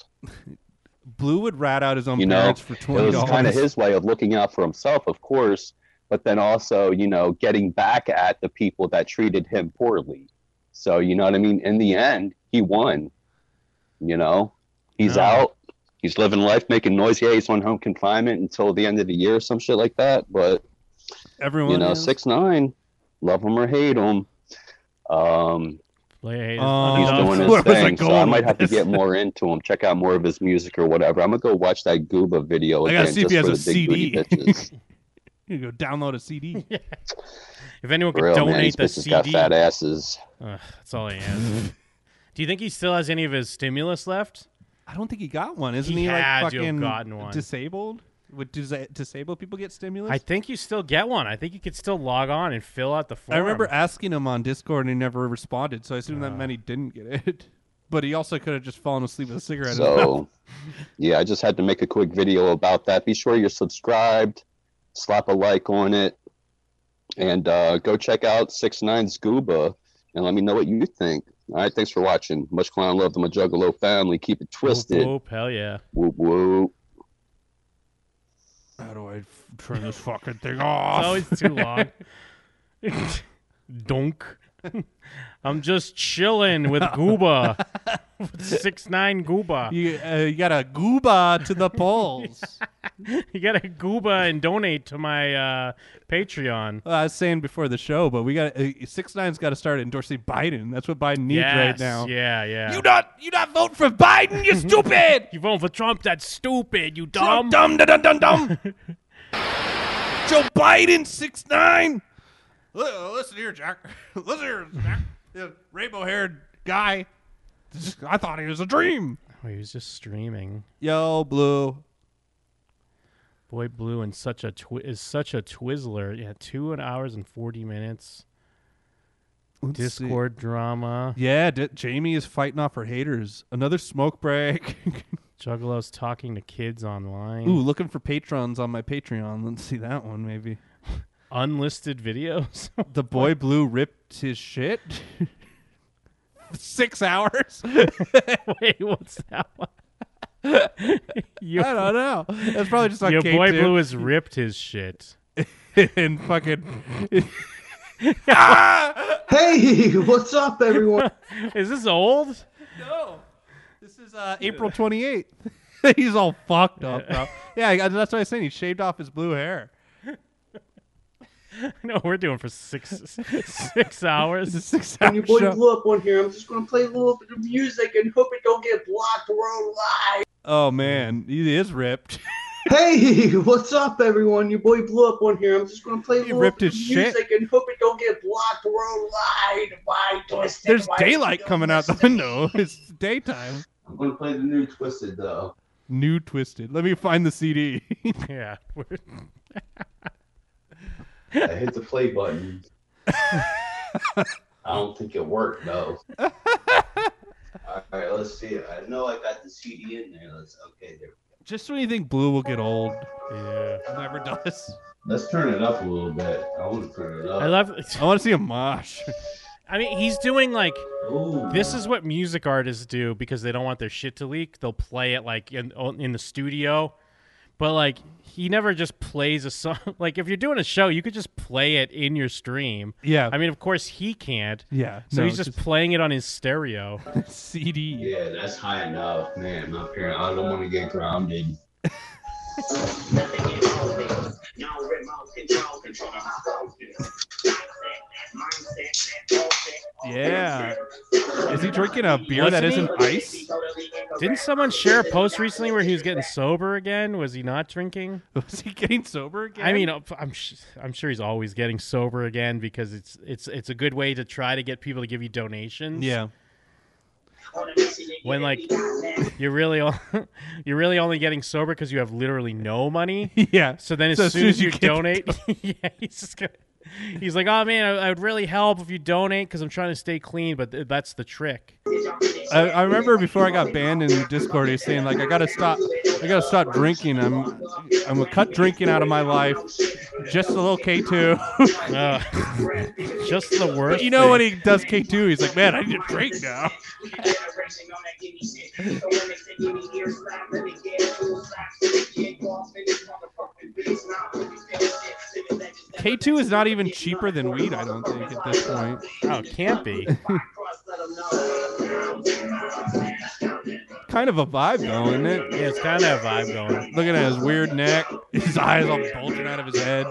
[SPEAKER 15] Blue would rat out his own
[SPEAKER 22] you know,
[SPEAKER 15] parents for
[SPEAKER 22] it
[SPEAKER 15] twenty
[SPEAKER 22] was
[SPEAKER 15] dollars.
[SPEAKER 22] kind of his way of looking out for himself, of course, but then also you know getting back at the people that treated him poorly. So you know what I mean. In the end, he won. You know, he's
[SPEAKER 8] No.
[SPEAKER 22] out. He's living life, making noise. Yeah, he's on home confinement until the end of the year, or some shit like that. But
[SPEAKER 15] Everyone,
[SPEAKER 22] you know,
[SPEAKER 15] is.
[SPEAKER 22] six nine, love him or hate him. Um,
[SPEAKER 15] Oh.
[SPEAKER 8] Play
[SPEAKER 22] he's doing
[SPEAKER 8] Where
[SPEAKER 22] his
[SPEAKER 8] was I
[SPEAKER 22] thing, so
[SPEAKER 8] going
[SPEAKER 22] I might
[SPEAKER 8] with
[SPEAKER 22] have to
[SPEAKER 8] this?
[SPEAKER 22] get more into him. Check out more of his music or whatever. I'm gonna go watch that Gooba video
[SPEAKER 15] I
[SPEAKER 22] again
[SPEAKER 15] gotta see if
[SPEAKER 22] just
[SPEAKER 15] he has
[SPEAKER 22] for
[SPEAKER 15] a
[SPEAKER 22] the big
[SPEAKER 15] CD.
[SPEAKER 22] booty bitches.
[SPEAKER 15] you go download a CD.
[SPEAKER 8] If anyone
[SPEAKER 22] For
[SPEAKER 8] could
[SPEAKER 22] real,
[SPEAKER 8] donate
[SPEAKER 22] man, these
[SPEAKER 8] the
[SPEAKER 22] bitches
[SPEAKER 8] CD,
[SPEAKER 22] got fat asses.
[SPEAKER 8] Ugh, that's all he has. Do you think he still has any of his stimulus left?
[SPEAKER 15] I don't think he got one. Isn't
[SPEAKER 8] He
[SPEAKER 15] he,
[SPEAKER 8] had
[SPEAKER 15] like
[SPEAKER 8] to have
[SPEAKER 15] fucking
[SPEAKER 8] gotten one.
[SPEAKER 15] disabled? Would disa- disabled people get stimulus?
[SPEAKER 8] I think you still get one. I think you could still log on and fill out the form. Oh,
[SPEAKER 15] I remember asking him on Discord and he never responded, so I assume that meant he didn't get it. But he also could have just fallen asleep with a cigarette. in his mouth.
[SPEAKER 22] So, yeah, I just had to make a quick video about that. Be sure you're subscribed, slap a like on it, and uh, go check out Six Nine Scuba and let me know what you think. All right, thanks for watching. Much clown love to my Juggalo family. Keep it twisted.
[SPEAKER 8] Oh, hell yeah.
[SPEAKER 22] Whoop whoop.
[SPEAKER 15] How do I f- turn this fucking thing off?
[SPEAKER 8] It's always too long. Dunk. I'm just chilling with Gooba. Six nine Gooba.
[SPEAKER 15] You, uh, you got a gooba to the polls.
[SPEAKER 8] You gotta Gooba and donate to my uh, Patreon.
[SPEAKER 15] Well, I was saying before the show, but we got uh, six nine's got to start endorsing Biden. That's what Biden needs right
[SPEAKER 8] Yes,
[SPEAKER 15] now.
[SPEAKER 8] Yeah, yeah.
[SPEAKER 15] You not you not vote for Biden? You stupid.
[SPEAKER 8] you vote for Trump? That's stupid. You
[SPEAKER 15] Trump,
[SPEAKER 8] dumb.
[SPEAKER 15] dumb, dum, dum, dum, dumb. Joe Biden, six nine. uh, Listen here, Jack. Listen here, Jack. The rainbow-haired guy. This is- I thought he was a dream.
[SPEAKER 8] Oh, he was just streaming.
[SPEAKER 15] Yo, Blue.
[SPEAKER 8] Boy Blue and such a twi- is such a Twizzler. Yeah, two and hours and forty minutes.
[SPEAKER 15] Let's see.
[SPEAKER 8] Discord drama.
[SPEAKER 15] Yeah, D- Jamie is fighting off her haters. Another smoke break.
[SPEAKER 8] Juggalos talking to kids online.
[SPEAKER 15] Ooh, looking for patrons on my Patreon. Let's see that one, maybe.
[SPEAKER 8] Unlisted videos.
[SPEAKER 15] The boy blue ripped his shit. Six hours.
[SPEAKER 8] Wait, what's that one?
[SPEAKER 15] I don't know. That's probably just on
[SPEAKER 8] Your boy
[SPEAKER 15] K2.
[SPEAKER 8] Blue has ripped his shit.
[SPEAKER 15] and fucking.
[SPEAKER 3] hey, what's up, everyone?
[SPEAKER 8] Is this old?
[SPEAKER 15] No. This is uh, April 28th. He's all fucked up, bro. Yeah, I- that's what I was saying. He shaved off his blue hair.
[SPEAKER 8] no, we're doing for six six hours. six
[SPEAKER 3] When your boy blew up one here, I'm just gonna play a little bit of music and hope it don't get blocked worldwide.
[SPEAKER 15] Oh man, he is ripped.
[SPEAKER 3] hey, what's up, everyone? Your boy blew up one here. I'm just gonna play a little
[SPEAKER 15] ripped
[SPEAKER 3] bit of
[SPEAKER 15] his shit.
[SPEAKER 3] music and hope it don't get blocked worldwide. Why twisted?
[SPEAKER 15] There's
[SPEAKER 3] Why
[SPEAKER 15] daylight
[SPEAKER 3] Twisted?
[SPEAKER 15] coming out the window. It's daytime.
[SPEAKER 3] I'm gonna play the new Twisted uh, though.
[SPEAKER 15] New twisted. Let me find the CD.
[SPEAKER 8] yeah. we're-
[SPEAKER 3] I hit the play button. I don't think it worked though. All right, let's see. I know I got the CD in there. Let's okay there.
[SPEAKER 15] Just when you think blue will get old,
[SPEAKER 8] yeah,
[SPEAKER 15] never does.
[SPEAKER 3] Let's turn it up a little bit. I want to turn it up.
[SPEAKER 8] I love.
[SPEAKER 15] I want to see a mosh.
[SPEAKER 8] I mean, he's doing like this is what music artists do because they don't want their shit to leak. They'll play it like in in the studio, but like he never just plays a song. Like if you're doing a show, you could just play it in your stream.
[SPEAKER 15] Yeah.
[SPEAKER 8] I mean, of course he can't.
[SPEAKER 15] Yeah,
[SPEAKER 8] So
[SPEAKER 15] no,
[SPEAKER 8] he's
[SPEAKER 15] it's
[SPEAKER 8] just playing it on his stereo.
[SPEAKER 15] CD.
[SPEAKER 3] Yeah, that's high enough, man. I'm up here. I don't want to get grounded.
[SPEAKER 15] Yeah. Is he drinking a beer that
[SPEAKER 8] Wasn't
[SPEAKER 15] isn't
[SPEAKER 8] he-
[SPEAKER 15] ice?
[SPEAKER 8] Didn't someone share a post recently where he was getting sober again? Was he not drinking?
[SPEAKER 15] Was he getting sober again?
[SPEAKER 8] I mean, I'm sh- I'm sure he's always getting sober again because it's it's it's a good way to try to get people to give you donations.
[SPEAKER 15] Yeah.
[SPEAKER 8] When like you're really o- you're really only getting sober because you have literally no money.
[SPEAKER 15] Yeah.
[SPEAKER 8] So then as
[SPEAKER 15] So
[SPEAKER 8] soon as you, donate, yeah, he's just gonna, he's like, oh man, I, I would really help if you donate because I'm trying to stay clean. But th- that's the trick.
[SPEAKER 15] I, I remember before I got banned in Discord, he's saying like, I gotta stop, I gotta stop drinking. I'm, I'm gonna cut drinking out of my life. Just a little K two.
[SPEAKER 8] Uh, just the worst.
[SPEAKER 15] you know when
[SPEAKER 8] thing.
[SPEAKER 15] he does K two, he's like, man, I need to drink now. K two is not even cheaper than weed. I don't think at this point.
[SPEAKER 8] Oh, it can't be.
[SPEAKER 15] kind of a vibe though, isn't it?
[SPEAKER 8] Yeah, it's kind of a vibe going.
[SPEAKER 15] Looking at his weird neck, his eyes all bulging out of his head.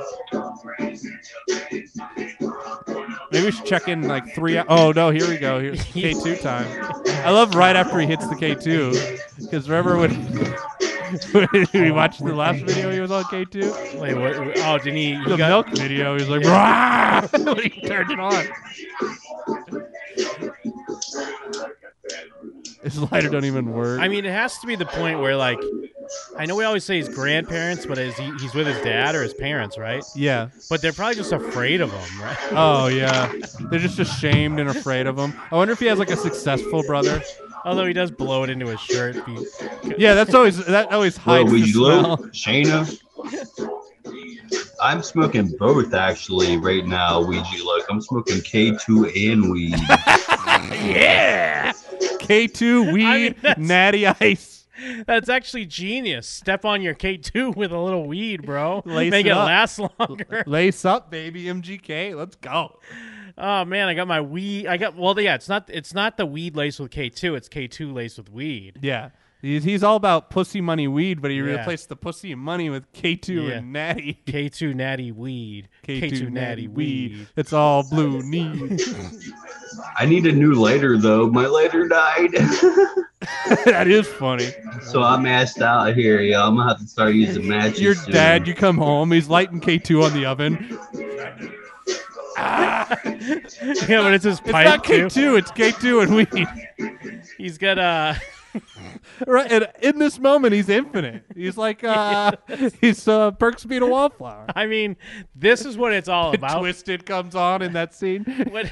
[SPEAKER 15] Maybe we should check in like three. hou- Oh no, here we go. Here's K two time. I love right after he hits the K two, because remember when we watched the last video he was on K two.
[SPEAKER 8] Wait, what? Oh, didn't he?
[SPEAKER 15] The milk video. He's like,
[SPEAKER 8] Yeah.
[SPEAKER 15] "Rah!" when he turned it on. His lighter don't even work.
[SPEAKER 8] I mean, it has to be the point where, like, I know we always say his grandparents, but is he, he's with his dad or his parents, right?
[SPEAKER 15] Yeah.
[SPEAKER 8] But they're probably just afraid of him, right?
[SPEAKER 15] Oh yeah, they're just ashamed and afraid of him. I wonder if he has like a successful brother.
[SPEAKER 8] Although he does blow it into his shirt. He-
[SPEAKER 15] Yeah, that's always that always
[SPEAKER 3] Well,
[SPEAKER 15] hides
[SPEAKER 3] would
[SPEAKER 15] the
[SPEAKER 3] you
[SPEAKER 15] smell.
[SPEAKER 3] look, Shayna? I'm smoking both actually right now, Ouija look. I'm smoking K2 and weed.
[SPEAKER 15] yeah. K two weed natty ice.
[SPEAKER 8] That's actually genius. Step on your K2 with a little weed, bro.
[SPEAKER 15] Lace
[SPEAKER 8] Make
[SPEAKER 15] it
[SPEAKER 8] it,
[SPEAKER 15] up.
[SPEAKER 8] last longer.
[SPEAKER 15] Lace up, baby MGK. Let's go.
[SPEAKER 8] Oh man, I got my weed. I got well, yeah. It's not it's not the weed laced with K2. It's K2 laced with weed.
[SPEAKER 15] Yeah, he's, he's all about pussy money weed, but he
[SPEAKER 8] Yeah.
[SPEAKER 15] replaced the pussy and money with K two
[SPEAKER 8] Yeah.
[SPEAKER 15] and natty.
[SPEAKER 8] K2 natty weed. K2, natty, weed.
[SPEAKER 15] It's all blue need.
[SPEAKER 3] I need a new lighter though. My lighter died.
[SPEAKER 15] that is funny.
[SPEAKER 3] So I'm asked out here, yo. I'm gonna have to start using matches.
[SPEAKER 15] Your
[SPEAKER 3] soon.
[SPEAKER 15] dad, you come home, he's lighting K two on the oven.
[SPEAKER 8] yeah, but it's
[SPEAKER 15] It's
[SPEAKER 8] his pipe
[SPEAKER 15] not K
[SPEAKER 8] too.
[SPEAKER 15] two, it's K two and weed.
[SPEAKER 8] He's got uh
[SPEAKER 15] Right, and in this moment, he's infinite. He's like, uh, he's uh, Perks being a wallflower.
[SPEAKER 8] I mean, this is what it's all about.
[SPEAKER 15] Twisted comes on in that scene.
[SPEAKER 8] when,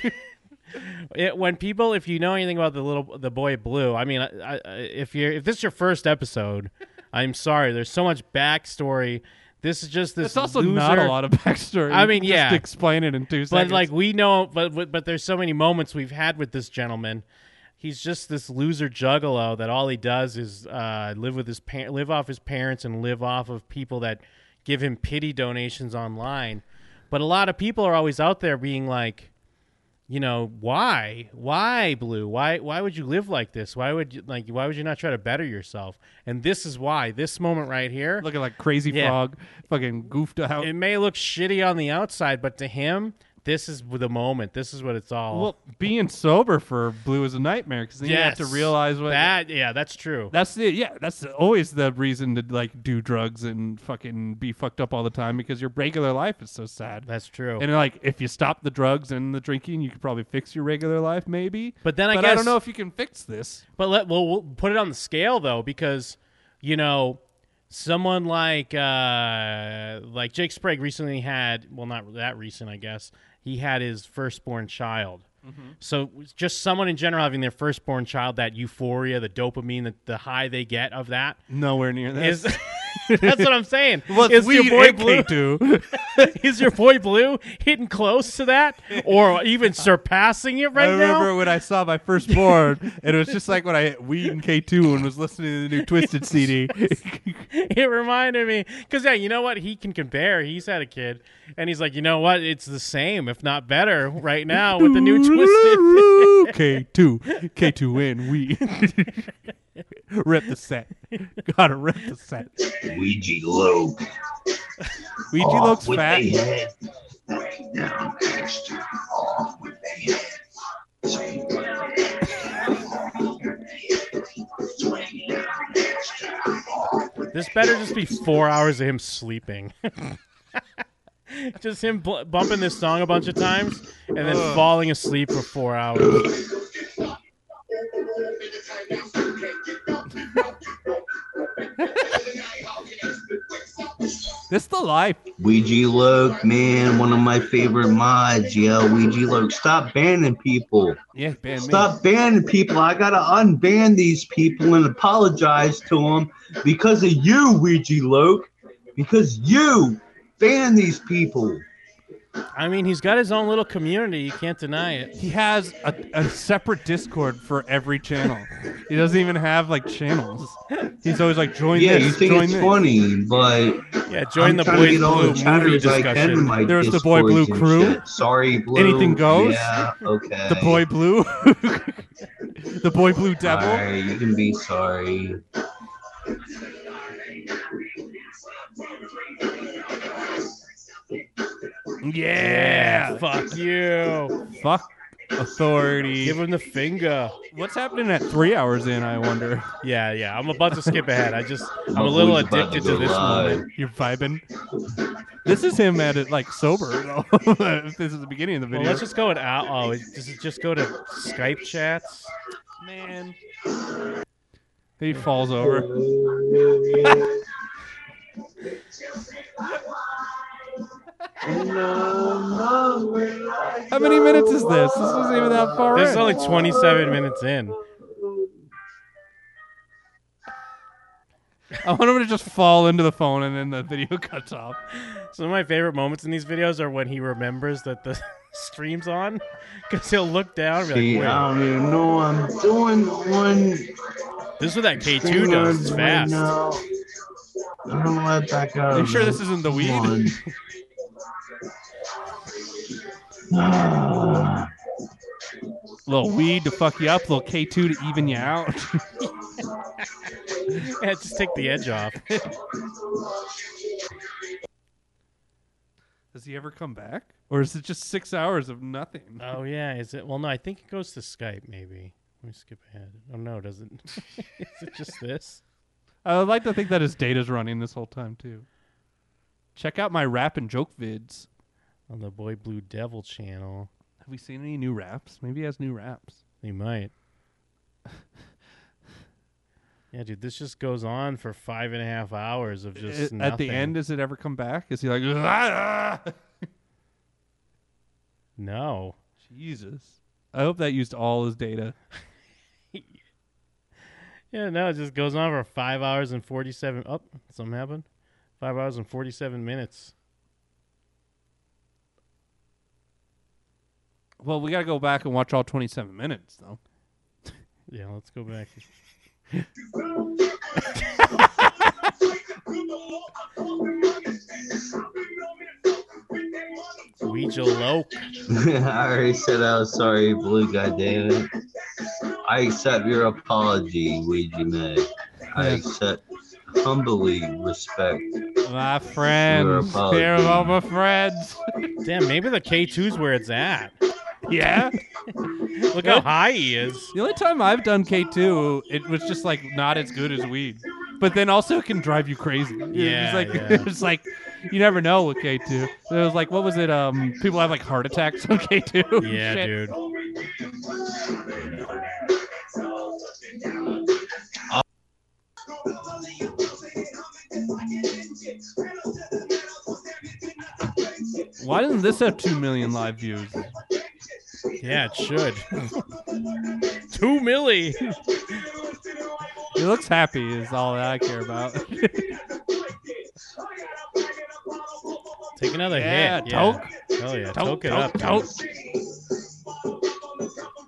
[SPEAKER 8] it, when people, if you know anything about the little the boy Blue, I mean, I, I, if you're if this is your first episode, I'm sorry. There's so much backstory. This is just this.
[SPEAKER 15] It's also not
[SPEAKER 8] loser-
[SPEAKER 15] a lot of backstory.
[SPEAKER 8] I
[SPEAKER 15] You
[SPEAKER 8] mean,
[SPEAKER 15] can
[SPEAKER 8] yeah,
[SPEAKER 15] just explain it in two
[SPEAKER 8] but
[SPEAKER 15] seconds.
[SPEAKER 8] like we know, but but- but there's so many moments we've had with this gentleman. He's just this loser juggalo that all he does is uh, live with his par- live off his parents and live off of people that give him pity donations online. But a lot of people are always out there being like, you know, why, why blue? Why, why would you live like this? Why would you like? Why would you not try to better yourself? And this is why. This moment right here,
[SPEAKER 15] looking like Crazy Frog, fucking goofed out.
[SPEAKER 8] It may look shitty on the outside, but to him, this is the moment. This is what it's all.
[SPEAKER 15] Well, being sober for Blue is a nightmare because then you have
[SPEAKER 8] Yes.
[SPEAKER 15] to realize what
[SPEAKER 8] that. Yeah, that's true.
[SPEAKER 15] That's the yeah. That's the- always the reason to like do drugs and fucking be fucked up all the time because your regular life is so sad.
[SPEAKER 8] That's true.
[SPEAKER 15] And like, if you stop the drugs and the drinking, you could probably fix your regular life, maybe.
[SPEAKER 8] But then I
[SPEAKER 15] but
[SPEAKER 8] guess
[SPEAKER 15] I don't know if you can fix this.
[SPEAKER 8] But let well, we'll put it on the scale though, because you know, someone like uh, like Jake Sprague recently had well, not that recent, I guess. He had his firstborn child.
[SPEAKER 15] Mm-hmm.
[SPEAKER 2] Mhm.
[SPEAKER 8] So just someone in general having their firstborn child, that euphoria, the dopamine, the, the high they get of that.
[SPEAKER 15] Nowhere near
[SPEAKER 8] Is,
[SPEAKER 15] this.
[SPEAKER 8] that's what I'm saying.
[SPEAKER 15] What
[SPEAKER 8] is your
[SPEAKER 15] weed
[SPEAKER 8] boy
[SPEAKER 15] and
[SPEAKER 8] blue?
[SPEAKER 15] cake do.
[SPEAKER 8] is your boy blue hitting close to that, or even surpassing it right
[SPEAKER 15] I remember
[SPEAKER 8] now?
[SPEAKER 15] when I saw my firstborn, and it was just like when I weed and K two and was listening to the new Twisted CD.
[SPEAKER 8] it reminded me because yeah, you know what? He can compare. He's had a kid, and he's like, you know what? It's the same, if not better, right now with the new twisted.
[SPEAKER 15] K two, K two N we rip the set. Gotta rip the set.
[SPEAKER 3] Ouija Lope.
[SPEAKER 15] Ouija
[SPEAKER 3] Off
[SPEAKER 15] looks
[SPEAKER 3] with
[SPEAKER 15] fat.
[SPEAKER 3] they head.
[SPEAKER 8] this better just be four hours of him sleeping. just him bl- bumping this song a bunch of times and then
[SPEAKER 2] Ugh.
[SPEAKER 8] falling asleep for four hours.
[SPEAKER 15] This the life.
[SPEAKER 3] Ouija Lope, man, one of my favorite mods. Yo, Ouija Lope, stop banning people.
[SPEAKER 15] Yeah, ban me.
[SPEAKER 3] Stop banning people. I gotta unban these people and apologize to them because of you, Ouija Loke. Because you ban these people.
[SPEAKER 8] I mean, he's got his own little community. You can't deny it.
[SPEAKER 15] He has a, a separate Discord for every channel. He doesn't even have like channels. He's always like join
[SPEAKER 3] yeah,
[SPEAKER 15] this,
[SPEAKER 3] you think
[SPEAKER 15] join
[SPEAKER 3] it's
[SPEAKER 15] this.
[SPEAKER 3] funny, but
[SPEAKER 8] yeah, join
[SPEAKER 3] I'm
[SPEAKER 8] the
[SPEAKER 3] trying
[SPEAKER 8] Boy
[SPEAKER 3] to get all
[SPEAKER 8] Blue
[SPEAKER 3] the chatters
[SPEAKER 8] movie
[SPEAKER 3] I can
[SPEAKER 8] discussion.
[SPEAKER 3] in my
[SPEAKER 15] There's the Boy
[SPEAKER 3] Discords
[SPEAKER 15] Blue
[SPEAKER 3] and
[SPEAKER 15] crew.
[SPEAKER 3] shit. Sorry, Blue.
[SPEAKER 15] Anything goes.
[SPEAKER 3] Yeah, okay.
[SPEAKER 15] The boy blue. the boy blue devil.
[SPEAKER 3] All right, you can be sorry.
[SPEAKER 15] Yeah.
[SPEAKER 8] Fuck you.
[SPEAKER 15] Fuck authority. Give
[SPEAKER 8] him the finger.
[SPEAKER 15] What's happening at three hours in, I wonder?
[SPEAKER 8] Yeah, yeah. I'm about to skip ahead. I just I'm a little addicted to this moment.
[SPEAKER 15] You're vibing. This is him at it like sober. though. this is the beginning of the
[SPEAKER 8] Well,
[SPEAKER 15] video.
[SPEAKER 8] let's just go to out. Oh, it- does it just go to Skype chats?
[SPEAKER 15] Man. He falls over. How many minutes is this? This wasn't even that far.
[SPEAKER 8] This is
[SPEAKER 15] in.
[SPEAKER 8] only 27 minutes in.
[SPEAKER 15] I want him to just fall into the phone and then the video cuts off.
[SPEAKER 8] Some of my favorite moments in these videos are when he remembers that the stream's on, because he'll look down and be
[SPEAKER 3] See,
[SPEAKER 8] like,
[SPEAKER 3] I
[SPEAKER 8] "Wait."
[SPEAKER 3] don't even know I'm doing one.
[SPEAKER 8] This is what that K2 does. It's fast.
[SPEAKER 3] I don't know what that
[SPEAKER 15] Are
[SPEAKER 3] guy.
[SPEAKER 15] you sure this isn't the weed? little weed to fuck you up, little K2 to even you out.
[SPEAKER 8] Yeah, just take the edge off.
[SPEAKER 15] Does he ever come back? Or is it just six hours of nothing?
[SPEAKER 8] Oh yeah, is it? Well, no, I think it goes to Skype. Maybe. Let me skip ahead. Oh no, it doesn't. is it just this?
[SPEAKER 15] I would like to think that his data's running this whole time, too. Check out my rap and joke vids.
[SPEAKER 8] On the Boy Blue Devil channel.
[SPEAKER 15] Have we seen any new raps? Maybe he has new raps.
[SPEAKER 8] He might. Yeah, dude, this just goes on for five and a half hours of just
[SPEAKER 15] I- at the
[SPEAKER 8] nothing.
[SPEAKER 15] end, does it ever come back? Is he like, "Ah, ah."
[SPEAKER 8] No.
[SPEAKER 15] Jesus. I hope that used all his data.
[SPEAKER 8] Yeah, no, it just goes on for five hours and forty-seven. Up, something happened. Five hours and forty-seven minutes.
[SPEAKER 15] Well, we got to go back and watch all 27 minutes, though.
[SPEAKER 8] Yeah, let's go back. Loke.
[SPEAKER 3] I already said I was sorry, Blue Guy David. I accept your apology, Ouija May. I accept humbly respect. You're
[SPEAKER 8] My
[SPEAKER 3] a
[SPEAKER 8] friends.
[SPEAKER 3] pug. They're all
[SPEAKER 8] my friends. Damn, maybe the K2's where it's at.
[SPEAKER 15] Yeah.
[SPEAKER 8] Look how high he is.
[SPEAKER 15] The only time I've done K2, it was just like not as good as weed. But then also it can drive you crazy.
[SPEAKER 8] Yeah,
[SPEAKER 15] It's like
[SPEAKER 8] yeah.
[SPEAKER 15] it's like you never know with K2. It was like what was it? Um people have like heart attacks on K2.
[SPEAKER 8] Yeah,
[SPEAKER 15] Shit.
[SPEAKER 8] dude.
[SPEAKER 15] Why doesn't this have two million live views?
[SPEAKER 8] Yeah, it should. Two milli.
[SPEAKER 15] He looks happy is all that I care about.
[SPEAKER 8] Take another
[SPEAKER 15] Yeah,
[SPEAKER 8] hit.
[SPEAKER 15] toke.
[SPEAKER 8] Yeah, Hell yeah,
[SPEAKER 15] Toke,
[SPEAKER 8] toke, it
[SPEAKER 15] toke,
[SPEAKER 8] up. dude.
[SPEAKER 15] toke.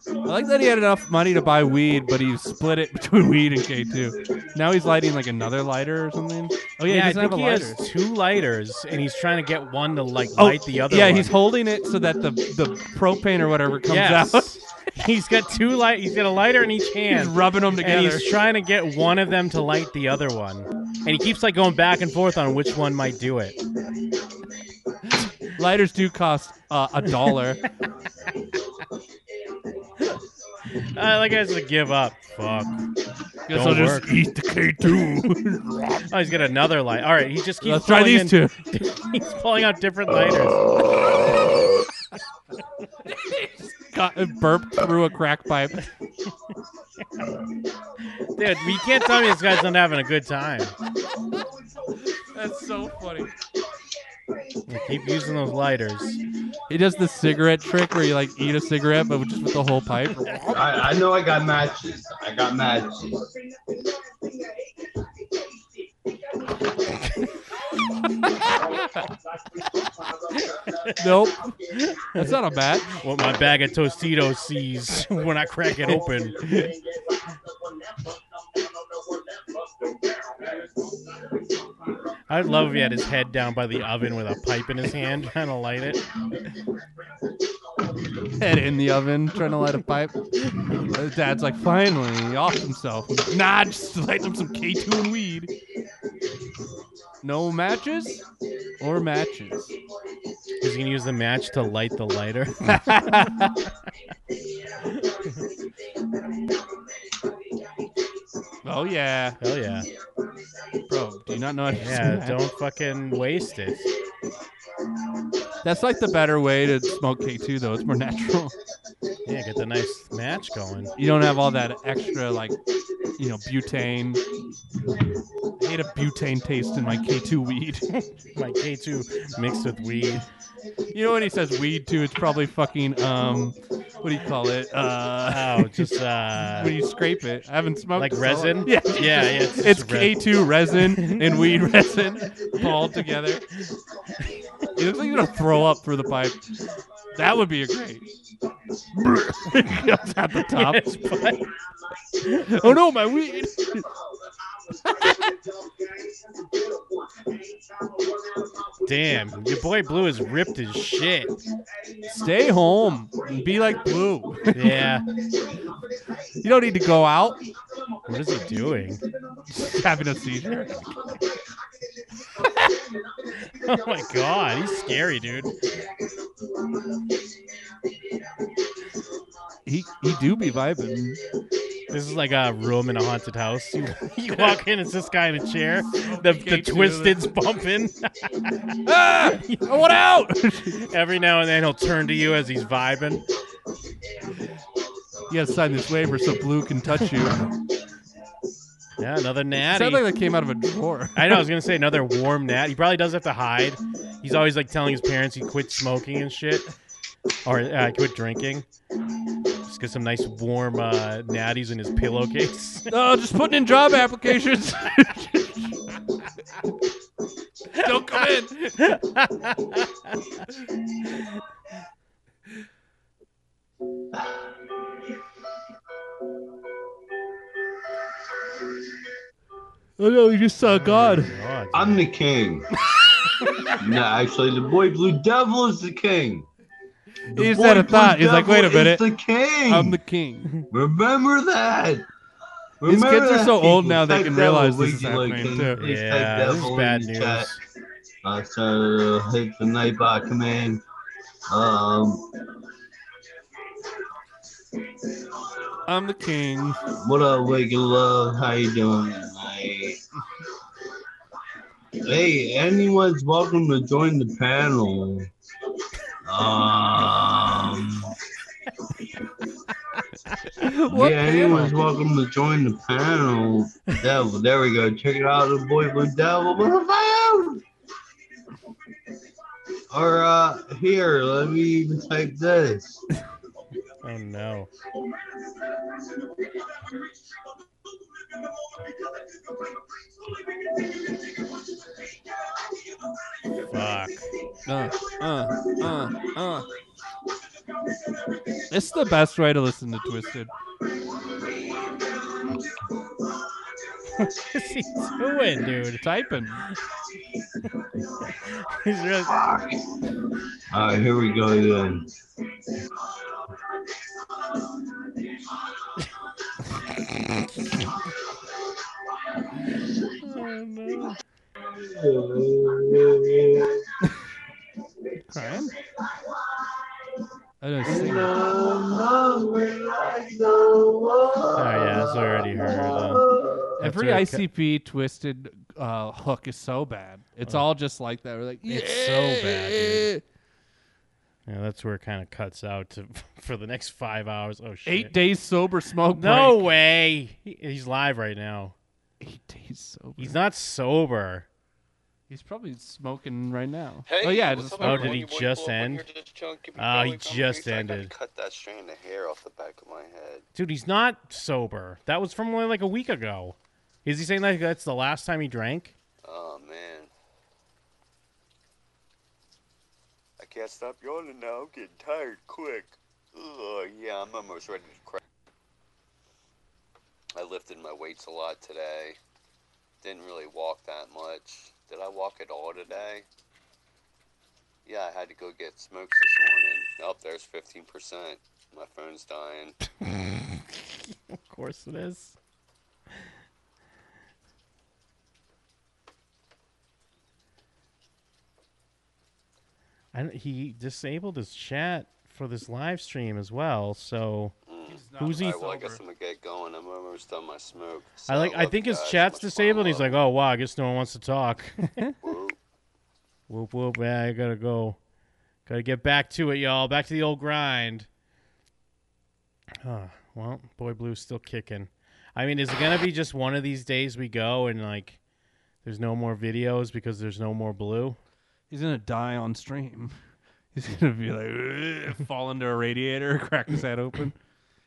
[SPEAKER 15] I like that he had enough money to buy weed, but he split it between weed and K2. Now he's lighting like another lighter or something. Oh yeah,
[SPEAKER 8] I
[SPEAKER 15] he doesn't have
[SPEAKER 8] think
[SPEAKER 15] a
[SPEAKER 8] he
[SPEAKER 15] lighter.
[SPEAKER 8] has two lighters, and he's trying to get one to like
[SPEAKER 15] Oh,
[SPEAKER 8] light the other.
[SPEAKER 15] Yeah,
[SPEAKER 8] one.
[SPEAKER 15] he's holding it so that the the propane or whatever comes
[SPEAKER 8] Yes.
[SPEAKER 15] out.
[SPEAKER 8] he's got two light. He's got a lighter in each hand.
[SPEAKER 15] He's rubbing them
[SPEAKER 8] And
[SPEAKER 15] together.
[SPEAKER 8] he's trying to get one of them to light the other one, and he keeps like going back and forth on which one might do it.
[SPEAKER 15] Lighters do cost uh, a dollar.
[SPEAKER 8] Uh, like I has to give up. Fuck.
[SPEAKER 15] Guess I'll just eat the
[SPEAKER 8] K2. oh, he's got another light. All right, he just keeps.
[SPEAKER 15] Let's try
[SPEAKER 8] pulling
[SPEAKER 15] these
[SPEAKER 8] in- he's pulling out different lighters.
[SPEAKER 15] Got it burped through a crack pipe.
[SPEAKER 8] Dude, you can't tell me this guy's not having a good time.
[SPEAKER 15] That's so funny.
[SPEAKER 8] Keep using those lighters.
[SPEAKER 15] He does the cigarette trick where you like eat a cigarette but just with the whole pipe.
[SPEAKER 3] I, I know I got matches. I got matches.
[SPEAKER 15] Nope. That's not a bat.
[SPEAKER 8] What my bag of Tostitos sees when I crack it open. I'd love if he had his head down by the oven with a pipe in his hand trying to light it.
[SPEAKER 15] Head in the oven, trying to light a pipe. His dad's like, finally, he offed himself. Nah, just light him some K2 and weed. No matches or matches.
[SPEAKER 8] Is he gonna use the match to light the lighter?
[SPEAKER 15] oh yeah.
[SPEAKER 8] Hell yeah.
[SPEAKER 15] Bro, do you not know how to use
[SPEAKER 8] Yeah,
[SPEAKER 15] a match?
[SPEAKER 8] don't fucking waste it.
[SPEAKER 15] That's like the better way to smoke K2 though. It's more natural.
[SPEAKER 8] Yeah, get the nice match going.
[SPEAKER 15] You don't have all that extra like, you know, butane. I hate a butane taste in my K2 weed.
[SPEAKER 8] my K2 mixed with weed.
[SPEAKER 15] You know when he says weed too, it's probably fucking um, what do you call it? Uh,
[SPEAKER 8] oh, just uh,
[SPEAKER 15] when you scrape it. I haven't smoked
[SPEAKER 8] Like
[SPEAKER 15] in so long.
[SPEAKER 8] resin?
[SPEAKER 15] Yeah,
[SPEAKER 8] Yeah, yeah, it's
[SPEAKER 15] It's
[SPEAKER 8] just
[SPEAKER 15] K
[SPEAKER 8] res-
[SPEAKER 15] two resin and weed resin balled together. He looks like he's gonna throw up through the pipe. That would be a great. Comes out the top.
[SPEAKER 8] Yes, but-
[SPEAKER 15] oh no, my weed.
[SPEAKER 8] Damn, your boy Blue is ripped as shit.
[SPEAKER 15] Stay home and be like Blue.
[SPEAKER 8] Yeah.
[SPEAKER 15] You don't need to go out.
[SPEAKER 8] What is he doing?
[SPEAKER 15] Having a seizure.
[SPEAKER 8] Oh my god, he's scary, dude.
[SPEAKER 15] He he do be vibing.
[SPEAKER 8] This is like a room in a haunted house. You, you walk in, it's this guy in a chair. The, the twisted's bumping.
[SPEAKER 15] ah, I want out.
[SPEAKER 8] Every now and then he'll turn to you as he's vibing.
[SPEAKER 15] You gotta sign this waiver so Blue can touch you.
[SPEAKER 8] Yeah, another natty.
[SPEAKER 15] Sounds like that came out of a drawer.
[SPEAKER 8] I know. I was gonna say another warm nat. He probably does have to hide. He's always like telling his parents he quit smoking and shit, or uh, quit drinking. Just get some nice warm uh, natties in his pillowcase.
[SPEAKER 15] Oh, just putting in job applications. Don't come in. Oh no, you just saw God.
[SPEAKER 23] Oh,
[SPEAKER 3] I'm the king.
[SPEAKER 22] no, actually, the boy blue devil is the king. The
[SPEAKER 23] He just
[SPEAKER 22] boy
[SPEAKER 23] had a
[SPEAKER 22] blue
[SPEAKER 23] thought. He's like,
[SPEAKER 22] devil
[SPEAKER 23] wait a
[SPEAKER 22] is
[SPEAKER 23] minute.
[SPEAKER 22] The king.
[SPEAKER 23] I'm the king.
[SPEAKER 22] Remember that.
[SPEAKER 23] These
[SPEAKER 22] Remember
[SPEAKER 23] kids are
[SPEAKER 22] that,
[SPEAKER 23] so old
[SPEAKER 22] people.
[SPEAKER 23] now they
[SPEAKER 22] Tech
[SPEAKER 23] can
[SPEAKER 22] devil,
[SPEAKER 23] realize this is
[SPEAKER 22] Ouija Low
[SPEAKER 23] happening,
[SPEAKER 22] King.
[SPEAKER 23] too.
[SPEAKER 22] Please type
[SPEAKER 23] Yeah, this is
[SPEAKER 22] devil in
[SPEAKER 23] bad
[SPEAKER 22] the
[SPEAKER 23] news.
[SPEAKER 22] chat. I started to hit the night by command. Um,
[SPEAKER 15] I'm the king.
[SPEAKER 22] What up, Wicked Love? How you doing tonight? Hey, anyone's welcome to join the panel. Um,
[SPEAKER 24] What
[SPEAKER 22] yeah, anyone's
[SPEAKER 24] panel?
[SPEAKER 22] welcome to join the panel. Devil, there we go. Check it out, the boy blue devil. What the fuck? Or uh, here, let me even type this.
[SPEAKER 8] Oh no.
[SPEAKER 15] Fuck. Uh, uh, uh, uh. It's the best way to listen to Twisted.
[SPEAKER 8] What's he doing, dude?
[SPEAKER 15] Typing.
[SPEAKER 8] He's really.
[SPEAKER 22] All right, here we go then.
[SPEAKER 15] Alright. I don't see.
[SPEAKER 24] Oh,
[SPEAKER 8] yeah, it's already heard. Uh,
[SPEAKER 15] Every
[SPEAKER 8] that's okay.
[SPEAKER 15] ICP twisted uh, hook is so bad. It's all just like that. We're like,
[SPEAKER 8] Uh. It's
[SPEAKER 15] yeah.
[SPEAKER 8] so bad, dude. Yeah, that's where it kind of cuts out to, for the next five hours. Oh shit!
[SPEAKER 15] Eight days sober smoke.
[SPEAKER 8] No
[SPEAKER 15] break.
[SPEAKER 8] way. He- he's live right now.
[SPEAKER 15] Eight days sober.
[SPEAKER 8] He's not sober.
[SPEAKER 15] He's probably smoking right now.
[SPEAKER 8] Hey,
[SPEAKER 15] oh yeah.
[SPEAKER 8] what's
[SPEAKER 15] just-
[SPEAKER 8] up, Oh, did he everyone? You just end? Oh, he just ended.
[SPEAKER 25] Cut that strand of hair off the back of my head.
[SPEAKER 8] Dude, he's not sober. That was from like a week ago. Is he saying that that's the last time he drank?
[SPEAKER 25] Oh man. I can't stop yawning now. I'm getting tired quick. Ugh, yeah, I'm almost ready to crack. I lifted my weights a lot today. Didn't really walk that much. Did I walk at all today? Yeah, I had to go get smokes this morning. Up there's 15%. My phone's dying.
[SPEAKER 8] Of course it is. I don't- he disabled his chat for this live stream as well. So who's he?
[SPEAKER 25] Alright, Mm. well, I guess I'm gonna get going. I'm almost done my smoke. uh, So
[SPEAKER 8] I like. I
[SPEAKER 25] love
[SPEAKER 8] think
[SPEAKER 25] you
[SPEAKER 8] his
[SPEAKER 25] guys.
[SPEAKER 8] chat's disabled. and He's like, "Oh wow, I guess no one wants to talk." whoop whoop! Yeah, I gotta go. Gotta get back to it, y'all. Back to the old grind. Ah, well, boy, blue's still kicking. I mean, is it gonna be just one of these days we go and like, there's no more videos because there's no more blue?
[SPEAKER 15] He's gonna die on stream. He's gonna be like, "Ugh," fall into a radiator, crack his head open.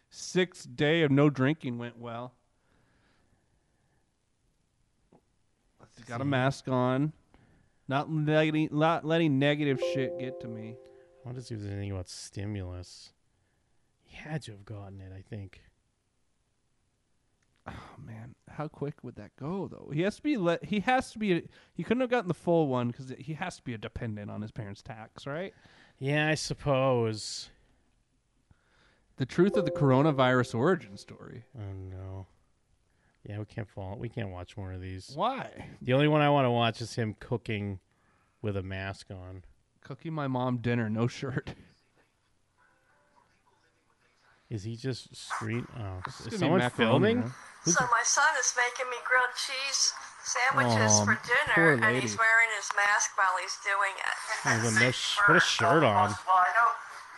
[SPEAKER 15] Sixth day of no drinking went well. He's got a mask on. Not letting, not letting negative shit get to me.
[SPEAKER 8] I want to see if there's anything about stimulus. He had to have gotten it, I think.
[SPEAKER 15] Oh man, how quick would that go though? He has to be let. He has to be. He couldn't have gotten the full one because he has to be a dependent on his parents' tax, right?
[SPEAKER 8] Yeah, I suppose.
[SPEAKER 15] The truth of the coronavirus origin story.
[SPEAKER 8] Oh no. Yeah, we can't fall. We can't watch more of these.
[SPEAKER 15] Why?
[SPEAKER 8] The only one I want to watch is him cooking with a mask on.
[SPEAKER 15] Cooking my mom dinner, no shirt.
[SPEAKER 8] Is he just screen? Oh,
[SPEAKER 15] This is gonna be
[SPEAKER 8] is someone
[SPEAKER 15] macaroni,
[SPEAKER 8] filming?
[SPEAKER 15] huh?
[SPEAKER 8] Who's-
[SPEAKER 1] So my son is making me grilled cheese sandwiches
[SPEAKER 8] Aw,
[SPEAKER 1] for
[SPEAKER 8] Um, poor
[SPEAKER 1] dinner, and
[SPEAKER 8] lady.
[SPEAKER 1] he's wearing his mask while he's doing it.
[SPEAKER 8] Oh, he's got no sh- put a shirt on.
[SPEAKER 14] Well, I know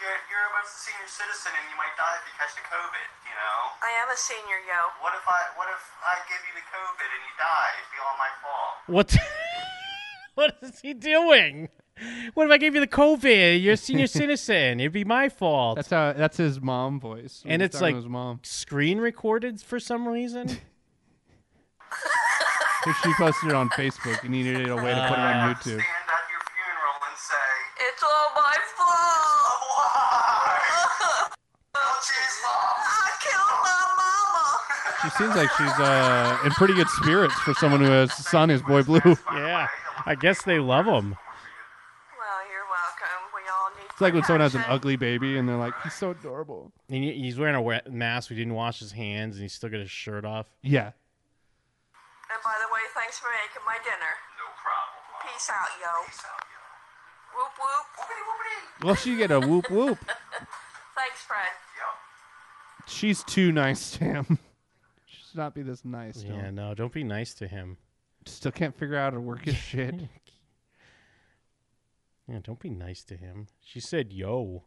[SPEAKER 14] you're, you're almost a senior citizen and you might die if you catch the COVID, you know?
[SPEAKER 1] I am a senior, yo.
[SPEAKER 14] What if I what if I give you the COVID and you die? It'd be all my fault.
[SPEAKER 8] What? what is he doing? What if I gave you the COVID? You're a senior citizen. It'd be my fault.
[SPEAKER 15] That's how. That's his mom voice. when
[SPEAKER 8] and
[SPEAKER 15] he's
[SPEAKER 8] it's
[SPEAKER 15] talking to
[SPEAKER 8] like
[SPEAKER 15] his mom.
[SPEAKER 8] screen recorded for some reason.
[SPEAKER 15] 'Cause she posted it on Facebook and he needed a way to put it on YouTube.
[SPEAKER 14] Stand at your funeral and say,
[SPEAKER 1] It's all my fault.
[SPEAKER 14] Oh,
[SPEAKER 1] I killed my mama.
[SPEAKER 15] She seems like she's uh, in pretty good spirits for someone who has son is boy blue.
[SPEAKER 8] Yeah. I guess they love him.
[SPEAKER 15] It's like when someone has an ugly baby and they're like, he's so adorable.
[SPEAKER 8] And he- he's wearing a wet mask. We didn't wash his hands, and he's still got his shirt off.
[SPEAKER 15] Yeah.
[SPEAKER 26] And by the way, thanks for making my dinner. No problem. Peace out, yo. Peace out, yo. Whoop whoop. Whoopity whoopity.
[SPEAKER 15] Well, she get a whoop whoop.
[SPEAKER 26] Thanks, Fred. Yep.
[SPEAKER 15] She's too nice to him. she should not be this nice. To
[SPEAKER 8] Yeah,
[SPEAKER 15] him.
[SPEAKER 8] no, don't be nice to him.
[SPEAKER 15] Still can't figure out how to work his shit.
[SPEAKER 8] Yeah, don't be nice to him. She said, "Yo."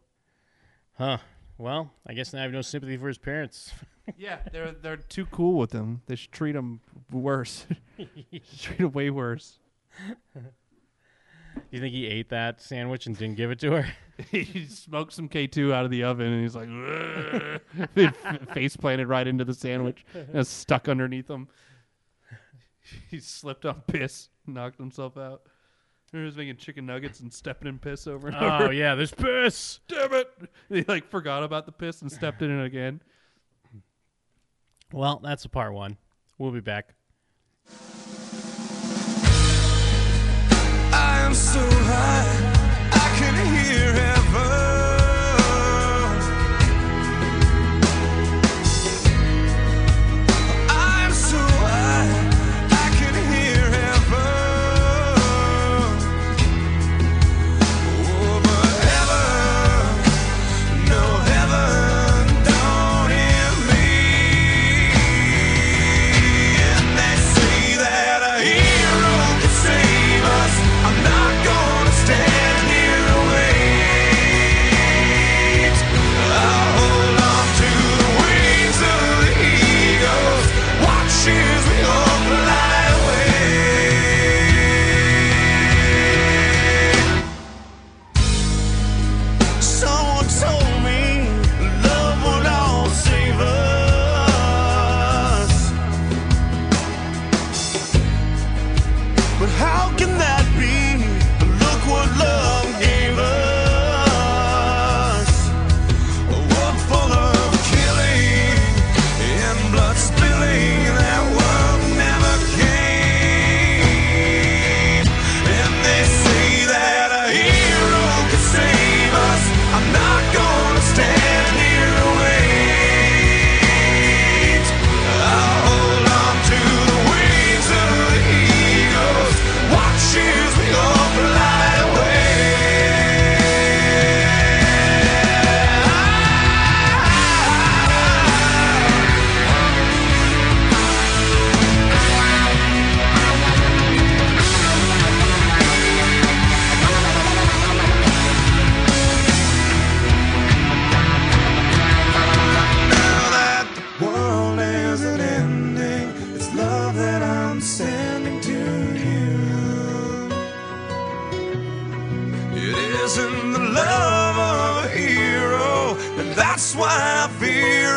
[SPEAKER 8] Huh. Well, I guess now I have no sympathy for his parents.
[SPEAKER 15] yeah, they're they're too cool with him. They should treat him worse. treat him way worse.
[SPEAKER 8] you think he ate that sandwich and didn't give it to her?
[SPEAKER 15] he smoked some K2 out of the oven and he's like, it f- face planted right into the sandwich and it's stuck underneath him. He slipped on piss, knocked himself out. He was making chicken nuggets and stepping in piss over and
[SPEAKER 8] Oh,
[SPEAKER 15] over.
[SPEAKER 8] yeah, there's piss.
[SPEAKER 15] Damn it. And he like forgot about the piss and stepped in it again.
[SPEAKER 8] Well, that's a part one. We'll be back.
[SPEAKER 1] I am so high, I can hear heaven. I am so high, I can hear heaven. Oh, but heaven, no heaven, don't hear me. And they say that a hero can save us. I'm not gonna stand here and wait. I'll hold on to the wings of the eagles, watch as we all fly away. Someone told me love would all save us. But how can that be? Look what love gave us. A world full of killing and blood spilling. That world never came. And they say that a hero can save us. I'm not gonna stand here and wait. I'll hold on to the wings of the eagles. Watch as we all fly away. world has an ending. It's love that I'm sending to you. It isn't the love of a hero, and that's why I fear